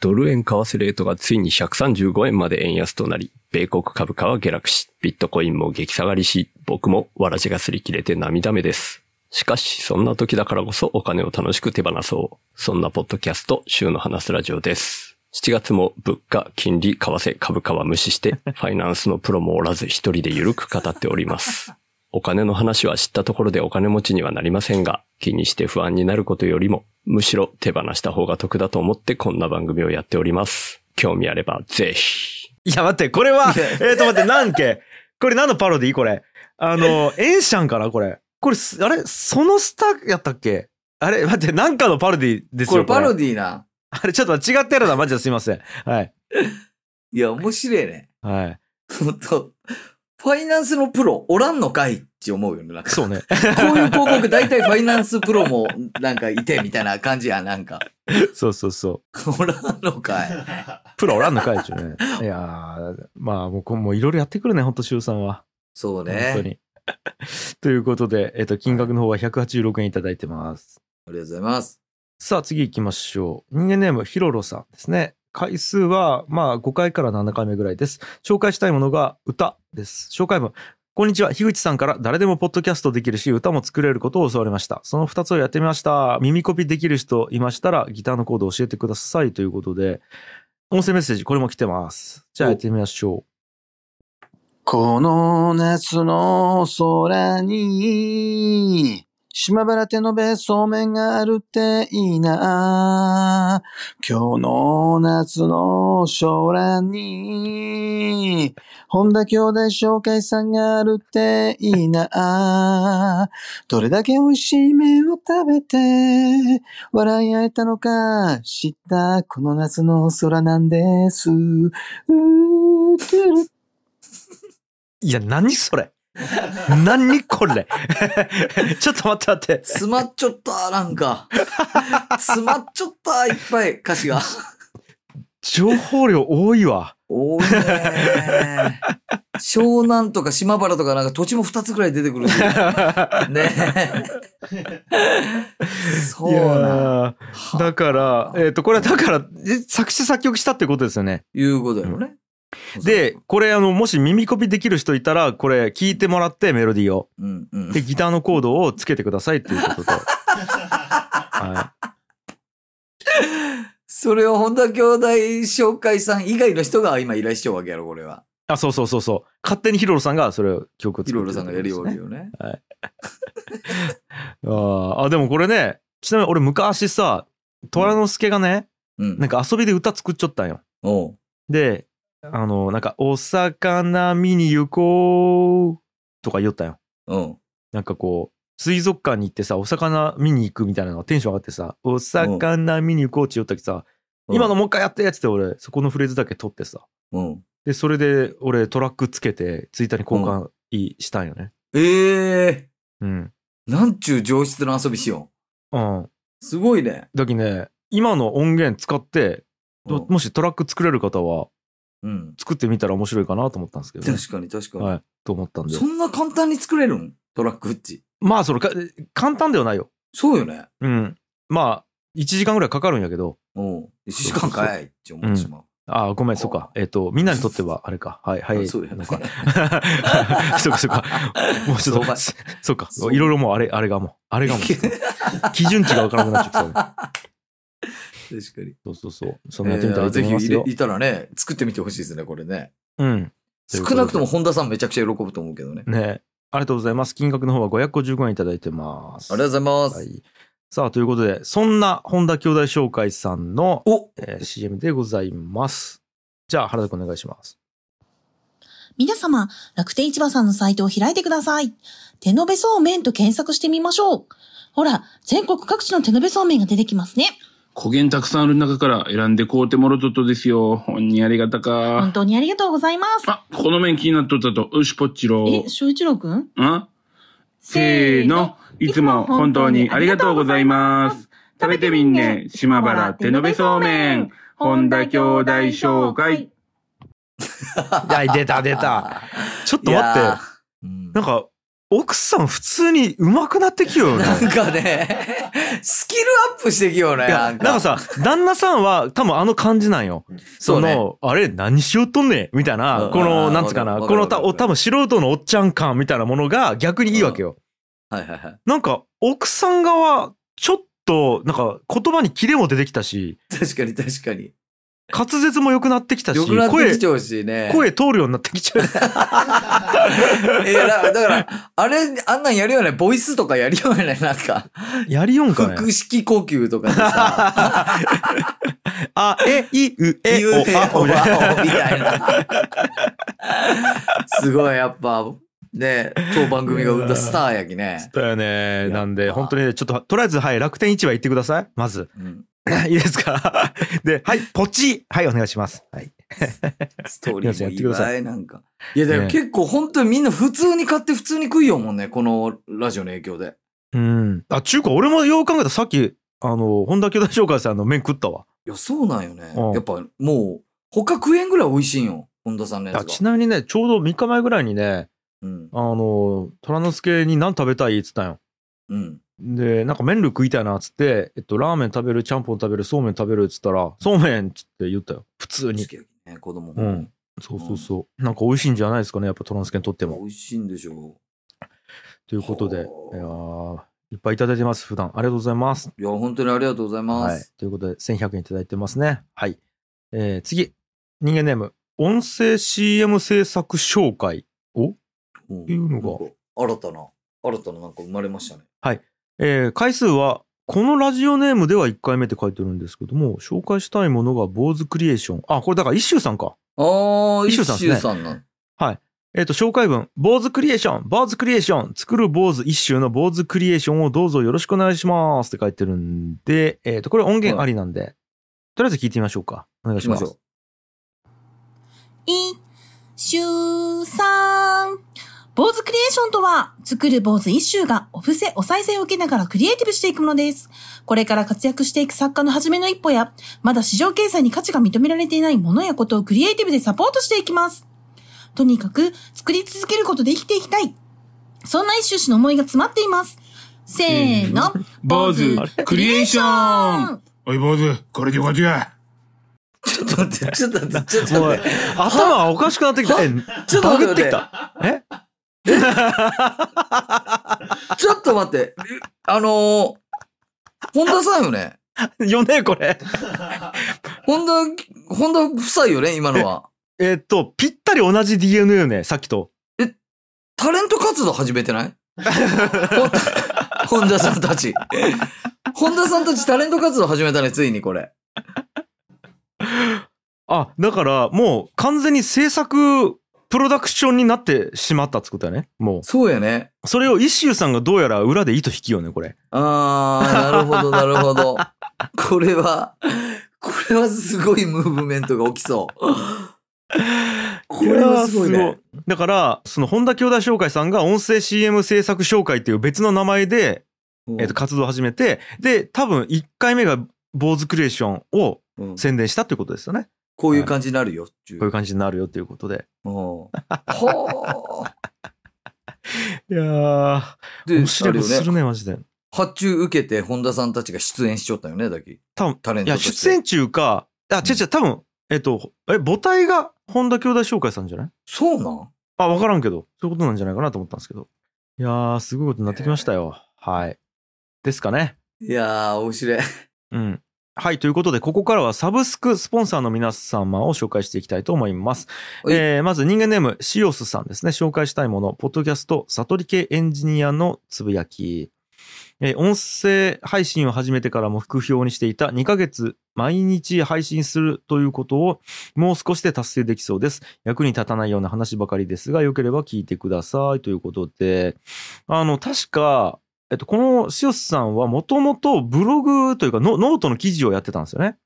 Speaker 5: ドル円為替レートがついに135円まで円安となり、米国株価は下落し、ビットコインも激下がりし、僕もわらじが擦り切れて涙目です。しかし、そんな時だからこそお金を楽しく手放そう。そんなポッドキャスト、週の話すラジオです。7月も物価、金利、為替、株価は無視して、ファイナンスのプロもおらず一人でゆるく語っております。お金の話は知ったところでお金持ちにはなりませんが、気にして不安になることよりも、むしろ手放した方が得だと思ってこんな番組をやっております。興味あればぜひ。
Speaker 1: いや、待って、これは、
Speaker 2: いや
Speaker 1: えっ、と、待って、なんけこれ何のパロディこれ。あ の、エンシャンかなこれ。これす、あれそのスターやったっけあれ待って、なんかのパロディです
Speaker 2: こ
Speaker 1: よ。
Speaker 2: れパロ
Speaker 1: ィ。
Speaker 2: ディーな。
Speaker 1: あれ、ちょっと違ったやろな。マジですいません。はい。
Speaker 2: いや、面白いね。
Speaker 1: はい。
Speaker 2: ほんと。ファイナンスのプロおらんのかいって思うよね。なんか
Speaker 1: そうね。
Speaker 2: こういう広告大体ファイナンスプロもなんかいてみたいな感じや、なんか。
Speaker 1: そうそうそう。
Speaker 2: おらんのかい。
Speaker 1: プロおらんのかいっちゅうね。いやーまあ、もうこう、もういろいろやってくるね、ほんと、シュウさんは。
Speaker 2: そう
Speaker 1: 本
Speaker 2: ね。あ
Speaker 1: 当
Speaker 2: りが
Speaker 1: に。ということで、えっ、と、金額の方は186円いただいてます。
Speaker 2: とうございます。
Speaker 1: さあ次行きましょう。人間ネームヒロロさんですね。回数はまあ5回から7回目ぐらいです。紹介したいものが歌です。紹介文。こんにちは。樋口さんから誰でもポッドキャストできるし、歌も作れることを教わりました。その2つをやってみました。耳コピできる人いましたら、ギターのコードを教えてくださいということで、音声メッセージ、これも来てます。じゃあやってみましょ
Speaker 6: この夏の空に、島原手のべそうめんがあるっていいな。今日の夏の空に、本田兄弟紹介さんがあるっていいな。どれだけ美味しい麺を食べて、笑い合えたのか、知ったこの夏の空なんです。うーてる
Speaker 1: う。いや、何それ何これ ちょっと待って待って。
Speaker 2: 詰まっちょった、なんか。詰まっちょった、いっぱい歌詞が。
Speaker 1: 情報量多いわ。
Speaker 2: 多いね。湘南とか島原とかなんか土地も2つくらい出てくるし。ねえ。そう
Speaker 1: いや
Speaker 2: な。
Speaker 1: ーだから、えっ、と、これはだから、え作詞作曲したってことですよね。
Speaker 2: いうことやろね。
Speaker 1: で、これ、あの、もし耳コピできる人いたら、これ、聞いてもらって、メロディーを。
Speaker 2: うんうん。
Speaker 1: で、ギターのコードをつけてくださいっていう ことと。は
Speaker 2: それを本田兄弟紹介さん以外の人が今依頼しちゃうわけやろ、これは。
Speaker 1: い。あ、そうそうそうそう。勝手にヒロロさんが、それを曲を
Speaker 2: ヒ
Speaker 1: 作
Speaker 2: ロ
Speaker 1: って
Speaker 2: ロさんがやるわけよね。
Speaker 1: あーあ、でもこれね、ちなみに俺昔さ、虎之助がね、
Speaker 2: うん。
Speaker 1: なんか遊びで歌作っちゃったんよ。
Speaker 2: おう
Speaker 1: で、あの、なんか、お魚見に行こうとか言ったんよ。
Speaker 2: うん。
Speaker 1: なんかこう、水族館に行ってさ、お魚見に行くみたいなのがテンション上がってさ、お魚見に行こうって言ったけどさ、今のもう一回やってっつって俺、そこのフレーズだけ取ってさ、
Speaker 2: うん。
Speaker 1: で、それで俺トラックつけてツイッターに交換いしたんよね。
Speaker 2: ええ
Speaker 1: うん。
Speaker 2: なんちゅう上質な遊びしよ
Speaker 1: うん。
Speaker 2: う。すごいね。
Speaker 1: だきね、今の音源使って、どもしトラック作れる方は
Speaker 2: うん。
Speaker 1: 作ってみたら面白いかなと思ったんですけど、ね。
Speaker 2: 確かに確かに。
Speaker 1: はい。と思ったんで
Speaker 2: そ。んな簡単に作れるんトラックフッチ。
Speaker 1: まあ、そのか、簡単ではないよ。
Speaker 2: そうよね。
Speaker 1: うん。まあ、1時間ぐらいかかるんやけど、
Speaker 2: うん。1時間かいって思ってしまう。
Speaker 1: ああ、ごめん、そっか。えっ、と、みんなにとっては、あれか。はい、はい。
Speaker 2: そうやな
Speaker 1: のか。 そうか、そうか。もうちょっ
Speaker 2: そう
Speaker 1: と
Speaker 2: か、
Speaker 1: そうか。
Speaker 2: そう
Speaker 1: いろいろもう、あれ、あれがもう、あれがもう、基準値がわからなくなっちゃった、
Speaker 2: 確かに。
Speaker 1: そうそうそう。そんな
Speaker 2: え
Speaker 1: やってみたらい
Speaker 2: ー
Speaker 1: いと
Speaker 2: ぜ
Speaker 1: 思いますよ。
Speaker 2: ひいたらね、作ってみてほしいですね、これね。
Speaker 1: うん。ということで
Speaker 2: 少なくとも本田さんめちゃくちゃ喜ぶと思うけどね。
Speaker 1: ねありがとうございます。金額の方は555円いただいてます。
Speaker 2: ありがとうございます。
Speaker 1: はい。さあ、ということで、そんな本田兄弟紹介さんの、
Speaker 2: お
Speaker 1: えー CM でございます。じゃあ、原田君お願いします。
Speaker 7: 皆様、楽天市場さんのサイトを開いてください。手延べそうめんと検索してみましょう。ほら、全国各地の手延べそうめんが出てきますね。
Speaker 8: 古言たくさんある中から選んで買うてもろとっとですよ。ほんにありがた
Speaker 7: 本
Speaker 8: か。
Speaker 7: 当にありがとうございます。
Speaker 8: あ、この面気になっとったと。うしぽっちろ。
Speaker 7: え、修一郎くん
Speaker 8: あせーの。いつも本当にありがとうございます。食べてみんね。島原手延べそうめん。本田兄弟紹介。
Speaker 1: はい、出た出た。ちょっと待
Speaker 2: い
Speaker 1: っ
Speaker 2: や
Speaker 1: て。
Speaker 2: ーうん
Speaker 1: なんか、奥さん普通に上手くなってきようね。
Speaker 2: なんかね、スキルアップしてきようね。
Speaker 1: いや、な
Speaker 2: な
Speaker 1: んん
Speaker 2: か
Speaker 1: かさ、旦那さんは多分あの感じなんよ。
Speaker 2: そ
Speaker 1: そう
Speaker 2: ね
Speaker 1: の、あれ何しようとんねんみたいな
Speaker 2: う、ん
Speaker 1: こ
Speaker 2: う
Speaker 1: の、
Speaker 2: ん
Speaker 1: なんつうかな、
Speaker 2: わか
Speaker 1: こ
Speaker 2: る
Speaker 1: の
Speaker 2: わか
Speaker 1: た
Speaker 2: る
Speaker 1: お多分素人のおっちゃん感みたいなものが逆にいいわけよ。
Speaker 2: はいはいはい。
Speaker 1: なんか、奥さん側、ちょっと、なんか言葉にキレも出てきたし、
Speaker 2: 確かに確かに。
Speaker 1: 滑舌も良くなってきたし、
Speaker 2: よくなって
Speaker 1: 声
Speaker 2: き、ちゃうしね。
Speaker 1: 声通るようになってきちゃう。
Speaker 2: えーだだから、あれ、あんなんやるよね。ボイスとかやるよね。なんか、
Speaker 1: やりよんかね。
Speaker 2: 腹式呼吸とかでさ、
Speaker 1: あ、え、い、う、え、
Speaker 2: 言う
Speaker 1: お、あ、お、みたいな
Speaker 2: おみたいな。すごい、やっぱ、ね、当番組が生んだスターやきね。
Speaker 1: だよね。
Speaker 2: っぱ
Speaker 1: なんで、本当にね、ちょっと、とりあえず、はい、楽天市場行ってください。まず。
Speaker 2: うん、
Speaker 1: いいですか で、はい、ポチはい、お願いします。はい。
Speaker 2: ストーリーもいい
Speaker 1: 皆さん
Speaker 2: わい、なんか。いや、でも
Speaker 1: ね
Speaker 2: 結構本当にみんな普通に買って普通に食いようもんね、このラジオの影響で。
Speaker 1: うん。あ、中華、俺もよう考えたらさっき、あの、本田兄弟紹介さんの麺食ったわ。
Speaker 2: いや、そうなんよね。
Speaker 1: うん
Speaker 2: やっぱもう、他食えんぐらい美味しいんよ。本田さんのや
Speaker 1: あ
Speaker 2: つが。
Speaker 1: ちなみにね、ちょうど3日前ぐらいにね、
Speaker 2: うん。
Speaker 1: あの、虎之助に何食べたいっつったんよ。
Speaker 2: うん。
Speaker 1: で、なんか麺類食いたいなっつって、えっと、ラーメン食べる、ちゃんぽん食べる、そうめん食べるっつったら、そうめんっつって言ったよ。普通
Speaker 2: 好
Speaker 1: に
Speaker 2: き。やけどね、子供。
Speaker 1: うん。そうそうそう。なんか美味しいんじゃないですかね、やっぱ虎之助にとって
Speaker 2: で
Speaker 1: も
Speaker 2: も。美味しいんでしょ
Speaker 1: ということで、い
Speaker 2: ほう
Speaker 1: やーいっぱいいただいてます、普段。ありがとうございます。
Speaker 2: う。いや、本当にありがとうございま
Speaker 1: はい
Speaker 2: す。。
Speaker 1: ということで、1100円いただいてますね。はい。えー、次、人間ネーム、音声 CM 制作紹介。
Speaker 2: うん
Speaker 1: っていうのが
Speaker 2: なんか新たな、新たななんか生まれましたね。
Speaker 1: えー、回数は、このラジオネームでは1回目って書いてるんですけども、紹介したいものが坊主クリエーション。あ、これだから一周さんか。
Speaker 2: ああ、
Speaker 1: 一周
Speaker 2: 一周
Speaker 1: さんですね
Speaker 2: さんなん。
Speaker 1: えっ、と、紹介文、坊主クリエーション、坊主クリエーション、作る坊主一周の坊主クリエーションをどうぞよろしくお願いしますって書いてるんで、えっ、と、これ音源ありなんで、とりあえず聞いてみましょうか。お願いします。
Speaker 2: 行きましょ
Speaker 7: 一、周三。坊主クリエーションとは、作る坊主一周がお布施、お再生を受けながらクリエイティブしていくものです。これから活躍していく作家の初めの一歩や、まだ市場経済に価値が認められていないものやことをクリエイティブでサポートしていきます。とにかく、作り続けることで生きていきたい。そんな一周氏の思いが詰まっています。せーの、
Speaker 8: 坊主クリエーショ
Speaker 7: ン
Speaker 8: おい、坊主、これでよかった
Speaker 2: う。
Speaker 8: や。
Speaker 2: ちょっと待って、ちょっと 待って、ちょっと
Speaker 1: おい
Speaker 2: 待って。
Speaker 1: 頭がおかしくなってきた。え、
Speaker 2: ちょっと
Speaker 1: バ
Speaker 2: 待
Speaker 1: グ
Speaker 2: っ
Speaker 1: って
Speaker 2: て
Speaker 1: きた。え
Speaker 2: ちょっと待って。あのー、本田さんよね。
Speaker 1: よね、これ。
Speaker 2: 本田、本田夫妻よね、今のは。
Speaker 1: えっと、ぴったり同じ DNA よね、さっきと。
Speaker 2: タレント活動始めてない本田本田さんたち。本田さんたちタレント活動始めたね、ついにこれ。
Speaker 1: あ、だから、もう完全に制作、プロダクションになってしまったってことだね。も
Speaker 2: そうやね。
Speaker 1: う。それを一周さんがどうやら裏で糸引きよね、これ。
Speaker 2: あー、なるほど、なるほど。これは、これはすごいムーブメントが起きそう。これはすごい
Speaker 1: いやー
Speaker 2: ね。
Speaker 1: すごいだから、その本田兄弟紹介さんが音声 CM 制作紹介っていう別の名前で、えっと、活動を始めて、で、多分1回目が坊主クリエーションを
Speaker 2: うん
Speaker 1: 宣伝したということですよね。
Speaker 2: こういう感じになるよっていう。
Speaker 1: こういう感じになるよということで。
Speaker 2: うんほー
Speaker 1: いやー、
Speaker 2: で、
Speaker 1: 面白
Speaker 2: あ
Speaker 1: い
Speaker 2: れ
Speaker 1: ことす
Speaker 2: よ
Speaker 1: る
Speaker 2: ね。
Speaker 1: ね、マジで。
Speaker 2: 発注受けて、本田さんたちが出演しちゃったよね、だけ。
Speaker 1: 多分
Speaker 2: タレン
Speaker 1: い
Speaker 2: ト
Speaker 1: や、
Speaker 2: として。
Speaker 1: 出演中か、あ、違う違う、多分、えっと、え、母体が本田兄弟紹介さんじゃない
Speaker 2: そうなん
Speaker 1: あ、わからんけど、そういうことなんじゃないかなと思ったんですけど。いやー、すごいことになってきましたよ。はい。ですかね。
Speaker 2: いやー、面白い。
Speaker 1: うん。はい。ということで、ここからはサブスクスポンサーの皆様を紹介していきたいと思います。
Speaker 2: はい
Speaker 1: えー、まず人間ネーム、シオスさんですね。紹介したいもの、ポッドキャスト、悟り系エンジニアのつぶやき。えー音声配信を始めてからも目標にしていた2ヶ月毎日配信するということをもう少しで達成できそうです。役に立たないような話ばかりですが、良ければ聞いてくださいということで、あの、確か、えっと、このシオスさんはもともとブログというかノノートの記事をやってたんですよね。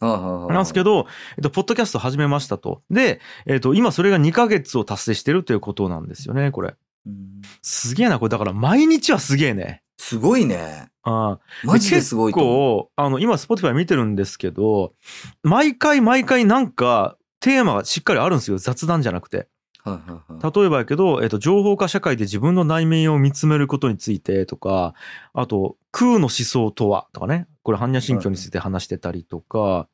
Speaker 2: な
Speaker 1: なんですけ
Speaker 2: ど。
Speaker 1: ど、えっと、ポッドキャスト始めましたと。で、えっと、今それが2ヶ月を達成してるということなんですよね、これ。
Speaker 2: うん
Speaker 1: すげえな、これ。だから毎日はすげえね。
Speaker 2: すごいね。
Speaker 1: あ
Speaker 2: マジですごい
Speaker 1: 結
Speaker 2: と思う。
Speaker 1: 構、あの、今 Spotify 見てるんですけど、毎回毎回なんかテーマがしっかりあるんですよ。雑談じゃなくて。
Speaker 2: はいはいはい
Speaker 1: 例えばやけど、えっと、情報化社会で自分の内面を見つめることについてとか、あと、空の思想とはとかね、これ、般若心経について話してたりとか、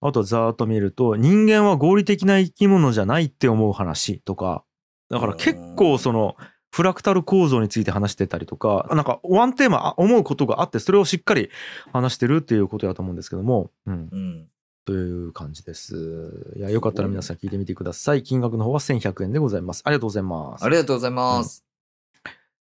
Speaker 1: あと、ざーっと見ると、人間は合理的な生き物じゃないって思う話とか、だから結構その、フラクタル構造について話してたりとか、なんか、ワンテーマ、あ思うことがあって、それをしっかり話してるっていうことだと思うんですけども、うん。
Speaker 2: うん。
Speaker 1: という感じです。いや、よかったら皆さん聞いてみてください。金額の方は1100円でございます。ありがとうございます
Speaker 2: あ。りがとうございます。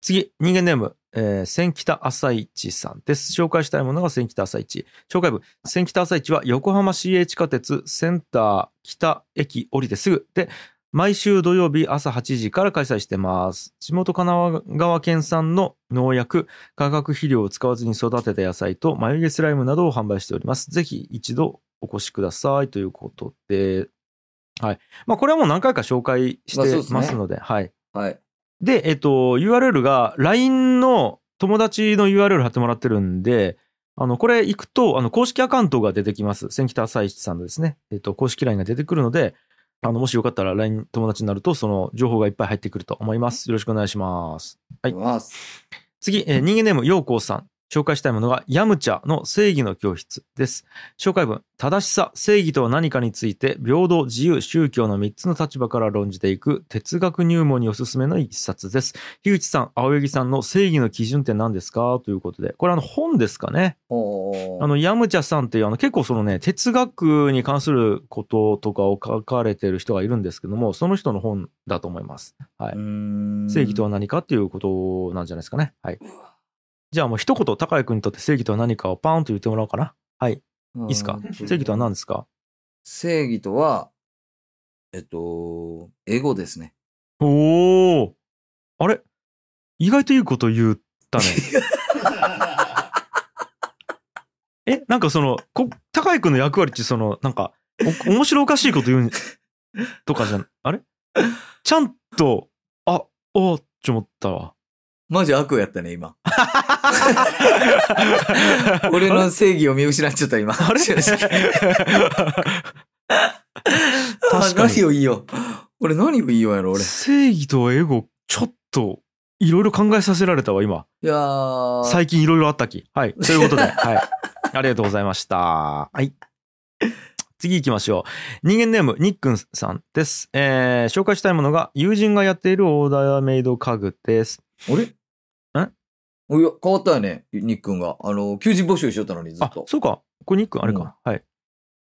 Speaker 1: 次、人間ネーム、えー、千北朝市さんです。紹介したいものが千北朝市。紹介部、千北朝市は横浜市営地下鉄センター北駅降りてすぐで、毎週土曜日朝8時から開催してます。地元神奈川県産の農薬、化学肥料を使わずに育てた野菜と眉毛スライムなどを販売しております。ぜひ一度お越しくださいということで、はい。まあ、これはもう何回か紹介し
Speaker 2: まあそうで
Speaker 1: て
Speaker 2: すね
Speaker 1: ますので、はい。
Speaker 2: はい。
Speaker 1: で、えっと、URL が LINE の友達の URL 貼ってもらってるんで、あの、これ行くと、あの、公式アカウントが出てきます。千北朝市さんのですね、えっと、公式 LINE が出てくるので、あの、もしよかったら LINE 友達になると、その情報がいっぱい入ってくると思います。よろしくお願いします。はい
Speaker 2: ます。
Speaker 1: 次、えー人間ネーム、陽光さん。紹介したいものが、ヤムチャの正義の教室です。紹介文、正しさ、正義とは何かについて、平等、自由、宗教の3つの立場から論じていく、哲学入門におすすめの一冊です。樋口さん、青柳さんの正義の基準って何ですかということで、これあの本ですかね。
Speaker 2: おー。
Speaker 1: あの、ヤムチャさんっていう、あの、結構そのね、哲学に関することとかを書かれてる人がいるんですけども、その人の本だと思います。はいう
Speaker 2: ーん
Speaker 1: 正義とは何かっていうことなんじゃないですかね。はい。じゃあもう一言、高井君にとって正義とは何かをパーンと言ってもらおうかな。
Speaker 2: うん
Speaker 1: いいっすか正義とは何ですか
Speaker 2: 正義とは、えっと、エゴですね。
Speaker 1: おおあれ意外といいこと言 ったね。え、なんかその、こ高井君の役割ってその、なんか、お面白おかしいこと言うん、とかじゃん、あれちゃんと、あ、おーって思った わ。
Speaker 2: マジ悪やった ね、今。俺の正義を見失っちゃった、今。
Speaker 1: あれ確かに
Speaker 2: 何を言いよう。俺何を言いようやろ、俺。い
Speaker 1: 正義とエゴ、ちょっと、いろいろ考えさせられたわ、今。
Speaker 2: やー。
Speaker 1: 最近いろいろあったき。はい。ということで、はい。ありがとうございました。はい。次行きましょう。人間ネーム、ニックンさんです。えー紹介したいものが、友人がやっているオーダーメイド家具です。
Speaker 2: あれおや、変わったよね、ニックンが。あの、求人募集しよったのに、ずっ
Speaker 1: あ
Speaker 2: と、。
Speaker 1: そうか。これニックン、あれか。はい。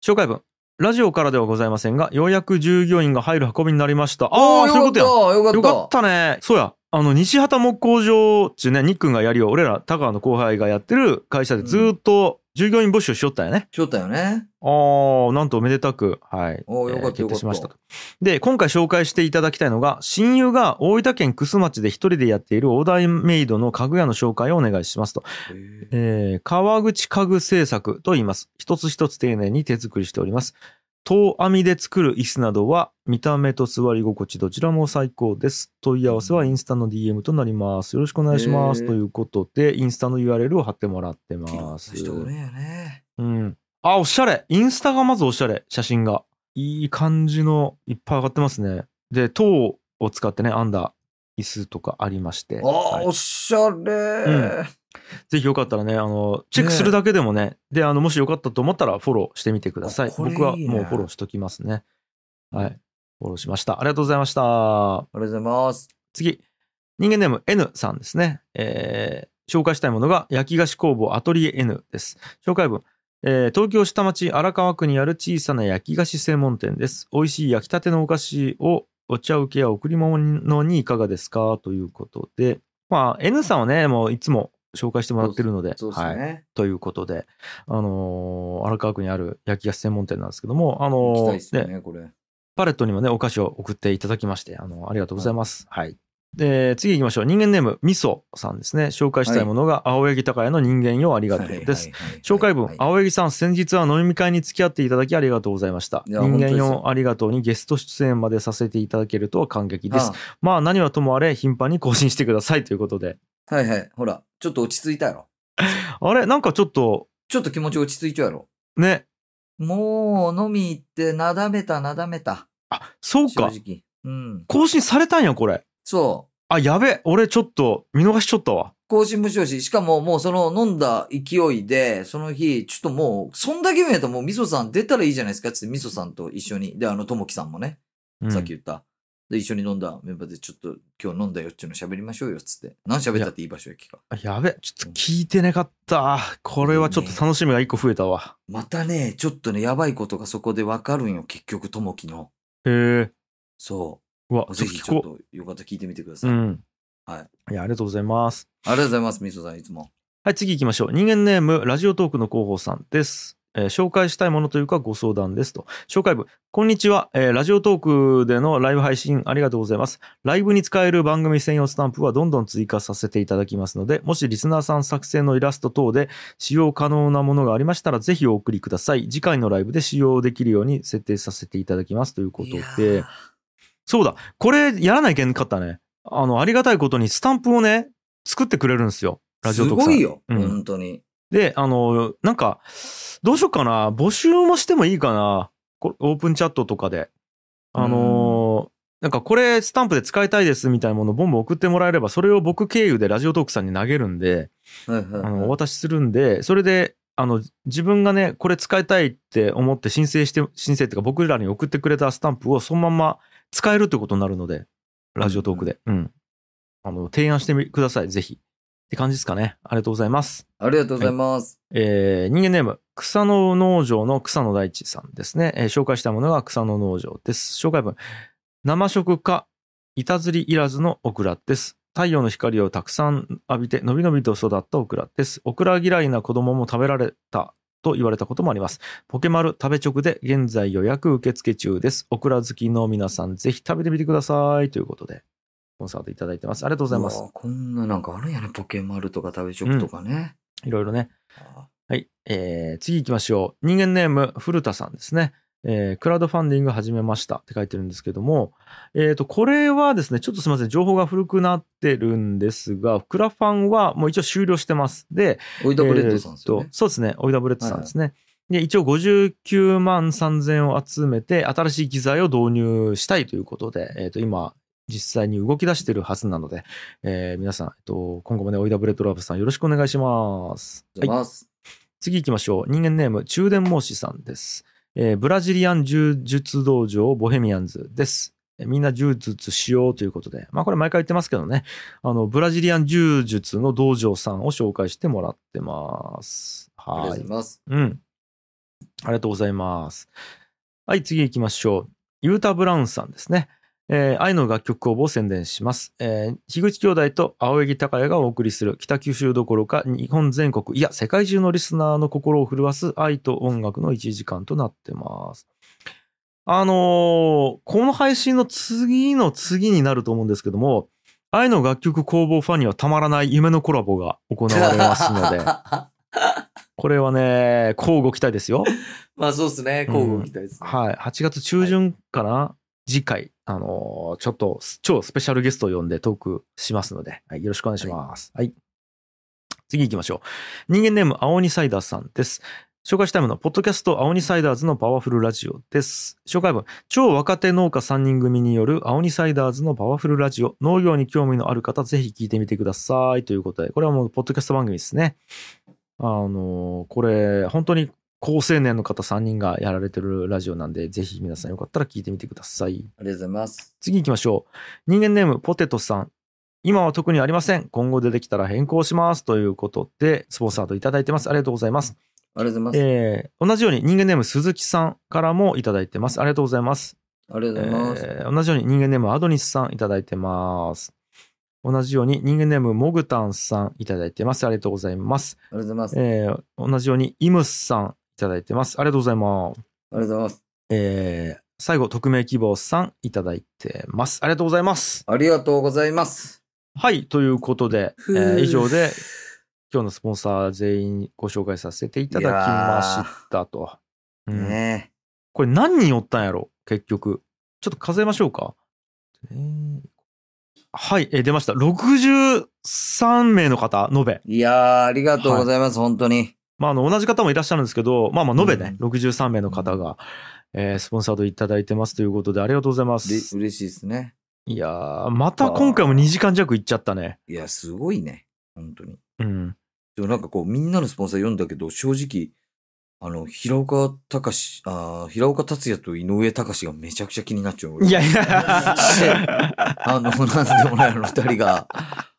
Speaker 1: 紹介文。ラジオからではございませんが、ようやく従業員が入る運びになりました。あ
Speaker 2: お
Speaker 1: あ、
Speaker 2: ー
Speaker 1: そういうことや。
Speaker 2: よかった、
Speaker 1: よ
Speaker 2: よか
Speaker 1: か
Speaker 2: っ
Speaker 1: ったね。そうや。あの、西畑木工場っちゅうね、ニックンがやりよう、俺ら、田川の後輩がやってる会社でずーっと従業員募集しよったんやね。
Speaker 2: しよったよね。
Speaker 1: ああ、なんとおめでたく、はい。
Speaker 2: おーよかった
Speaker 1: 決定しました
Speaker 2: よ
Speaker 1: と。で、今回紹介していただきたいのが、親友が大分県楠町で一人でやっているオーダーメイドの家具屋の紹介をお願いしますと。えー川口家具製作と言います。一つ一つ丁寧に手作りしております。遠網で作る椅子などは見た目と座り心地どちらも最高です。問い合わせはインスタの DM となります。よろしくお願いします。
Speaker 2: へー
Speaker 1: ということで、インスタの URL を貼ってもらって
Speaker 2: いろん
Speaker 1: ま
Speaker 2: な
Speaker 1: す。
Speaker 2: 人おるんやね。
Speaker 1: うん。あ、おしゃれ。インスタがまずおしゃれ。写真が。いい感じの、いっぱい上がってますね。で、塔を使ってね、編んだ椅子とかありまして。
Speaker 2: あ
Speaker 1: は
Speaker 2: ー
Speaker 1: い
Speaker 2: おしゃれ。
Speaker 1: ぜひよかったらね、あの、チェックするだけでもね、で、あの、もしよかったと思ったらフォローしてみてください。
Speaker 2: あこれいいね
Speaker 1: 僕はもうフォローしときますね。はい。フォローしました。ありがとうございました。
Speaker 2: ありがとうございます。
Speaker 1: 次、人間ネーム N さんですね。えー紹介したいものが焼き菓子工房アトリエ N です。紹介文。えー東京下町荒川区にある小さな焼き菓子専門店です。美味しい焼きたてのお菓子をお茶受けや贈り物にいかがですかということで、まあ、N さんはね、もういつも紹介してもらってるので、
Speaker 2: そうです
Speaker 1: はい、
Speaker 2: ね。
Speaker 1: ということで、あのー荒川区にある焼き菓子専門店なんですけども、あ
Speaker 2: 行き
Speaker 1: の
Speaker 2: た
Speaker 1: ー
Speaker 2: いですよね、これ。
Speaker 1: パレットにもね、お菓子を送っていただきまして、あの、ありがとうございます。はい。で、次行きましょう。人間ネーム、みそさんですね。紹介したいものが、青柳高也の人間よありがとうです。
Speaker 2: はいはいはい
Speaker 1: 紹介文、
Speaker 2: はい
Speaker 1: 青柳さん、先日は飲み会に付き合っていただきありがとうございました。
Speaker 2: いや
Speaker 1: 人間
Speaker 2: 本当です
Speaker 1: よありがとうにゲスト出演までさせていただけるとは感激です。
Speaker 2: あ
Speaker 1: まあ、何はともあれ、頻繁に更新してくださいという ことで。
Speaker 2: はいはい。ほら、ちょっと落ち着いたやろ。
Speaker 1: あれなんかちょっと、
Speaker 2: ちょっと気持ち落ち着いちゃうやろ。
Speaker 1: ね、
Speaker 2: もう、飲み行って、なだめた、なだめた。
Speaker 1: あ、そう
Speaker 2: 正
Speaker 1: か。
Speaker 2: 直。うん。
Speaker 1: 更新されたんや、これ。
Speaker 2: そう。
Speaker 1: あ、やべ、俺ちょっと、見逃しちゃったわ。
Speaker 2: 更新無償し、しかももうその飲んだ勢いで、その日、ちょっともう、そんだけ言うんやったらもうみそさん出たらいいじゃないですかっつってみそさんと一緒に、で、あの、ともきさんもね、
Speaker 1: うん
Speaker 2: さっき言った。で、一緒に飲んだメンバーでちょっと今日飲んだよっちゅうの喋りましょうよっつって。何喋ったっていい場所やっけか。
Speaker 1: あやべ、ちょっと聞いてなかった。これはちょっと楽しみが一個増えたわ。
Speaker 2: またね、ちょっとね、やばいことがそこでわかるんよ、結局、ともきの。
Speaker 1: へえ。
Speaker 2: そう
Speaker 1: わ
Speaker 2: う。、
Speaker 1: ち
Speaker 2: ぜ
Speaker 1: ょっと
Speaker 2: ひ
Speaker 1: 聞
Speaker 2: ちょっ、
Speaker 1: こと
Speaker 2: よかったら聞いてみてくだ
Speaker 1: う。
Speaker 2: さ
Speaker 1: う
Speaker 2: い。あ
Speaker 1: ん。。
Speaker 2: はい
Speaker 1: いや、ありがとうございます。
Speaker 2: りがとうございます、みそさん、いつも。
Speaker 1: はい、次行きましょう。人間ネーム、ラジオトークの広報さんです。えー紹介したいものというかご相談ですと。紹介部、こんにちは、えーラジオトークでのライブ配信ありがとうございます。ライブに使える番組専用スタンプはどんどん追加させていただきますので、もしリスナーさん作成のイラスト等で使用可能なものがありましたら、ぜひお送りください。次回のライブで使用できるように設定させていただきますということ
Speaker 2: いや
Speaker 1: で
Speaker 2: ー。
Speaker 1: そうだ、これやらないけんかったね。あの、ありがたいことにスタンプをね、作ってくれるんですよ。ラジオ
Speaker 2: す
Speaker 1: トークさん。
Speaker 2: ごいよ、
Speaker 1: うん
Speaker 2: 本当に。
Speaker 1: で、あの、なんか、どうしようかな。募集もしてもいいかな。こオープンチャットとかで。あのーなんかこれスタンプで使いたいですみたいなものをボンボン送ってもらえれば、それを僕経由でラジオトークさんに投げるんで、
Speaker 2: はいはい
Speaker 1: あ
Speaker 2: はい
Speaker 1: の、お渡しするんで、それで、あの、自分がね、これ使いたいって思って申請して、申請っていうか僕らに送ってくれたスタンプをそのまま使えるってことになるので、ラジオトークで。うん。あの、提案してみください、ぜひ。って感じですかね。ありがとうございます。
Speaker 2: ありがとうございます。
Speaker 1: えー人間ネーム、草の農場の草野大地さんですね。えー紹介したものが草の農場です。紹介文、生食か、板ずりいらずのオクラです。太陽の光をたくさん浴びて、のびのびと育ったオクラです。オクラ嫌いな子供も食べられたと言われたこともあります。ポケマル食べ直で現在予約受付中です。オクラ好きの皆さん、ぜひ食べてみてください。ということで、コンサートいただいてます。ありがとうございま
Speaker 2: う
Speaker 1: す
Speaker 2: わ。こんななんかあるんやね、ポケマルとか食べチョクとかね。
Speaker 1: いろいろね。
Speaker 2: あ
Speaker 1: はい、えー次行きましょう。人間ネーム、古田さんですね。えークラウドファンディング始めましたって書いてるんですけども、えっ、と、これはですね、ちょっとすみません、情報が古くなってるんですが、クラファンはもう一応終了してます。で、
Speaker 2: オイダブレッドさんですよ
Speaker 1: えー
Speaker 2: ね
Speaker 1: っと。そうですね。オイダブレッドさんですね。で、一応59万3000を集めて、新しい機材を導入したいということで、えーっと、今、実際に動き出してるはずなので、えー皆さん、えっと、今後もね、オイダブレッドラブさんよろしくお願いします。
Speaker 2: ありがとうござい
Speaker 1: はい。
Speaker 2: ます。
Speaker 1: 次行きましょう。人間ネーム、中電孟子さんです。えーブラジリアン柔術道場ボヘミアンズです。えーみんな柔術しようということで。まあこれ毎回言ってますけどね。あの、ブラジリアン柔術の道場さんを紹介してもらってます。
Speaker 2: ありがとう
Speaker 1: は
Speaker 2: ござ
Speaker 1: い
Speaker 2: い。ます。
Speaker 1: うん。ありがとうございます。はい、次行きましょう。ユータ・ブラウンさんですね。えー愛の楽曲公募を宣伝します。えー、樋口兄弟と青柳高也がお送りする北九州どころか日本全国、いや、世界中のリスナーの心を震わす愛と音楽の1時間となってます。あのーこの配信の次の次になると思うんですけども、愛の 楽曲工房ファンにはたまらない夢のコラボが行われますので、これはね、交互期待ですよ。
Speaker 2: まあそうですね。交互期待です、
Speaker 1: はい。8月中旬かな、次回、あのーちょっとす超スペシャルゲストを呼んでトークしますので、はいよろしくお願いします。はい。次行きましょう。人間ネーム、青鬼サイダーさんです。紹介したいものは、ポッドキャスト、青鬼サイダーズのパワフルラジオです。紹介文、超若手農家3人組による青鬼サイダーズのパワフルラジオ、農業に興味のある方、ぜひ聞いてみてください。ということで、これはもう、ポッドキャスト番組ですね。あのーこれ、本当に高青年の方3人がやられてるラジオなんで、ぜひ皆さんよかったら聞いてみてください。
Speaker 2: ありがとうございます。
Speaker 1: 次行きましょう。人間ネーム、ポテトさん。今は特にありません。今後出てきたら変更します。ということで、スポンサーといただいてます。ありがとうございます。
Speaker 2: ありがとうございます。
Speaker 1: えー同じように人間ネーム、鈴木さんからもいただいてます。ありがとうございます。
Speaker 2: ありがとうございます。
Speaker 1: えー同じように人間ネームアドニスさんいただいてます。同じように人間ネームモグタンさんいただいてます。ありがとうございます。
Speaker 2: ありがとうございます。あ
Speaker 1: えー同じようにイムスさんいただいてます。ありがとうございます。
Speaker 2: りがとうございます。
Speaker 1: えー最後、匿名希望さんいただいてます。ありがとうございます。
Speaker 2: ありがとうございます。
Speaker 1: はい、ということで、え
Speaker 2: ふ
Speaker 1: ー
Speaker 2: う
Speaker 1: 以上で今日のスポンサー全員ご紹介させていただきましたと。うん
Speaker 2: ね
Speaker 1: これ何人おったんやろ結局。ちょっと数えましょうか。えーはい、えー出ました。63名の方、延べ。
Speaker 2: いやー、ありがとうございます。本当に。
Speaker 1: まあ、あの、同じ方もいらっしゃるんですけど、まあまあ、延べね、63名の方が、えースポンサードいただいてますということで、ありがとうございま。
Speaker 2: です嬉しいですね。
Speaker 1: いやー、また今回も2時間弱いっちゃったね。
Speaker 2: いや、すごいね。本当に。
Speaker 1: うん。
Speaker 2: でもなんかこう、みんなのスポンサー読んだけど、正直、あの、平岡隆、あー平岡達也と井上隆がめちゃくちゃ気になっちゃう。
Speaker 1: いやいや
Speaker 2: あの、なんでもないあの二人が、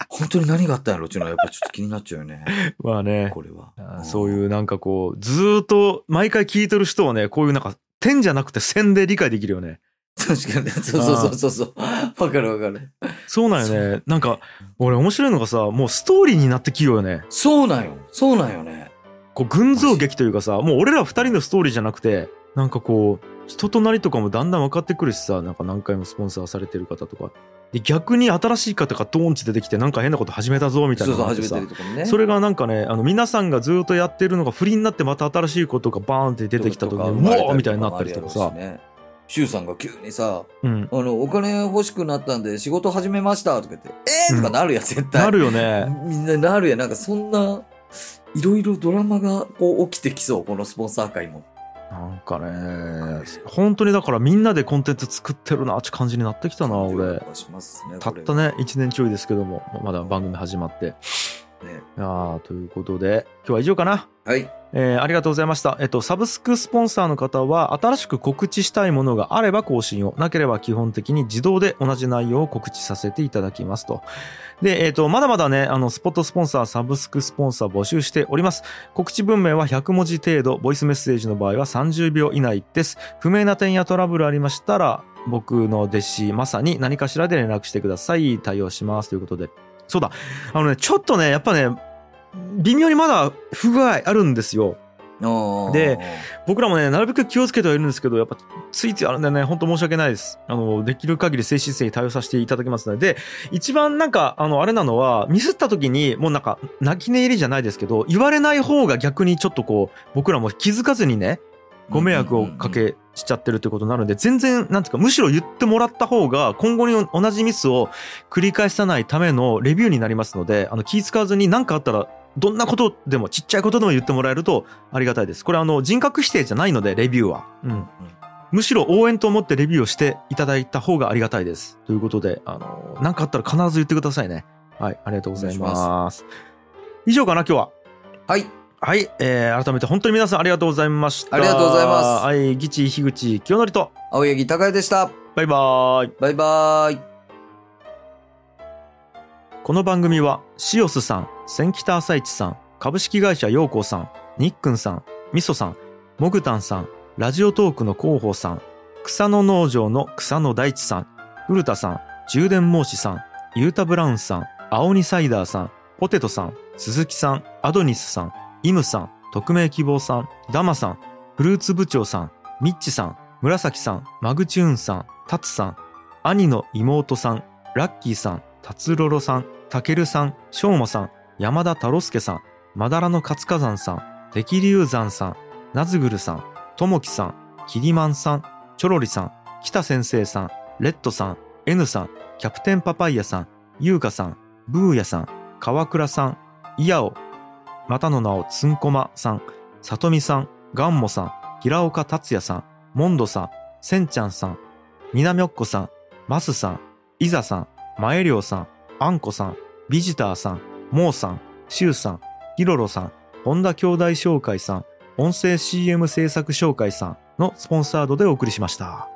Speaker 2: 本当に何があったんやろっていうのはやっぱちょっと気になっちゃうよ ね。
Speaker 1: まあね。
Speaker 2: これは
Speaker 1: あ。ーそういううなんかこう、ずーっと毎回聞いてる人はね、こういうなんか、点じゃなくて線で理解できるよね。
Speaker 2: 確かに。そうそうそうそう。そうわかるわかる。
Speaker 1: そうなんよね。なんか、俺面白いのがさ、もうストーリーになってきようよね。
Speaker 2: そうなんよ。そうなんよね。
Speaker 1: こう、群像劇というかさ、もう俺ら二人のストーリーじゃなくて、なんかこう、人となりとかもだんだん分かってくるしさ、なんか何回もスポンサーされてる方とか。で、逆に新しい方がドーンチ出てきて、なんか変なこと始めたぞ、みたい
Speaker 2: そ
Speaker 1: な
Speaker 2: う
Speaker 1: の
Speaker 2: そう、
Speaker 1: があってさ。
Speaker 2: 初めてるとかもね。
Speaker 1: それがなんかね、あの、皆さんがずっとやってるのが不倫になって、また新しいことがバーンって出てきた時に、うわーみたいになったりとかさ。。
Speaker 2: シュウさんが急にさ、
Speaker 1: うん。
Speaker 2: あの、お金欲しくなったんで仕事始めましたとか言って、えーとかなるやん、絶対。
Speaker 1: なるよね。
Speaker 2: みんななるやん。なんかそんな、いろいろドラマがこう起きてきそう、このスポンサー界も。
Speaker 1: なんかね、本当にだからみんなでコンテンツ作ってるなって感じになってきたな、俺。。
Speaker 2: しますね、
Speaker 1: た
Speaker 2: こ
Speaker 1: っ
Speaker 2: れ
Speaker 1: た。ね、1年ちょいですけども、まだ番組始まって。
Speaker 2: ね
Speaker 1: ああ、ということで、今日は以上かな。
Speaker 2: はい。
Speaker 1: えーありがとうございました。えっと、サブスクスポンサーの方は、新しく告知したいものがあれば更新を、なければ基本的に自動で同じ内容を告知させていただきますと。で、えっと、まだまだね、あの、スポットスポンサー、サブスクスポンサー募集しております。告知文明は100文字程度、ボイスメッセージの場合は30秒以内です。不明な点やトラブルありましたら、僕の弟子、まさに何かしらで連絡してください。対応します。ということで。そうだ。あのね、ちょっとね、やっぱね、微妙にまだ不具合あるんですよ。
Speaker 2: あー
Speaker 1: で、僕らもね、なるべく気をつけてはいるんですけど、やっぱついついあるんでね、本当申し訳ないです。あの、できる限り精神性に対応させていただきますので、で、一番なんか、あの、あれなのは、ミスった時に、もうなんか、泣き寝入りじゃないですけど、言われない方が逆にちょっとこう、僕らも気づかずにね、ご迷惑をかけしちゃってるってことになるんで、全然、なんていうか、むしろ言ってもらった方が、今後に同じミスを繰り返さないためのレビューになりますので、あの、気使わずに何かあったら、どんなことでも、ちっちゃいことでも言ってもらえるとありがたいです。これ、あの、人格否定じゃないので、レビューは。うん。むしろ応援と思ってレビューをしていただいた方がありがたいです。ということで、あの、何かあったら必ず言ってくださいね。はい、ありがとうござい
Speaker 2: お願いし
Speaker 1: ます以上かな、今日は。
Speaker 2: はい。
Speaker 1: はい、えー改めて本当に皆さんありがとうございました。
Speaker 2: ありがとうございます
Speaker 1: はい、ギチ、樋口、清則と、
Speaker 2: 青柳高也でした。
Speaker 1: バイバーイ。
Speaker 2: バイバーイ。
Speaker 1: この番組はシオスさん、センキタ朝市さん、株式会社ヨーコーさん、ニックンさん、ミソさん、モグタンさん、ラジオトークの広報さん、草野農場の草野大地さん、古田さん、充電申しさん、ユータブラウンさん、青ニサイダーさん、ポテトさん、鈴木さん、アドニスさん、イムさん、匿名希望さん、ダマさん、フルーツ部長さん、ミッチさん、紫さん、マグチューンさん、タツさん、兄の妹さん、ラッキーさん、達ロロさん、たけるさん、しょうまさん、山田太郎介さん、まだらの活火山さん、敵龍山さん、ナズグルさん、ともきさん、キリマンさん、チョロリさん、北先生さん、レッドさん、N さん、キャプテンパパイヤさん、ゆうかさん、ブーヤさん、川倉さん、イヤオ、またの名をつんこまさん、さとみさん、ガンモさん、平岡達也さん、モンドさん、せんちゃんさん、みなみょっこさん、マスさん、いざさん、まえりょうさん、あんこさん、ビジターさん、モーさん、しゅうさん、ひろろさん、本田兄弟紹介さん、音声 CM 制作紹介さんのスポンサードでお送りしました。